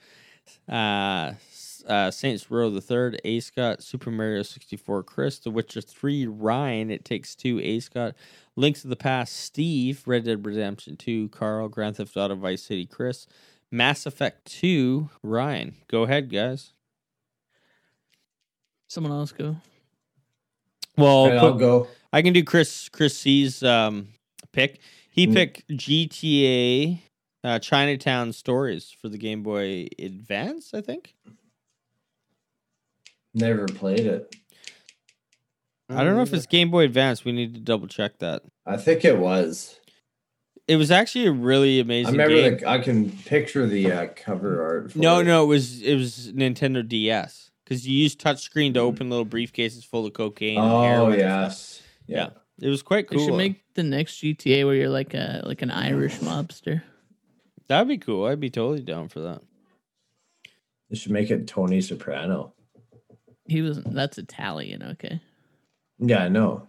S3: uh, S- uh, Saints Row the Third, A Scott, Super Mario 64, Chris, The Witcher 3, Ryan, It Takes Two, A Scott, Links of the Past, Steve, Red Dead Redemption 2, Carl, Grand Theft Auto Vice City, Chris, Mass Effect 2, Ryan. Go ahead, guys.
S7: Someone else go.
S3: Well,
S6: Alright, I'll
S3: put-
S6: go.
S3: I can do Chris Chris C's um, pick. He
S6: Mm.
S3: picked GTA uh, Chinatown Stories for the Game Boy Advance, I think.
S6: Never played it.
S3: I don't know
S7: Mm.
S3: if it's Game Boy Advance. We need to double check that.
S6: I think it was.
S3: It was actually a really
S6: I
S3: amazing
S6: remember.
S3: game.
S6: The, I can picture the uh, cover art. For
S3: no,
S6: it.
S3: no, it was it was Nintendo DS because you used touchscreen to open little briefcases full of cocaine. and
S6: Oh
S3: heroin and
S6: yes.
S3: stuff. yeah. It was quite
S7: They
S3: cool.
S7: should make the next GTA where you're like a like an Irish mobster.
S3: That'd be cool. I'd be totally down for that.
S6: They should make it Tony Soprano.
S7: He was that's Italian, okay.
S6: Yeah, I know.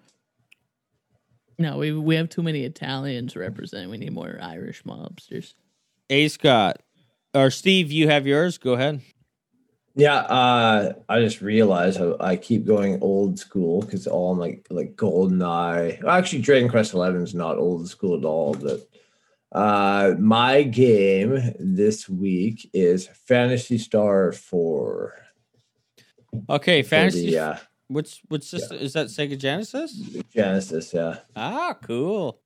S7: No, we we have too many Italians represent. We need more Irish mobsters.
S3: A Scott or Steve, you have yours. Go ahead.
S6: Yeah, uh, I just realized I, I keep going old school because all my like GoldenEye. Well, actually, Dragon Quest Eleven is not old school at all. But uh, my game this week is Fantasy Star Four.
S3: Okay, fantasy.
S6: Yeah,
S3: What's what's system? Is that Sega Genesis?
S6: Genesis. Yeah,
S3: Ah, cool.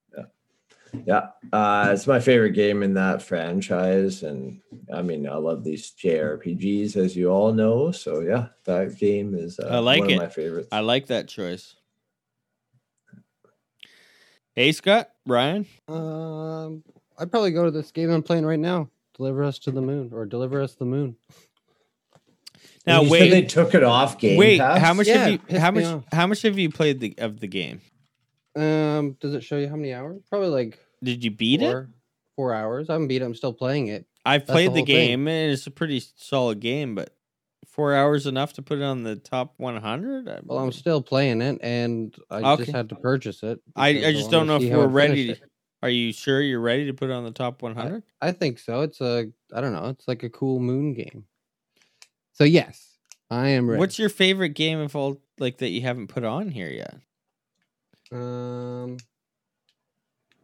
S6: yeah. Uh, it's my favorite game in that franchise, and I mean, I love these JRPGs, as you all know. So yeah, that game is uh,
S3: I like
S6: one
S3: it.
S6: of my favorites.
S3: I like that choice. Hey, Scott, Ryan.
S4: Um, I'd probably go to this game I'm playing right now. Deliver us to the moon, or deliver us the moon.
S3: Now
S6: You said
S3: wait,
S6: they took it off Game
S3: wait.
S6: Pass?
S3: How much
S4: Yeah,
S3: have you?
S4: pissed
S3: How
S4: me
S3: much?
S4: off.
S3: How much have you played the of the game?
S4: Um, does it show you how many hours? Probably like
S3: Did you beat it?
S4: four, four hours. I haven't beat it. I'm still playing it.
S3: I've
S4: That's the
S3: played the,
S4: whole thing.
S3: game, and it's a pretty solid game, but four hours enough to put it on the top 100. I,
S4: Well, I'm still playing it, and I
S3: Okay.
S4: just had to purchase it.
S3: I,
S4: because
S3: I just
S4: wanted
S3: don't
S4: to
S3: know
S4: see
S3: if
S4: how
S3: we're
S4: it finished
S3: ready.
S4: it.
S3: Are you sure you're ready to put it on the top 100?
S4: I think so. It's a I don't know. It's like a cool moon game. So yes, I am ready.
S3: What's your favorite game of all like that you haven't put on here yet?
S4: um?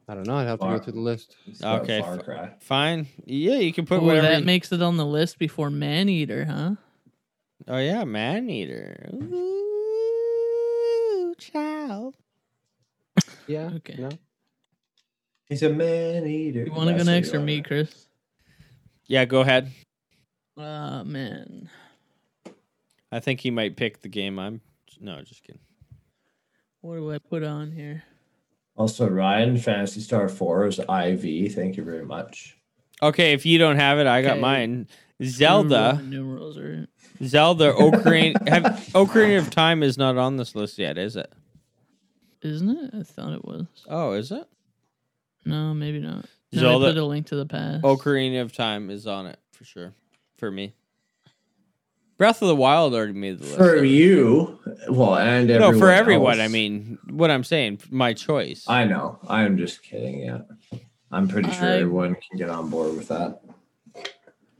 S4: I don't know. I'd have to
S6: Far-
S4: go through the list.
S6: got
S3: okay,
S6: Far
S3: fi-
S6: Cry.
S3: fine. Yeah, you can put
S7: Ooh,
S3: whatever.
S7: Oh, that
S3: you-
S7: makes it on the list before Man Eater, huh?
S3: oh yeah, Man Eater. Ooh, child.
S4: Yeah.
S7: Okay.
S4: No.
S6: He's a man eater.
S7: You want to go
S6: That's what
S7: next
S6: you
S7: or me,
S6: wanna-
S7: Chris?
S3: Yeah, go ahead.
S7: Ah man.
S3: I think he might pick the game. I'm no, just kidding.
S7: What do I put on here?
S6: Also, Ryan, Fantasy Star 4 is IV. Thank you very much.
S3: Okay, if you don't have it, I got
S7: Okay.
S3: mine. Zelda,
S7: Roman numerals are
S3: Zelda, Ocarina, have, Ocarina of Time is not on this list yet, is it?
S7: isn't it? I thought it was.
S3: Oh, is it?
S7: No, maybe not. No,
S3: Zelda- Oh.
S7: I put a link to the past.
S3: Ocarina of Time is on it for sure. For me, Breath of the Wild already made the list.
S6: For you, well, and
S3: no,
S6: everyone
S3: for everyone.
S6: else.
S3: I mean, what I'm saying, my choice.
S6: I know. I'm just kidding. Yeah. I'm pretty sure
S7: I-
S6: everyone can get on board with that.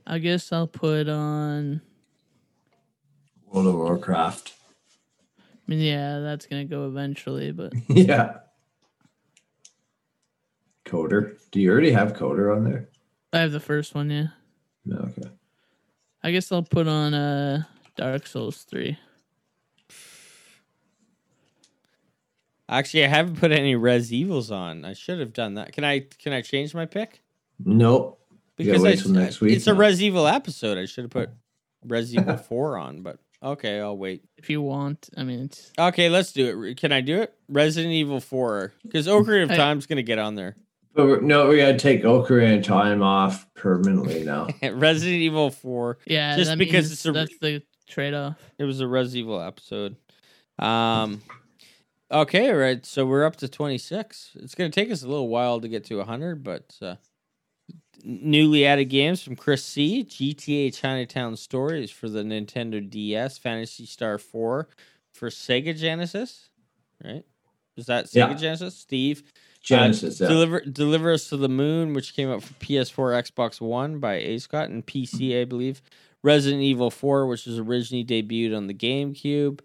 S7: I guess I'll put on.
S6: World of Warcraft.
S7: I mean, yeah, that's gonna go eventually, but
S6: yeah. Coder. Do you already have Coder on there?
S7: I have the first one. Yeah,
S6: No, okay.
S7: I guess I'll put on uh Dark Souls three.
S3: Actually, I haven't put any Res Evils on. I should have done that. Can I? Can I change my pick?
S6: Nope. You gotta
S3: Because
S6: wait
S3: I-
S6: till next week.
S3: it's a Res Evil episode. I should have put Res Evil Four on, but okay, I'll wait.
S7: If you want, I mean, it's
S3: Okay, let's do it. Can I do it? Resident Evil Four, because Ocarina of
S7: I-
S3: Time's gonna get on there.
S6: But we're, no, we gotta take Ocarina of Time off permanently now.
S3: Resident Evil Four.
S7: yeah,
S3: just
S7: that
S3: because
S7: means
S3: it's a
S7: that's the trade off.
S3: it was a Res Evil episode. Um, okay, right. So we're up to twenty six. It's gonna take us a little while to get to hundred, but uh, newly added games from Chris C. GTA Chinatown Stories for the Nintendo DS, Fantasy Star Four for Sega Genesis. Right? Is that Sega
S6: Yeah.
S3: Genesis? Steve.
S6: Genesis,
S3: Uh,
S6: yeah.
S3: deliver deliver us to the moon, which came out for PS4, Xbox One by A Scott and PC, I believe. Resident Evil 4, which was originally debuted on the GameCube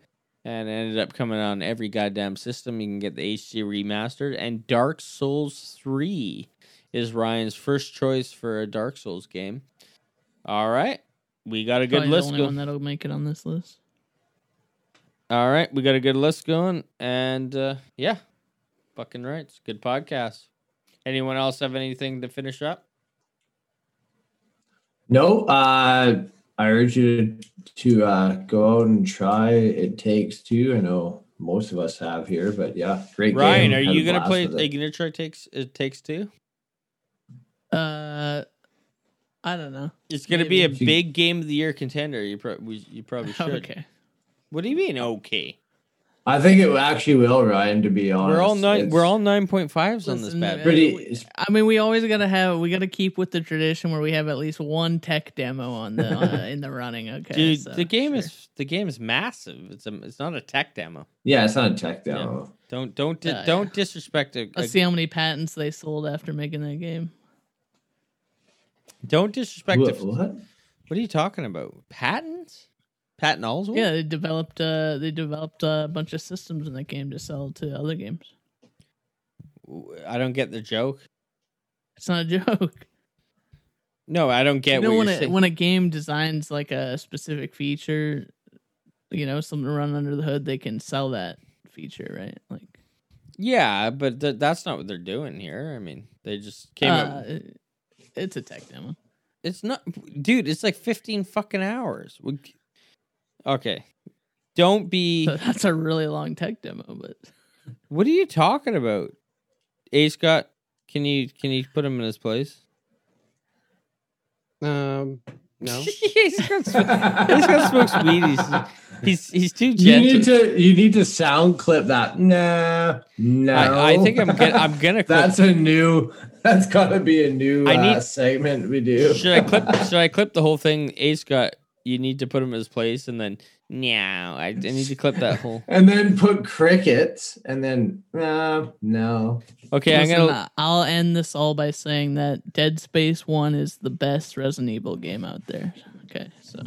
S3: and ended up coming on every goddamn system. You can get the HD remastered. And Dark Souls 3 is Ryan's first choice for a Dark Souls game. All right. We got a good
S7: Probably
S3: list
S7: the only
S3: going.
S7: one that'll make it on this list.
S3: All right, we got a good list going, and uh, yeah, fucking right, it's a good podcast. Anyone else have anything to finish up?
S6: No, uh, I urge you to uh, go out and try It Takes Two. I know most of us have here, but yeah, great
S3: Ryan,
S6: game.
S3: are
S6: Had a
S3: you gonna
S6: blast
S3: play?
S6: with
S3: Are
S6: it.
S3: you gonna try takes? It takes two.
S7: Uh, I don't know.
S3: It's gonna be a big game of the year contender. You probably you probably should.
S7: Okay.
S3: What do you mean? Okay.
S6: I think it actually will, Ryan. To be honest,
S3: we're all nine.
S6: It's
S3: We're all nine point fives on this bad. boy.
S6: pretty.
S7: I mean, we always gotta have. We gotta keep with the tradition where we have at least one tech demo on the uh, in the running. Okay,
S3: Dude,
S7: so.
S3: the game is the game is massive. It's a it's not a tech demo.
S6: Yeah, it's not a tech
S3: Yeah.
S6: demo.
S3: Don't don't di-
S7: Uh, Yeah, yeah.
S3: don't disrespect a,
S7: Let's
S3: a-
S7: see how many patents they sold after making that game.
S3: don't disrespect
S6: Wha-
S3: a-
S6: what?
S3: What are you talking about? Patents? Patton Oswalt?
S7: Yeah, they developed uh, they developed uh, a bunch of systems in that game to sell to other games.
S3: I don't get the joke.
S7: It's not a joke.
S3: No, I don't get
S7: you know,
S3: what
S7: when
S3: you're
S7: a,
S3: saying.
S7: when a game designs like a specific feature, you know, something to run under the hood, they can sell that feature, right? Like,
S3: yeah, but th- that's not what they're doing here. I mean, they just came
S7: uh,
S3: up.
S7: it- it's a tech demo.
S3: It's not, dude. It's like fifteen fucking hours. We- Okay, don't be.
S7: So that's a really long tech demo, but
S3: What are you talking about? A Scott, can you can you put him in his place?
S4: Um, no.
S3: he's got, sm- he's got smokes weed. He's, he's he's too
S6: You
S3: gentle.
S6: need to you need to sound clip that. Nah, no.
S3: I, I think I'm gonna I'm gonna. clip-
S6: that's a new. That's gotta be a new
S3: I
S6: uh,
S3: need-
S6: segment we do.
S3: Should I clip? should I clip the whole thing? Ace got. You need to put him in his place, and then now I, I need to clip that whole.
S6: and then put crickets, and then nah, no.
S3: Okay, I'm
S7: Listen,
S3: gonna.
S7: uh, I'll end this all by saying that Dead Space One is the best Resident Evil game out there. Okay, so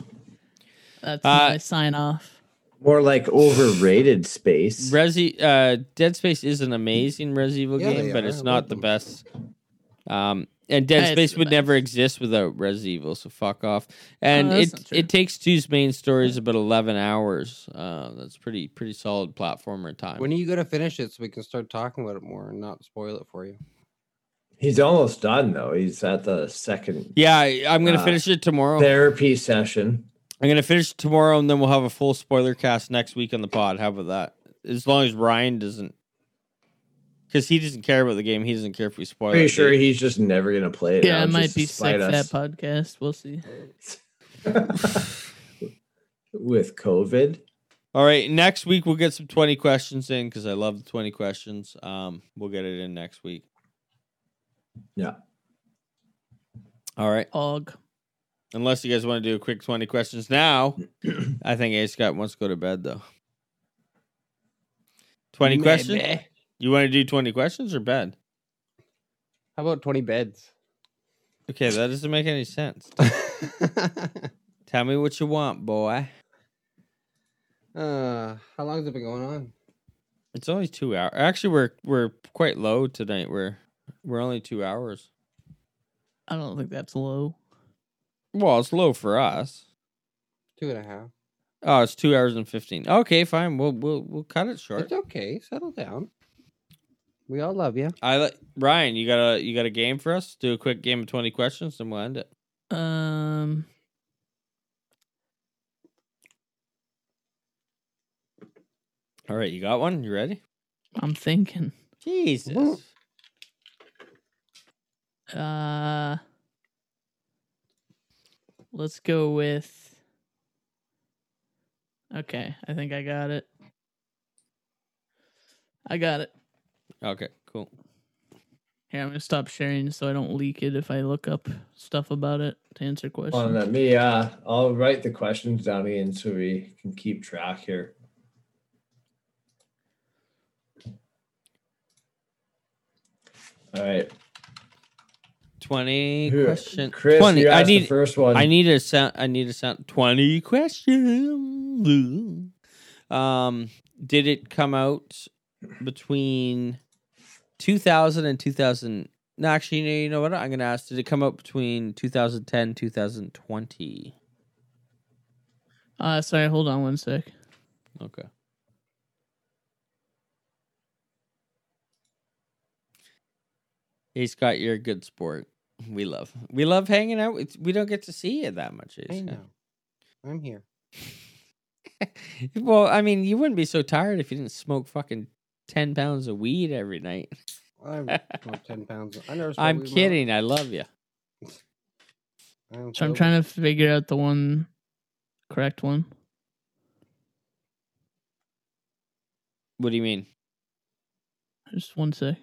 S7: that's
S3: Uh,
S7: my sign off.
S6: More like overrated space.
S3: Resi uh, Dead Space is an amazing Resi Evil
S4: Yeah,
S3: game,
S4: they
S3: but
S4: are.
S3: it's
S4: I
S3: not
S4: love
S3: the best. Um, and Dead
S7: It's
S3: Space
S7: the
S3: would never exist without Resi Evil, so fuck off. And
S7: Oh, that's
S3: it
S7: not true.
S3: it takes two's main stories about eleven hours. Uh, that's pretty pretty solid platformer time.
S4: When are you gonna finish it so we can start talking about it more and not spoil it for you?
S6: He's almost done though. He's at the second
S3: yeah, I, I'm gonna
S6: Uh,
S3: finish it tomorrow.
S6: therapy session.
S3: I'm gonna finish tomorrow, and then we'll have a full spoiler cast next week on the pod. How about that? As long as Ryan doesn't, because he doesn't care about the game. He doesn't care if we spoil.
S6: Pretty
S3: it.
S6: sure he's just never gonna play it.
S7: yeah,
S6: now,
S7: it might
S6: just to
S7: be sick
S6: spite
S7: that
S6: us
S7: podcast. We'll see.
S6: with COVID.
S3: All right, next week we'll get some 20 questions in because I love the 20 questions. Um, we'll get it in next week.
S6: Yeah.
S3: All right,
S7: Og.
S3: unless you guys want to do a quick 20 questions now, I think Ace Scott wants to go to bed though. 20 questions?
S4: Maybe.
S3: You want to do 20 questions or bed?
S4: How about twenty beds?
S3: Okay, that doesn't make any sense.
S4: uh,
S3: Tell me what you want, boy.
S4: Uh, how long has it been going on?
S3: It's only two hours. Actually, we're we're quite low tonight. We're we're only two hours.
S7: I don't think that's low.
S3: Well, it's low for us.
S4: Two and a half.
S3: Oh, it's two hours and fifteen. Okay, fine. We'll we'll we'll cut it short.
S4: It's okay. Settle down. We all love you.
S3: I like Ryan. You got a you got a game for us? Do a quick game of twenty questions, and we'll end it.
S7: Um,
S3: All right, you got one. You ready?
S7: I'm thinking.
S3: Jesus.
S7: Uh, let's go with. Okay, I think I got it. I got it.
S3: Okay, cool.
S7: Here, I'm gonna stop sharing so I don't leak it if I look up stuff about it to answer questions.
S6: Well, let me. Uh, I'll write the questions down again so we can keep track here. All right.
S3: Twenty
S6: Here,
S3: question.
S6: Chris,
S3: Twenty.
S6: you
S3: I
S6: asked the
S3: need
S6: first one.
S3: I need a sound. I need a sound. Twenty questions. Um, did it come out between two thousand and two thousand? No, actually, you know, you know what? I'm gonna ask. Did it come out between 2010 2020?
S7: Uh, sorry, hold on one sec.
S3: Okay. He's got your good sport. We love. We love hanging out. With, we don't get to see you that much.
S4: I
S3: Ace.
S4: know. I'm here.
S3: Well, I mean, you wouldn't be so tired if you didn't smoke fucking ten pounds of weed every night.
S4: I'm about ten pounds. I never. smoked
S3: I'm
S4: weed in my life.
S3: kidding. I love you.
S4: I don't
S7: So I'm
S4: smoke.
S7: trying to figure out the one correct one.
S3: What do you mean?
S7: Just one sec.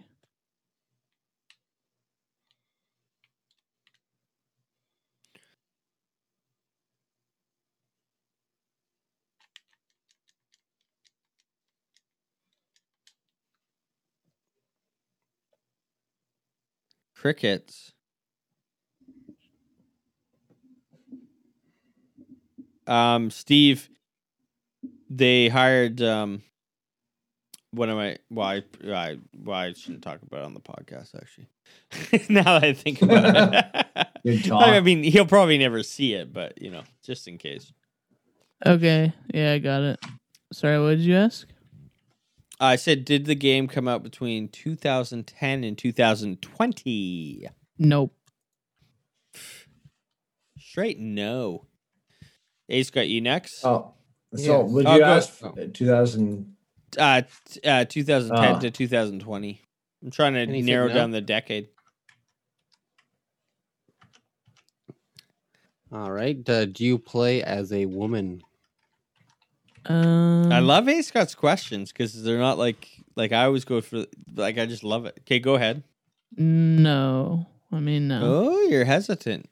S3: Crickets. Um, Steve, they hired um one of my well I, I well I shouldn't talk about it on the podcast actually. now that I think about
S6: Good
S3: it.
S6: talk.
S3: I mean he'll probably never see it, but you know, just in case.
S7: Okay, yeah, I got it. Sorry, what did you ask?
S3: I said did the game come out between 2010 and 2020?
S7: Nope.
S3: Straight no. Ace got you next.
S6: Oh, so
S3: Yeah.
S6: would you
S3: Oh, go-
S6: ask? Two thousand.
S3: uh, t- uh 2010
S6: Ah.
S3: to 2020 i'm trying to
S4: Anything
S3: narrow
S4: now?
S3: down the decade
S4: All right. Uh, do you play as a woman?
S7: Um,
S3: i love ace scott's questions because they're not like like i always go for like i just love it okay go ahead
S7: No, I mean no.
S3: oh you're hesitant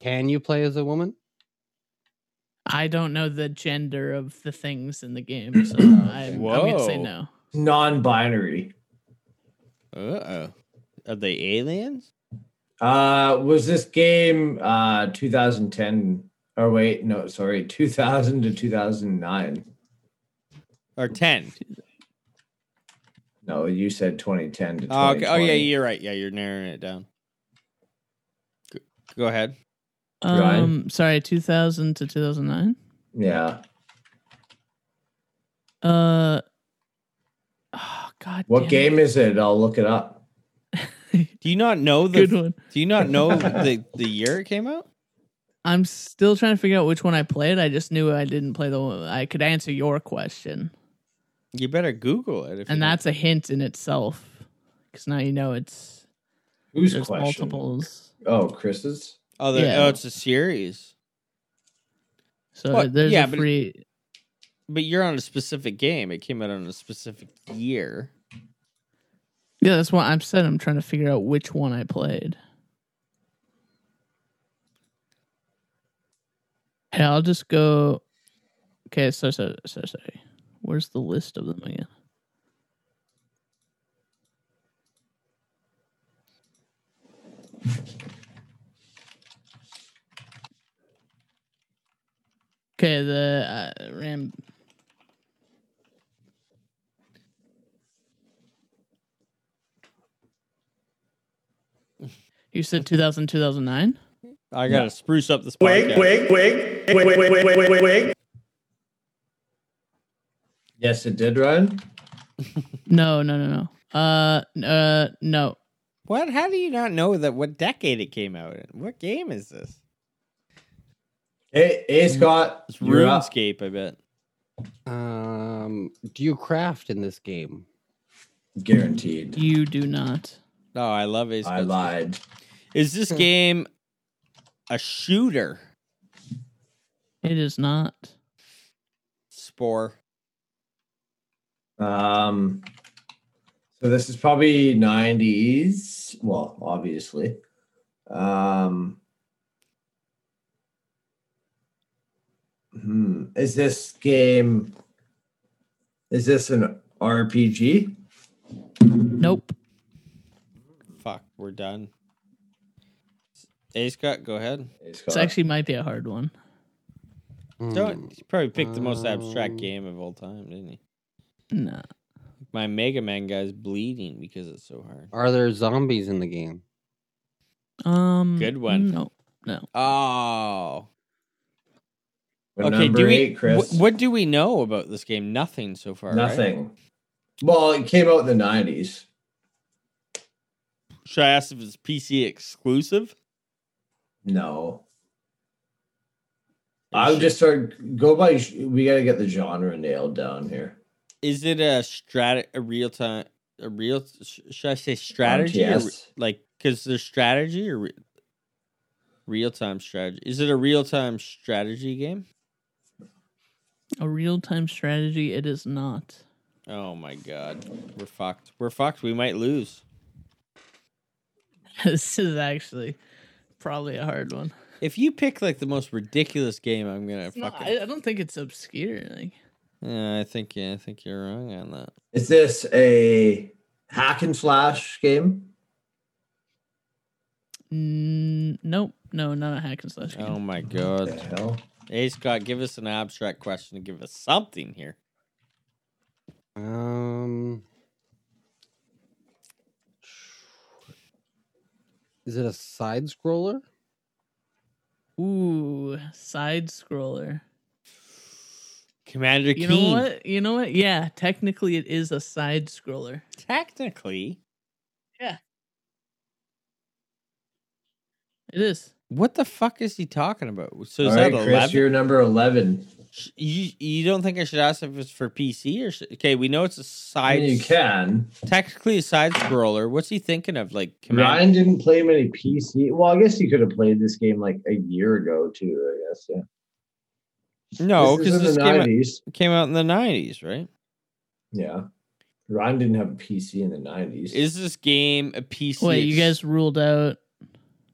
S4: Can you play as a woman?
S7: I don't know the gender of the things in the game, so I, I'm gonna say
S3: Whoa.
S7: no.
S6: Non-binary.
S3: uh-oh are they aliens
S6: Uh, was this game uh 2010 or wait, no, sorry, 2000 to 2009?
S3: or 10
S6: No, you said 2010 to
S3: oh, okay.
S6: 2020.
S3: oh yeah you're right yeah you're narrowing it down Go- go ahead
S6: Right.
S7: Um, sorry, 2000 to 2009.
S6: Yeah.
S7: Uh, oh god.
S6: What
S7: damn it.
S6: game is it? I'll look it up.
S3: do you not know the
S7: Good one.
S3: do you not know the the year it came out
S7: I'm still trying to figure out which one I played. I just knew I didn't play the one. I could answer your question,
S3: you better google it if you
S7: and
S3: don't-
S7: that's a hint in itself, because now you know it's
S6: Whose
S7: there's
S6: question?
S7: multiples.
S6: Oh, Chris's.
S3: oh, there-
S7: yeah.
S3: oh it's a series
S7: So
S3: Well,
S7: there's
S3: yeah,
S7: a
S3: but-
S7: free.
S3: But you're on a specific game. It came out on a specific year.
S7: Yeah, that's why I'm said I'm trying to figure out which one I played. Hey, I'll just go. Okay, so so so sorry. Where's the list of them again? Okay, the uh, Ram. You said 2000, 2009?
S3: I gotta spruce up this
S11: Wig,
S3: podcast.
S11: wig, wig, wig, wig, wig, wig, wig, wig.
S6: Yes, it did, Ryan.
S7: No, no, no, no. Uh, n- uh, no.
S3: What? How do you not know that? What decade it came out in? What game is this?
S6: Hey,
S7: Mm.
S6: hey Scott.
S3: It's
S6: you're up.
S3: RuneScape, I bet.
S4: Um, do you craft in this game?
S6: Guaranteed.
S7: You do not.
S3: No, Oh, I love Ace.
S6: I
S3: Coast.
S6: lied.
S3: Is this game a shooter?
S7: It is not.
S3: Spore.
S6: Um, so this is probably 90s. Well, obviously. Um, hmm, is this game, is this an RPG?
S7: Nope.
S3: Fuck, we're done. Hey, Scott, go ahead.
S7: This actually might be a hard one.
S3: Don't,
S7: Hmm.
S3: he probably picked the most abstract game of all time, didn't he?
S7: No.
S3: My Mega Man guy's bleeding because it's so hard.
S4: Are there zombies in the game?
S7: Um,
S3: Good one.
S7: No, no.
S3: Oh.
S6: Well,
S3: okay,
S6: number
S3: do we,
S6: eight, Chris.
S3: wh- what do we know about this game? Nothing so far. right?
S6: Nothing. Well, it came out in the nineties.
S3: Should I ask if it's PC exclusive?
S6: No. I would just start go by. We gotta get the genre nailed down here.
S3: Is it a strat a real time a real sh- should I say strategy or re-
S6: RTS.
S3: like cuz there's strategy or re- real time strategy? Is it a real time strategy game?
S7: A real time strategy, it is not.
S3: Oh my god. We're fucked. We're fucked. We might lose.
S7: this is actually probably a hard one.
S3: If you pick like the most ridiculous game, I'm going to
S7: No,
S3: fuck
S7: I, I don't think it's obscure. Like,
S3: Yeah, I think yeah, I think you're wrong on that.
S6: Is this a hack and slash game?
S7: mm, nope, no, not a hack and slash game.
S3: Oh my god. Hey Scott, give us an abstract question to give us something here.
S4: Um, is it a side scroller?
S7: Ooh, side scroller.
S3: Commander
S7: You know
S3: Keen.
S7: what? You know what? Yeah, technically it is a side scroller.
S3: Technically,
S7: It is.
S3: what the fuck is he talking about? So is
S6: All
S3: that
S6: right,
S3: a
S6: Chris, you're number eleven.
S3: You you don't think I should ask if it's for PC or s- okay? We know it's a
S6: I
S3: side.
S6: mean, you can.
S3: technically a side scroller. What's he thinking of? Like
S6: Ryan
S3: command?
S6: didn't play many PC. Well, I guess he could have played this game like a year ago too. I guess. Yeah.
S3: No,
S6: This is
S3: because
S6: in
S3: this,
S6: the
S3: came,
S6: nineties.
S3: out, came out in the nineties, right?
S6: Yeah. Ryan didn't have a PC in the nineties.
S3: Is this game a PC?
S7: Wait, you
S3: ex-
S7: guys ruled out.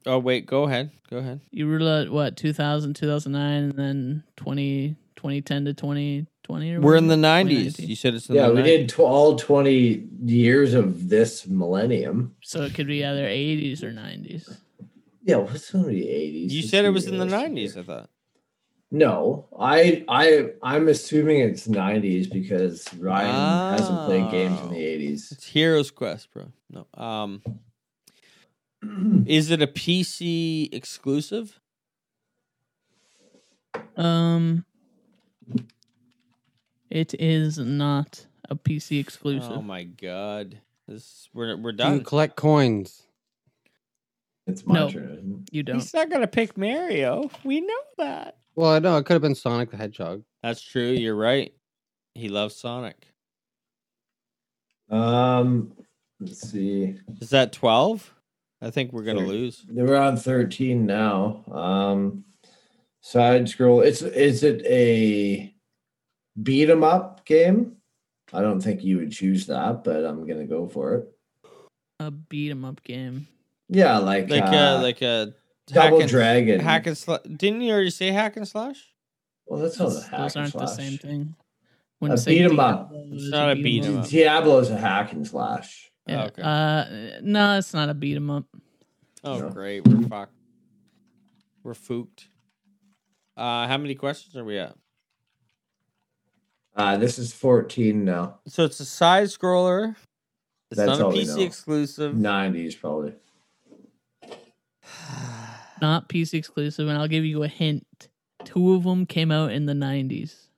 S3: Oh wait, go ahead, go ahead.
S7: You ruled out what 2000, 2009, and then 20, 2010 to twenty twenty. Or
S3: We're in the
S7: whatever?
S3: nineties.
S7: 2019.
S3: You said it's in
S6: yeah,
S3: the
S6: we
S3: 90s.
S6: did tw- all twenty years of this millennium.
S7: So it could be either eighties or nineties.
S6: Yeah, well, it's gonna be eighties.
S3: You said it was in the nineties. I thought.
S6: No, I I I'm assuming it's nineties because Ryan hasn't played games
S3: Oh.
S6: in the eighties.
S3: It's Heroes Quest, bro. No. Um, is it a PC exclusive?
S7: Um, it is not a PC exclusive.
S3: Oh my god, this we're we're
S4: Do you
S3: done.
S4: collect coins?
S6: It's
S7: my No. turn, you don't.
S3: He's not gonna pick Mario. We know that.
S4: Well, I know it could have been Sonic the Hedgehog.
S3: That's true. You're right. He loves Sonic.
S6: Um, let's see.
S3: Is that twelve? I think we're gonna
S6: Sure.
S3: lose.
S6: We're on thirteen now. Um, side scroll. It's is it a beat 'em up game? I don't think you would choose that, but I'm gonna go for it.
S7: A beat 'em up game.
S6: Yeah, like
S3: Like
S6: uh,
S3: uh, like a
S6: Double
S3: and-
S6: Dragon.
S3: hack and slash. Didn't you already say hack and slash?
S6: well, that's not a
S7: Those-
S6: hack
S7: those
S6: and
S7: aren't the
S6: slash.
S7: same thing.
S6: A
S7: say
S6: beat 'em up.
S7: Diablo
S3: It's
S7: is
S3: not a beat 'em up.
S6: Diablo is a hack and slash.
S7: Yeah.
S3: Oh, okay.
S7: Uh, no, it's not a beat 'em up.
S3: Oh
S6: No.
S3: great, we're fucked. We're fooked. Uh, how many questions are we at?
S6: Uh, this is 14 now.
S3: So it's a side scroller. It's
S6: That's
S3: not
S6: all
S3: a
S6: we
S3: PC
S6: know.
S3: exclusive.
S6: 90s, probably.
S7: Not PC exclusive, and I'll give you a hint. Two of them came out in the '90s,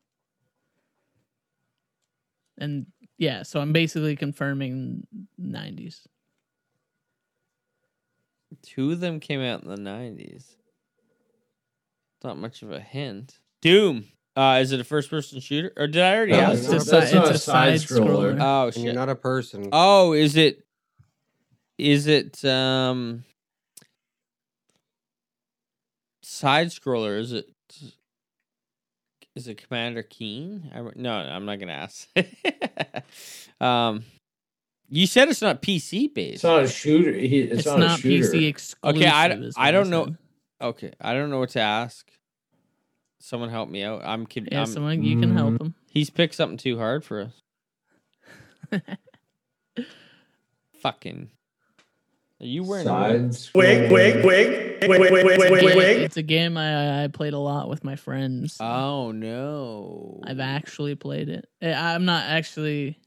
S7: and yeah, so I'm basically confirming '90s.
S3: Two of them came out in the nineties. Not much of a hint. Doom. Uh, is it a first-person shooter? Or did I already
S6: No,
S7: Yeah,
S3: ask?
S7: it's,
S6: not-
S7: a, si-
S6: that's
S7: it's
S6: not
S7: a
S6: a side
S7: side scroller.
S6: scroller.
S3: Oh
S4: And you're
S3: shit.
S4: not a person.
S3: Oh, is it? Is it um? Side scroller. Is it? Is it Commander Keen? I, re- no, no, I'm not gonna ask. um, you said it's not PC based.
S6: It's not a shooter. He, it's,
S7: it's
S6: not,
S7: not
S6: a shooter.
S7: PC exclusive.
S3: Okay, I, d-
S7: is what
S3: I don't know.
S7: said.
S3: Okay, I don't know what to ask. Someone help me out. I'm kid.
S7: Yeah,
S3: I'm-
S7: someone you can
S6: Mm.
S7: help him.
S3: he's picked something too hard for us. Fucking. Are you wearing
S6: Sides.
S11: Wig, wig, wig, wig, wig, wig, wig, wig, wig.
S7: It's a game I, I played a lot with my friends.
S3: Oh no!
S7: I've actually played it. I- I'm not actually.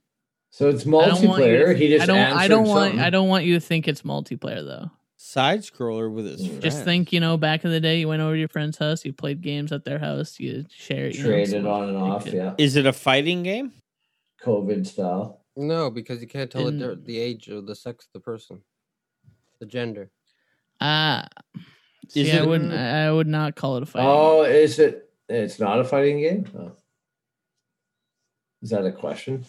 S6: So
S7: I
S6: it's
S7: don't want you to-
S6: multiplayer. He just
S7: I don't. I
S6: answered
S7: don't want.
S6: something.
S7: I don't want you to think it's multiplayer though.
S3: side scroller with his friends?
S7: Just think, you know, back in the day, you went over to your friend's house, you played games at their house, you shared, you know,
S6: Traded
S7: some-
S6: on and off. Yeah.
S3: Is it a fighting game?
S6: COVID style.
S4: No, because you can't tell the
S7: In-
S4: the, the age or the sex of the person, the gender.
S7: Ah,
S4: Is
S7: see, I
S4: it-
S7: wouldn't. I I would not call it a fight.
S6: Oh, is it? It's not a fighting game. Oh. Is that a question?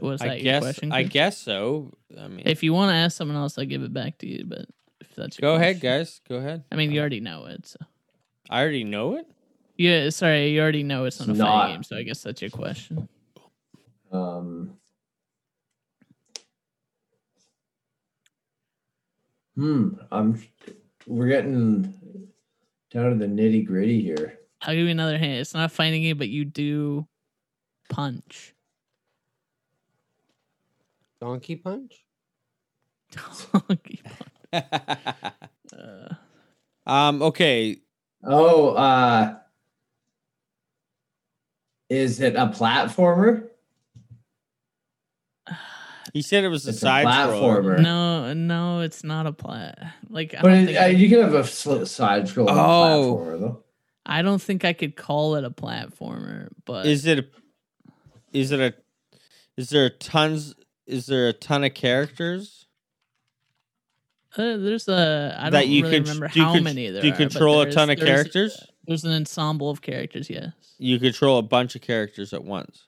S7: was that
S3: I
S7: your
S3: guess.
S7: question?
S3: I
S7: Chris?
S3: guess so. I mean,
S7: If you want to ask someone else, I'll give it back to you. But if that's your
S3: go ahead,
S7: question-
S3: guys. Go ahead.
S7: I mean, you already know it. So.
S3: I already know it.
S7: Yeah, sorry, you already know it's not a
S6: It's
S7: fighting
S6: not.
S7: game, so I guess that's your question.
S6: Um, hmm. I'm. We're getting down to the nitty gritty here.
S7: I'll give you another hint. It's not a fighting game, but you do punch.
S4: Donkey punch.
S7: Donkey punch. Uh,
S3: Um. Okay.
S6: Oh, uh, is it a platformer?
S3: He said it was a
S6: It's a
S3: side scroller.
S6: platformer.
S7: no, no, it's not a plat. Like, I
S6: But
S7: don't,
S6: it,
S7: think
S6: uh,
S7: I,
S6: you can have a side scroller
S3: Oh.
S6: platformer though.
S7: I don't think I could call it a platformer, but
S3: Is it? A, is it a? Is there tons? Is there a ton of characters
S7: uh, there's a I don't
S3: that you
S7: really
S3: can
S7: remember
S3: do you
S7: how
S3: con-
S7: many there
S3: do you
S7: are, but
S3: control a
S7: there's-
S3: ton of
S7: there's-
S3: characters?
S7: There's an ensemble of characters, yeah.
S3: You control a bunch of characters at once.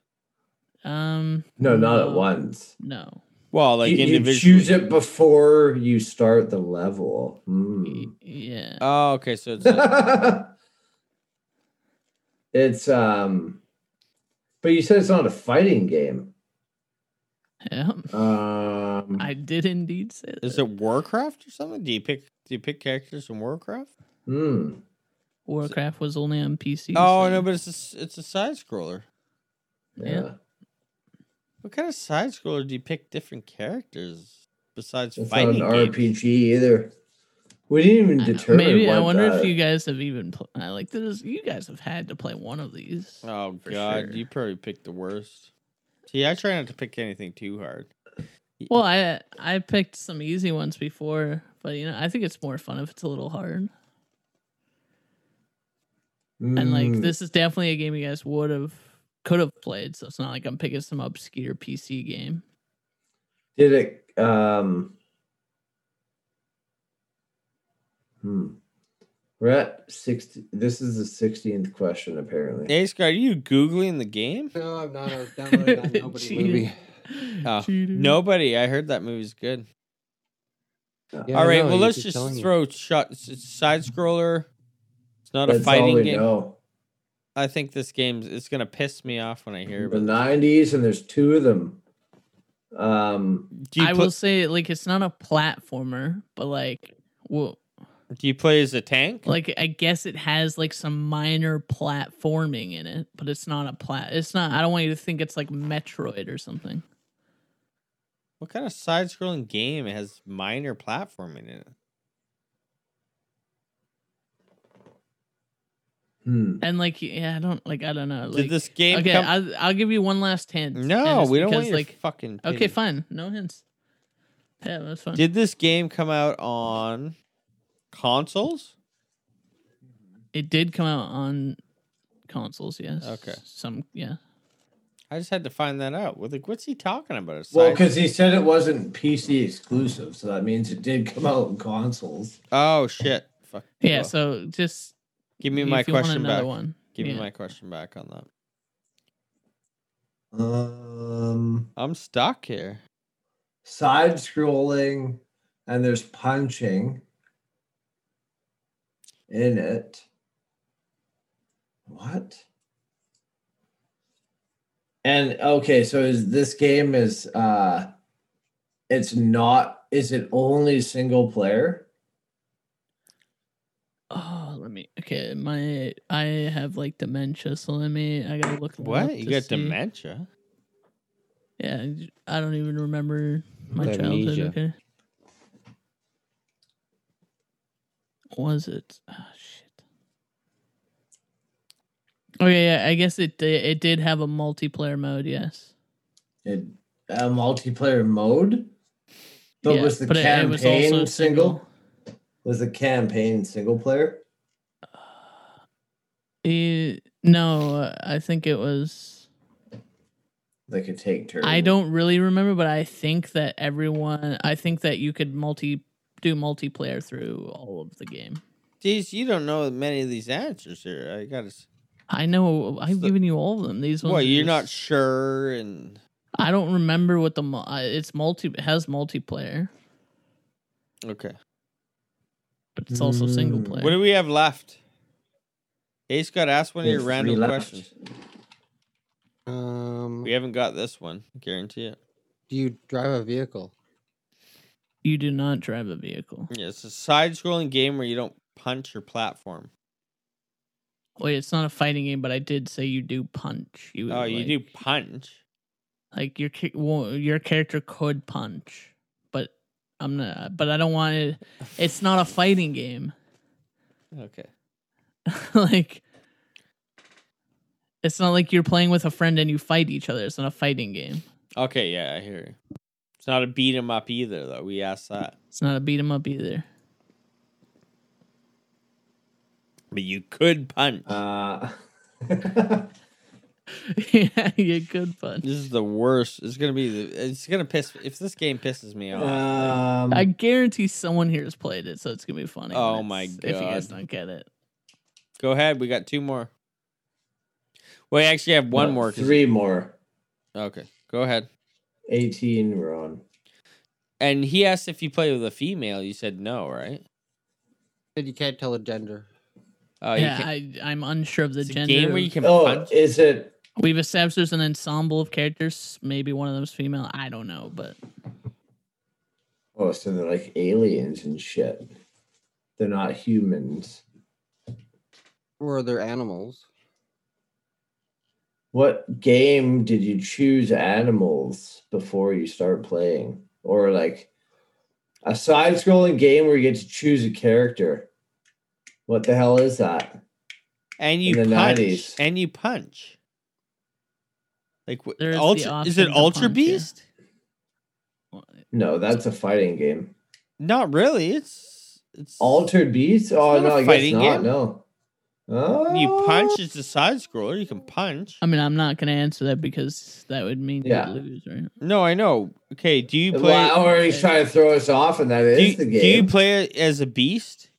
S7: Um,
S6: No, not at once.
S7: No,
S3: Well, like
S6: you, you
S3: individually.
S6: choose it before you start the level. Hmm.
S7: yeah.
S3: Oh, okay. So it's not-
S6: It's um, but you said it's not a fighting game.
S7: yeah.
S6: Um,
S7: I did indeed say that.
S3: is it Warcraft or something? Do you pick do you pick characters from Warcraft?
S6: hmm.
S7: Warcraft was only on PC.
S3: Oh
S7: so-
S3: no, but it's a, s- it's a side scroller.
S7: Yeah.
S3: What kind of side scroller do you pick different characters besides
S6: It's not an
S3: fighting? games?
S6: RPG either. We didn't even determine.
S7: Maybe I
S6: what
S7: wonder
S6: the-
S7: if you guys have even pl- I like this. You guys have had to play one of these.
S3: Oh
S7: For
S3: god,
S7: sure.
S3: you probably picked the worst. See, I try not to pick anything too hard.
S7: Well, I I picked some easy ones before, but you know I think it's more fun if it's a little hard. And like
S3: Mm.
S6: Hmm.
S7: this is definitely a game you guys would have could have played, so it's not like I'm picking some obscure PC game.
S6: Did it um Hmm. We're at sixty this is the sixteenth question apparently.
S3: Ace, are you googling the game?
S4: No, I'm not. I was downloading that nobody
S7: Cheater.
S4: movie.
S3: Oh,
S7: Cheater.
S3: nobody. I heard that movie's good.
S4: Yeah,
S3: all
S4: I
S3: right,
S4: know,
S3: well
S4: you
S3: let's
S4: keep
S3: just
S4: telling me.
S3: throw shot side scroller. It's not a
S6: That's all
S3: fighting
S6: we
S3: game.
S6: know.
S3: I think this game's it's gonna piss me off when I hear
S6: The
S3: about.
S6: nineties and there's two of them. Um
S3: Do you,
S7: I
S3: pl-
S7: will say like it's not a platformer, but like well,
S3: do you play as a tank?
S7: like I guess it has like some minor platforming in it, but it's not a plat. It's not. I don't want you to think it's like Metroid or something.
S3: What kind of side scrolling game has minor platforming in it?
S6: hmm.
S7: And like yeah, I don't like I don't know. Like,
S3: Did this game
S7: okay,
S3: come-
S7: I'll, I'll give you one last hint. and
S3: No,
S7: it's
S3: we don't
S7: because,
S3: want your fucking
S7: Okay,
S3: pity.
S7: fine. No hints. Yeah, that's fine.
S3: Did this game come out on consoles?
S7: it did come out on consoles? Yes.
S3: Okay.
S7: Some yeah.
S3: I just had to find that out. Well, Like, what's he talking about? A
S6: Well,
S3: side-
S6: because he said it wasn't PC exclusive, so that means it did come out on consoles.
S3: oh shit, fuck.
S7: Yeah.
S3: Well,
S7: So just
S3: give me
S7: if
S3: my
S7: you want
S3: question
S7: another
S3: back.
S7: one,
S3: Give me
S7: yeah.
S3: my question back on that.
S6: Um
S3: I'm stuck here.
S6: side scrolling and there's punching in it. What? And okay, so is this game is uh it's not is it only single player?
S7: Oh, let me. Okay, my I have like dementia, so let me. I gotta look. it up
S3: What? You
S7: to
S3: got
S7: see.
S3: dementia?
S7: Yeah, I don't even remember my
S3: Amnesia.
S7: childhood. Okay. was it? Ah, shit. Okay, yeah, I guess it di- it did have a multiplayer mode. Yes.
S6: It, a multiplayer mode? But
S7: Yeah,
S6: was the
S7: but it-
S6: campaign
S7: it was also
S6: single? Was the campaign single player?
S7: Eh, no, uh, I think it was.
S6: They could take turns.
S7: I don't really remember, but I think that everyone. I think that you could multi do multiplayer through all of the game.
S3: Jeez, you don't know many of these answers here. I got to.
S7: I know. I've given you all of them. These ones.
S3: Well,
S7: are
S3: you're
S7: just-
S3: not sure, and
S7: I don't remember what the mu- uh, it's multi it has multiplayer,
S3: okay.
S7: but it's also single player.
S3: What do we have left? Ace got asked one of
S6: We
S3: your
S6: have
S3: random
S6: three left.
S3: questions.
S4: Um,
S3: We haven't got this one. Guarantee it.
S4: do you drive a vehicle?
S7: You do not drive a vehicle.
S3: Yeah, it's a side-scrolling game where you don't punch or platform.
S7: Wait, it's not a fighting game, but I did say you do punch. You
S3: Oh, you
S7: like-
S3: do punch.
S7: like your ca- well, your character could punch, but I'm not. But I don't want it. It's not a fighting game.
S3: Okay.
S7: like it's not like you're playing with a friend and you fight each other. It's not a fighting game.
S3: Okay, yeah, I hear you. It's not a beat 'em up either, though. We asked that,
S7: It's not a beat 'em up either.
S3: but you could punch.
S6: Uh,
S7: yeah, you could punch.
S3: This is the worst. It's gonna be. The, it's gonna piss. If this game pisses me off,
S6: Um,
S7: I guarantee someone here has played it, so it's gonna be funny. when
S3: Oh
S7: it's-
S3: my
S7: If you guys
S3: God.
S7: don't get it,
S3: go ahead. We got two more. We actually have one
S6: no,
S3: more. 'cause-
S6: Three more.
S3: Okay, go ahead.
S6: 18 we're on.
S3: And he asked if you play with a female. You said no, right?
S4: Said you can't tell a gender.
S3: Oh,
S7: yeah,
S3: you
S7: I, I'm unsure of the
S3: can,
S7: gender.
S3: game where you can
S6: Oh,
S3: punch.
S6: is it
S7: We've established there's an ensemble of characters. Maybe one of them's female. I don't know, but
S6: Oh, so they're like aliens and shit. They're not humans.
S4: Or they're animals.
S6: What game did you choose animals before you start playing? Or like a side scrolling game where you get to choose a character. What the hell is that?
S3: and you
S6: in the
S3: punch.
S6: 90s.
S3: And you punch. Like wh-
S7: There is the
S3: ultra, is
S7: option
S3: it
S7: to
S3: Ultra
S7: punch, yeah.
S3: Beast?
S6: No, that's a fighting game.
S3: Not really. It's it's
S6: Altered Beast? Oh,
S3: not a
S6: no, I guess
S3: fighting
S6: not.
S3: game.
S6: No. Oh,
S3: You punch. It's a side scroller. You can punch.
S7: I mean, I'm not gonna answer that because that would mean
S6: Yeah.
S7: you lose, right?
S3: No, I know. Okay, do you play?
S6: Wow, already trying to throw us off, and that
S3: do,
S6: is
S3: you,
S6: the
S3: do
S6: game.
S3: you play it as a beast,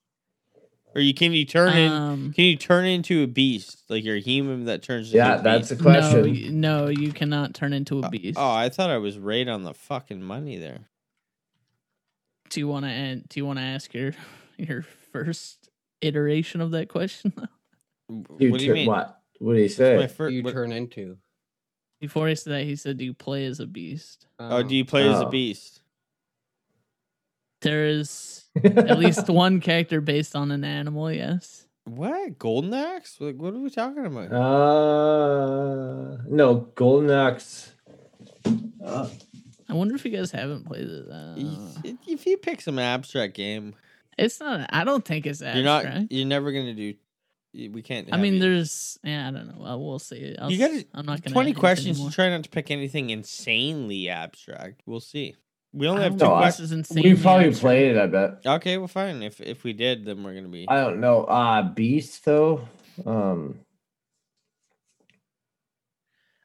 S3: or you can you turn in?
S7: Um,
S3: Can you turn into a beast like you're a human that turns?
S6: yeah,
S3: into a
S6: that's
S3: beast?
S6: a question.
S7: No, y- no, you cannot turn into a beast.
S3: Oh, I thought I was right on the fucking money there.
S7: do you want to end? Do you want to ask your your first iteration of that question though?
S6: You
S3: what do you
S6: tur-
S3: mean?
S6: What? What do you
S3: My
S6: say?
S3: fir-
S4: you
S3: what-
S4: turn into.
S7: Before he said that, he said, "Do you play as a beast?"
S3: oh, do you play as a
S6: Oh.
S3: beast?
S7: There is at least one character based on an animal. Yes.
S3: What golden axe? Like, what are we talking about?
S6: Uh, no, Golden Axe. Uh,
S7: I wonder if you guys haven't played it. Uh,
S3: If- if you pick some abstract game,
S7: it's not. I don't think it's abstract.
S3: you're not. You're never gonna do. We can't.
S7: I
S3: have
S7: mean,
S3: you.
S7: there's. Yeah, I don't know. Well, we'll see. I'll,
S3: You
S7: s-
S3: gotta-
S7: I'm not gonna.
S3: Twenty
S7: answer
S3: questions.
S7: anymore.
S3: to Try not to pick anything insanely abstract. We'll see. We only
S7: I
S3: have
S7: don't
S6: know.
S3: two
S6: I-
S7: This
S3: questions.
S7: is insane.
S6: we probably played it. I bet.
S3: Okay, well, fine. If if we did, then we're gonna be.
S6: I don't know. Uh, Beast though. Um,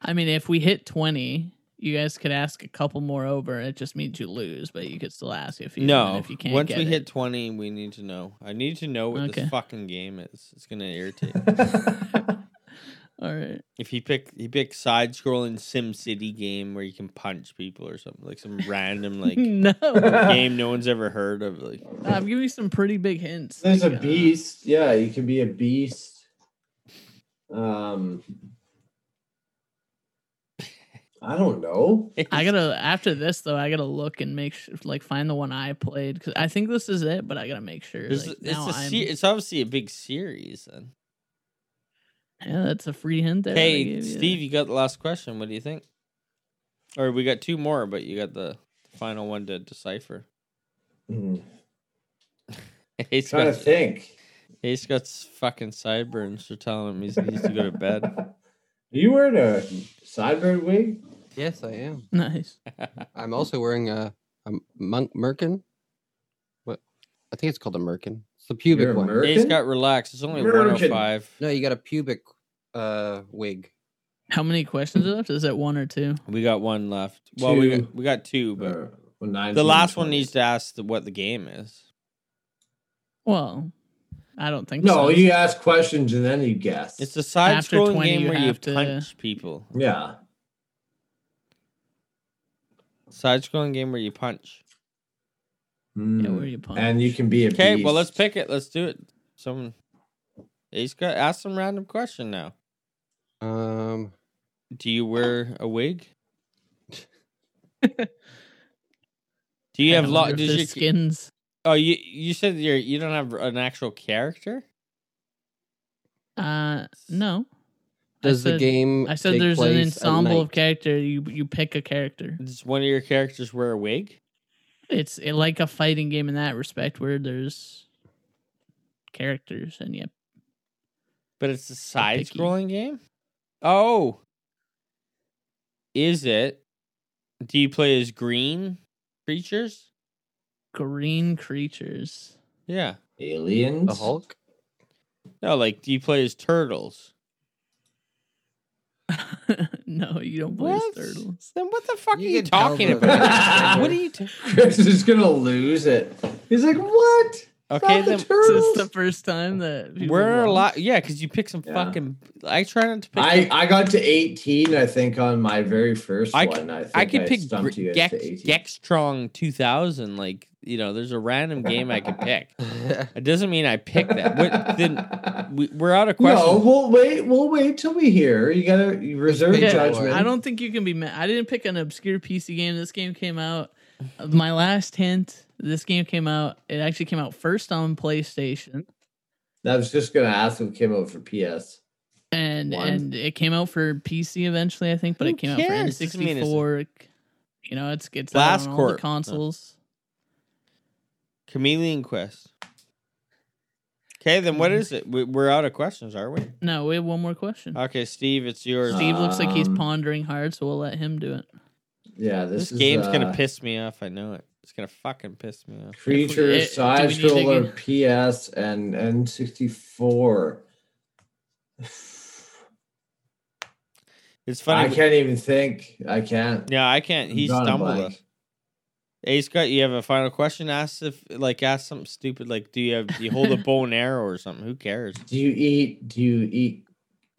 S7: I mean, if we hit 20, you guys could ask a couple more over. It just means you lose, but you could still ask if you
S3: no,
S7: if you can't
S3: once
S7: get
S3: we
S7: it.
S3: hit twenty, we need to know. I need to know what
S7: Okay.
S3: this fucking game is. It's gonna irritate.
S7: All right.
S3: if he pick he pick side scrolling Sim City game where you can punch people or something like some random like
S7: no.
S3: game no one's ever heard of. Like
S7: I'm giving you Um, some pretty big hints.
S6: there's a
S7: Like, uh,
S6: beast. Yeah, you can be a beast. Um, I don't know.
S7: I gotta after this though. I gotta look and make sure, like, find the one I played because I think this is it. But I gotta make sure.
S3: There's-
S7: Like,
S3: it's
S7: now
S3: a
S7: I'm,
S3: se- it's obviously a big series. Then.
S7: yeah, that's a free hint there. that I
S3: Hey,
S7: gave you.
S3: Steve, you got the last question. What do you think? Or we got two more, but you got the final one to decipher.
S6: Hmm.
S3: He's
S6: Trying to think.
S3: He's got s- fucking sideburns for telling him he's, he needs to go to bed.
S6: You wearing a sideburn wig?
S4: Yes, I am.
S7: Nice.
S4: I'm also wearing a, a monk merkin. What? I think it's called a merkin. It's the pubic
S6: You're a
S4: one.
S6: merkin?
S3: He's got relaxed. It's only
S6: Merkin.
S3: 105.
S4: No, you got a pubic uh, wig.
S7: How many questions are left? Is it one or two?
S3: We got one left. Well, we
S6: Two.
S3: got, we got two, but
S6: Or, well, 19,
S3: the last one
S6: 20.
S3: needs to ask the, what the game is.
S7: Well, I don't think so.
S6: No, you ask questions and then you guess.
S3: It's a side
S7: After
S3: scrolling
S7: 20,
S3: game
S7: you
S3: where you
S7: have to-
S3: punch people.
S6: yeah.
S3: Side scrolling game where you punch.
S7: Yeah,
S6: Mm.
S7: where you punch.
S6: And you can be a
S3: Okay,
S6: beast.
S3: well, let's pick it. Let's do it. Someone. He's got ask some random question now.
S4: Um,
S3: Do you wear a wig? do you
S7: I
S3: have
S7: wonder
S3: lo-
S7: if
S3: does
S7: there's
S3: your
S7: skins?
S3: Oh, you you said you're you don't have an actual character.
S7: Uh, no. I
S4: Does the
S7: said-
S4: game
S7: I said
S4: take
S7: there's an
S4: place at
S7: ensemble of
S4: night?
S7: character. You you pick a character.
S3: Does one of your characters wear a wig?
S7: It's eh, like a fighting game in that respect, where there's characters and you
S3: But it's a side
S7: picky.
S3: scrolling game? Oh. Is it? Do you play as green creatures?
S7: green creatures.
S3: Yeah.
S6: Aliens?
S4: The Hulk.
S3: No, like do you play as turtles?
S7: no, you don't play
S3: What?
S7: as turtles.
S3: Then what the fuck
S4: You
S3: are you
S4: can tell
S3: talking
S4: they're
S3: about?
S6: not
S3: what are you ta-
S6: Chris is going to lose it. He's like, what?
S3: Okay,
S6: Not the
S3: then
S7: Is
S6: turtles?
S7: this the first time that people
S3: we're a
S7: lost?
S3: lot yeah, because you pick some
S6: Yeah.
S3: fucking I try not to pick
S6: I, I got to 18, I think, on my very first
S3: I c-
S6: one. I, think
S3: I could pick
S6: stumped you
S3: Gr-
S6: as
S3: Dex,
S6: to 18.
S3: Dextrong 2000. Like, you know, there's a random game I could pick. It doesn't mean I pick that. What, then we, we're out of
S6: No,
S3: questions.
S6: Oh, we'll wait. We'll wait till we hear. You gotta you reserve
S4: pick
S6: judgment.
S4: one.
S7: I don't think you can be mad. I didn't pick an obscure PC game. This game came out. My last hint. This game came out. It actually came out first on PlayStation,
S6: I was just gonna ask if it came out for PS.
S7: and
S6: One.
S7: and it came out for PC eventually, I think. But
S3: Who
S7: it came
S3: cares?
S7: out
S3: Doesn't
S7: for
S3: mean it's-
S7: N64. You know, it's it's out on all the
S3: Blastcorp.
S7: consoles.
S3: Chameleon Quest. Okay, then what
S7: Mm-hmm.
S3: is it? We, we're out of questions, are we?
S7: No, we have one more question.
S3: Okay, Steve, it's yours.
S7: Mm-hmm. Steve looks like he's
S6: Um,
S7: pondering hard, so we'll let him do it.
S6: Yeah, this,
S3: this
S6: is,
S3: game's
S6: uh,
S3: gonna piss me off. I know it. It's gonna fucking piss me off.
S6: creature
S7: Eh, do we
S6: side
S7: need to
S6: scroller PS and N64.
S3: It's funny.
S6: I can't even think. I can't.
S3: Yeah, I can't.
S6: I'm
S3: He
S6: drawing a
S3: stumbled
S6: blank.
S3: us. Ace got you have a final question. Ask if like ask something stupid like do you have do you hold a bow and arrow or something? Who cares?
S6: Do you eat? Do you eat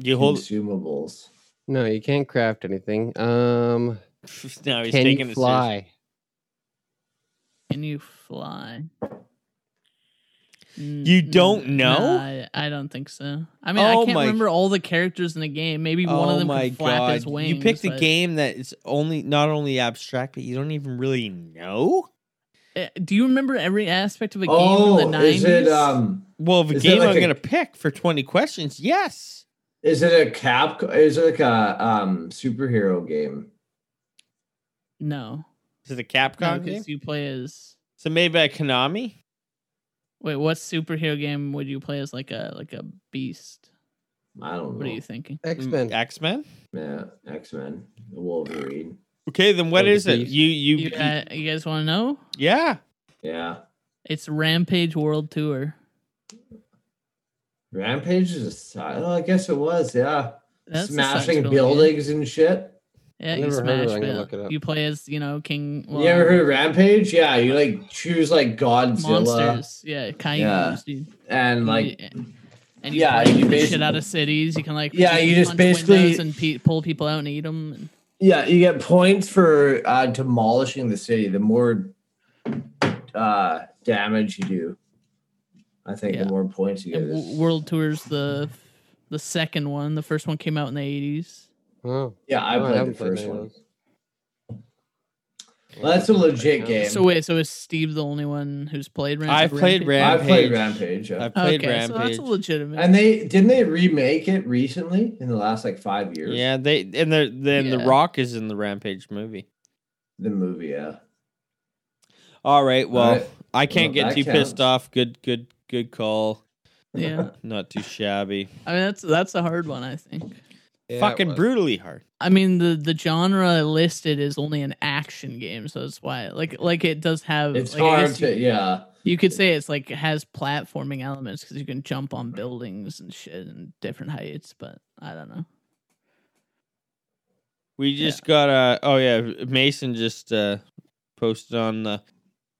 S3: Do you hold
S6: consumables?
S4: No, you can't craft anything. Um,
S3: no,
S4: can
S3: he's taking
S4: you
S3: it
S4: fly?
S3: seriously.
S7: Can you fly? N-
S3: You don't
S7: n-
S3: know?
S7: nah, I, I don't think so. I mean,
S3: Oh
S7: I can't
S3: my-
S7: remember all the characters in the game. Maybe one of them could flap his wings.
S3: Oh You picked a
S7: but-
S3: game that it's only not only abstract, but you don't even really know.
S7: Eh, Do you remember every aspect of a game
S6: Oh,
S7: from the 90s?
S6: is it um?
S3: Well, the
S6: Is it
S3: game
S6: like
S3: I'm
S6: a-
S3: gonna pick for 20 questions, yes.
S6: Is it a cap? Is it like a um superhero game?
S7: no.
S3: Is it a Capcom
S7: No,
S3: game?
S7: because you play as.
S3: So maybe um, a Konami.
S7: Wait, what superhero game would you play as like a like a beast?
S6: I don't know.
S7: What are you thinking?
S3: Mm,
S4: X Men.
S3: X Men.
S6: Yeah, X Men, Wolverine.
S3: Okay, then what
S4: Or the
S3: is it?
S4: Beast.
S3: You you,
S7: You, uh, you guys want to know?
S3: yeah.
S6: Yeah,
S7: It's Rampage World Tour.
S6: Rampage is a side. Oh, I guess it was. Yeah,
S7: That's a side-scrolling
S6: smashing
S7: game.
S6: buildings and shit.
S7: Yeah,
S4: I've
S7: you
S4: never heard of it.
S7: smash
S4: I'm gonna
S7: build-
S4: look it up.
S7: You play as you know King.
S6: you ever
S7: well,
S6: heard of Rampage? Yeah, you like choose like Godzilla
S7: monsters. Yeah, Caillou,
S6: Yeah.
S7: dude.
S6: and like
S7: and you
S6: yeah,
S7: yeah, you
S6: you
S7: the shit
S6: basi-
S7: out of cities. You can like
S6: Yeah, you just
S7: punch windows
S6: basically-
S7: and pe- pull people out and eat them. And
S6: yeah, you get points for uh, demolishing the city. The more uh damage you do, I think
S7: Yeah.
S6: the more points you get.
S7: and W-
S6: is-
S7: World Tours the the second one. The first one came out in the eighties.
S4: Oh,
S6: yeah, I
S4: no,
S6: played the
S4: haven't
S6: first
S4: any of
S6: one.
S4: those.
S6: Well, that's a legit game.
S7: So wait, so is Steve the only one who's played
S3: I've
S7: Rampage?
S3: played
S6: I
S3: Rampage.
S6: played Rampage. Yeah.
S3: I've played
S7: okay, so
S3: Rampage.
S7: that's a legitimate.
S6: And they didn't they remake it recently in the last like five years.
S3: yeah, they and the then the
S7: Yeah.
S3: Rock is in the Rampage movie.
S6: the movie. Yeah,
S3: All right, well,
S6: All right.
S3: I can't
S7: Well,
S3: get
S7: that
S3: too
S7: counts.
S3: pissed off. Good, good, good call.
S7: Yeah.
S3: Not too shabby.
S7: I mean, that's that's a hard one, I think.
S3: Yeah, it Fucking was. brutally hard.
S7: I mean, the the genre listed is only an action game, so that's why, like, like it does have.
S6: It's
S7: like, I
S6: hard
S7: guess
S6: to-
S7: you-
S6: yeah.
S7: You could say it's like it has platforming elements because you can jump on buildings and shit and different heights, but I don't know.
S3: We just got a. Oh yeah, Mason just uh, posted on the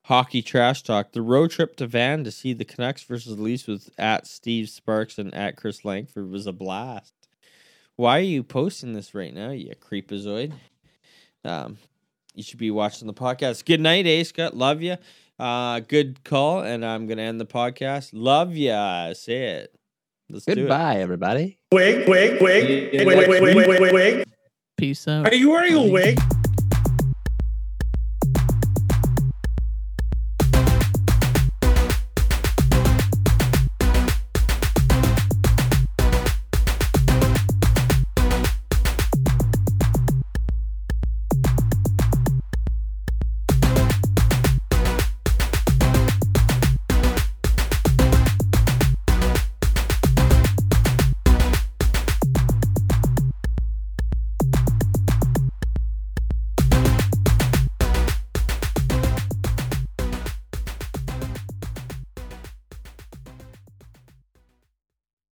S3: hockey trash talk. The road trip to Van to see the Canucks versus the Leafs with at Steve Sparks and at Chris Langford was a blast. Why are you posting this right now, you creepazoid? Um, you should be watching the podcast. Good night, A Scott. Love you. Uh, good call, and I'm gonna end the podcast. Love ya. Say it. Let's do it.
S4: Goodbye, everybody.
S11: Wig, wig, wig, wig, wig, wig, wig, wig, wig.
S7: Peace out.
S11: Are you wearing a wig?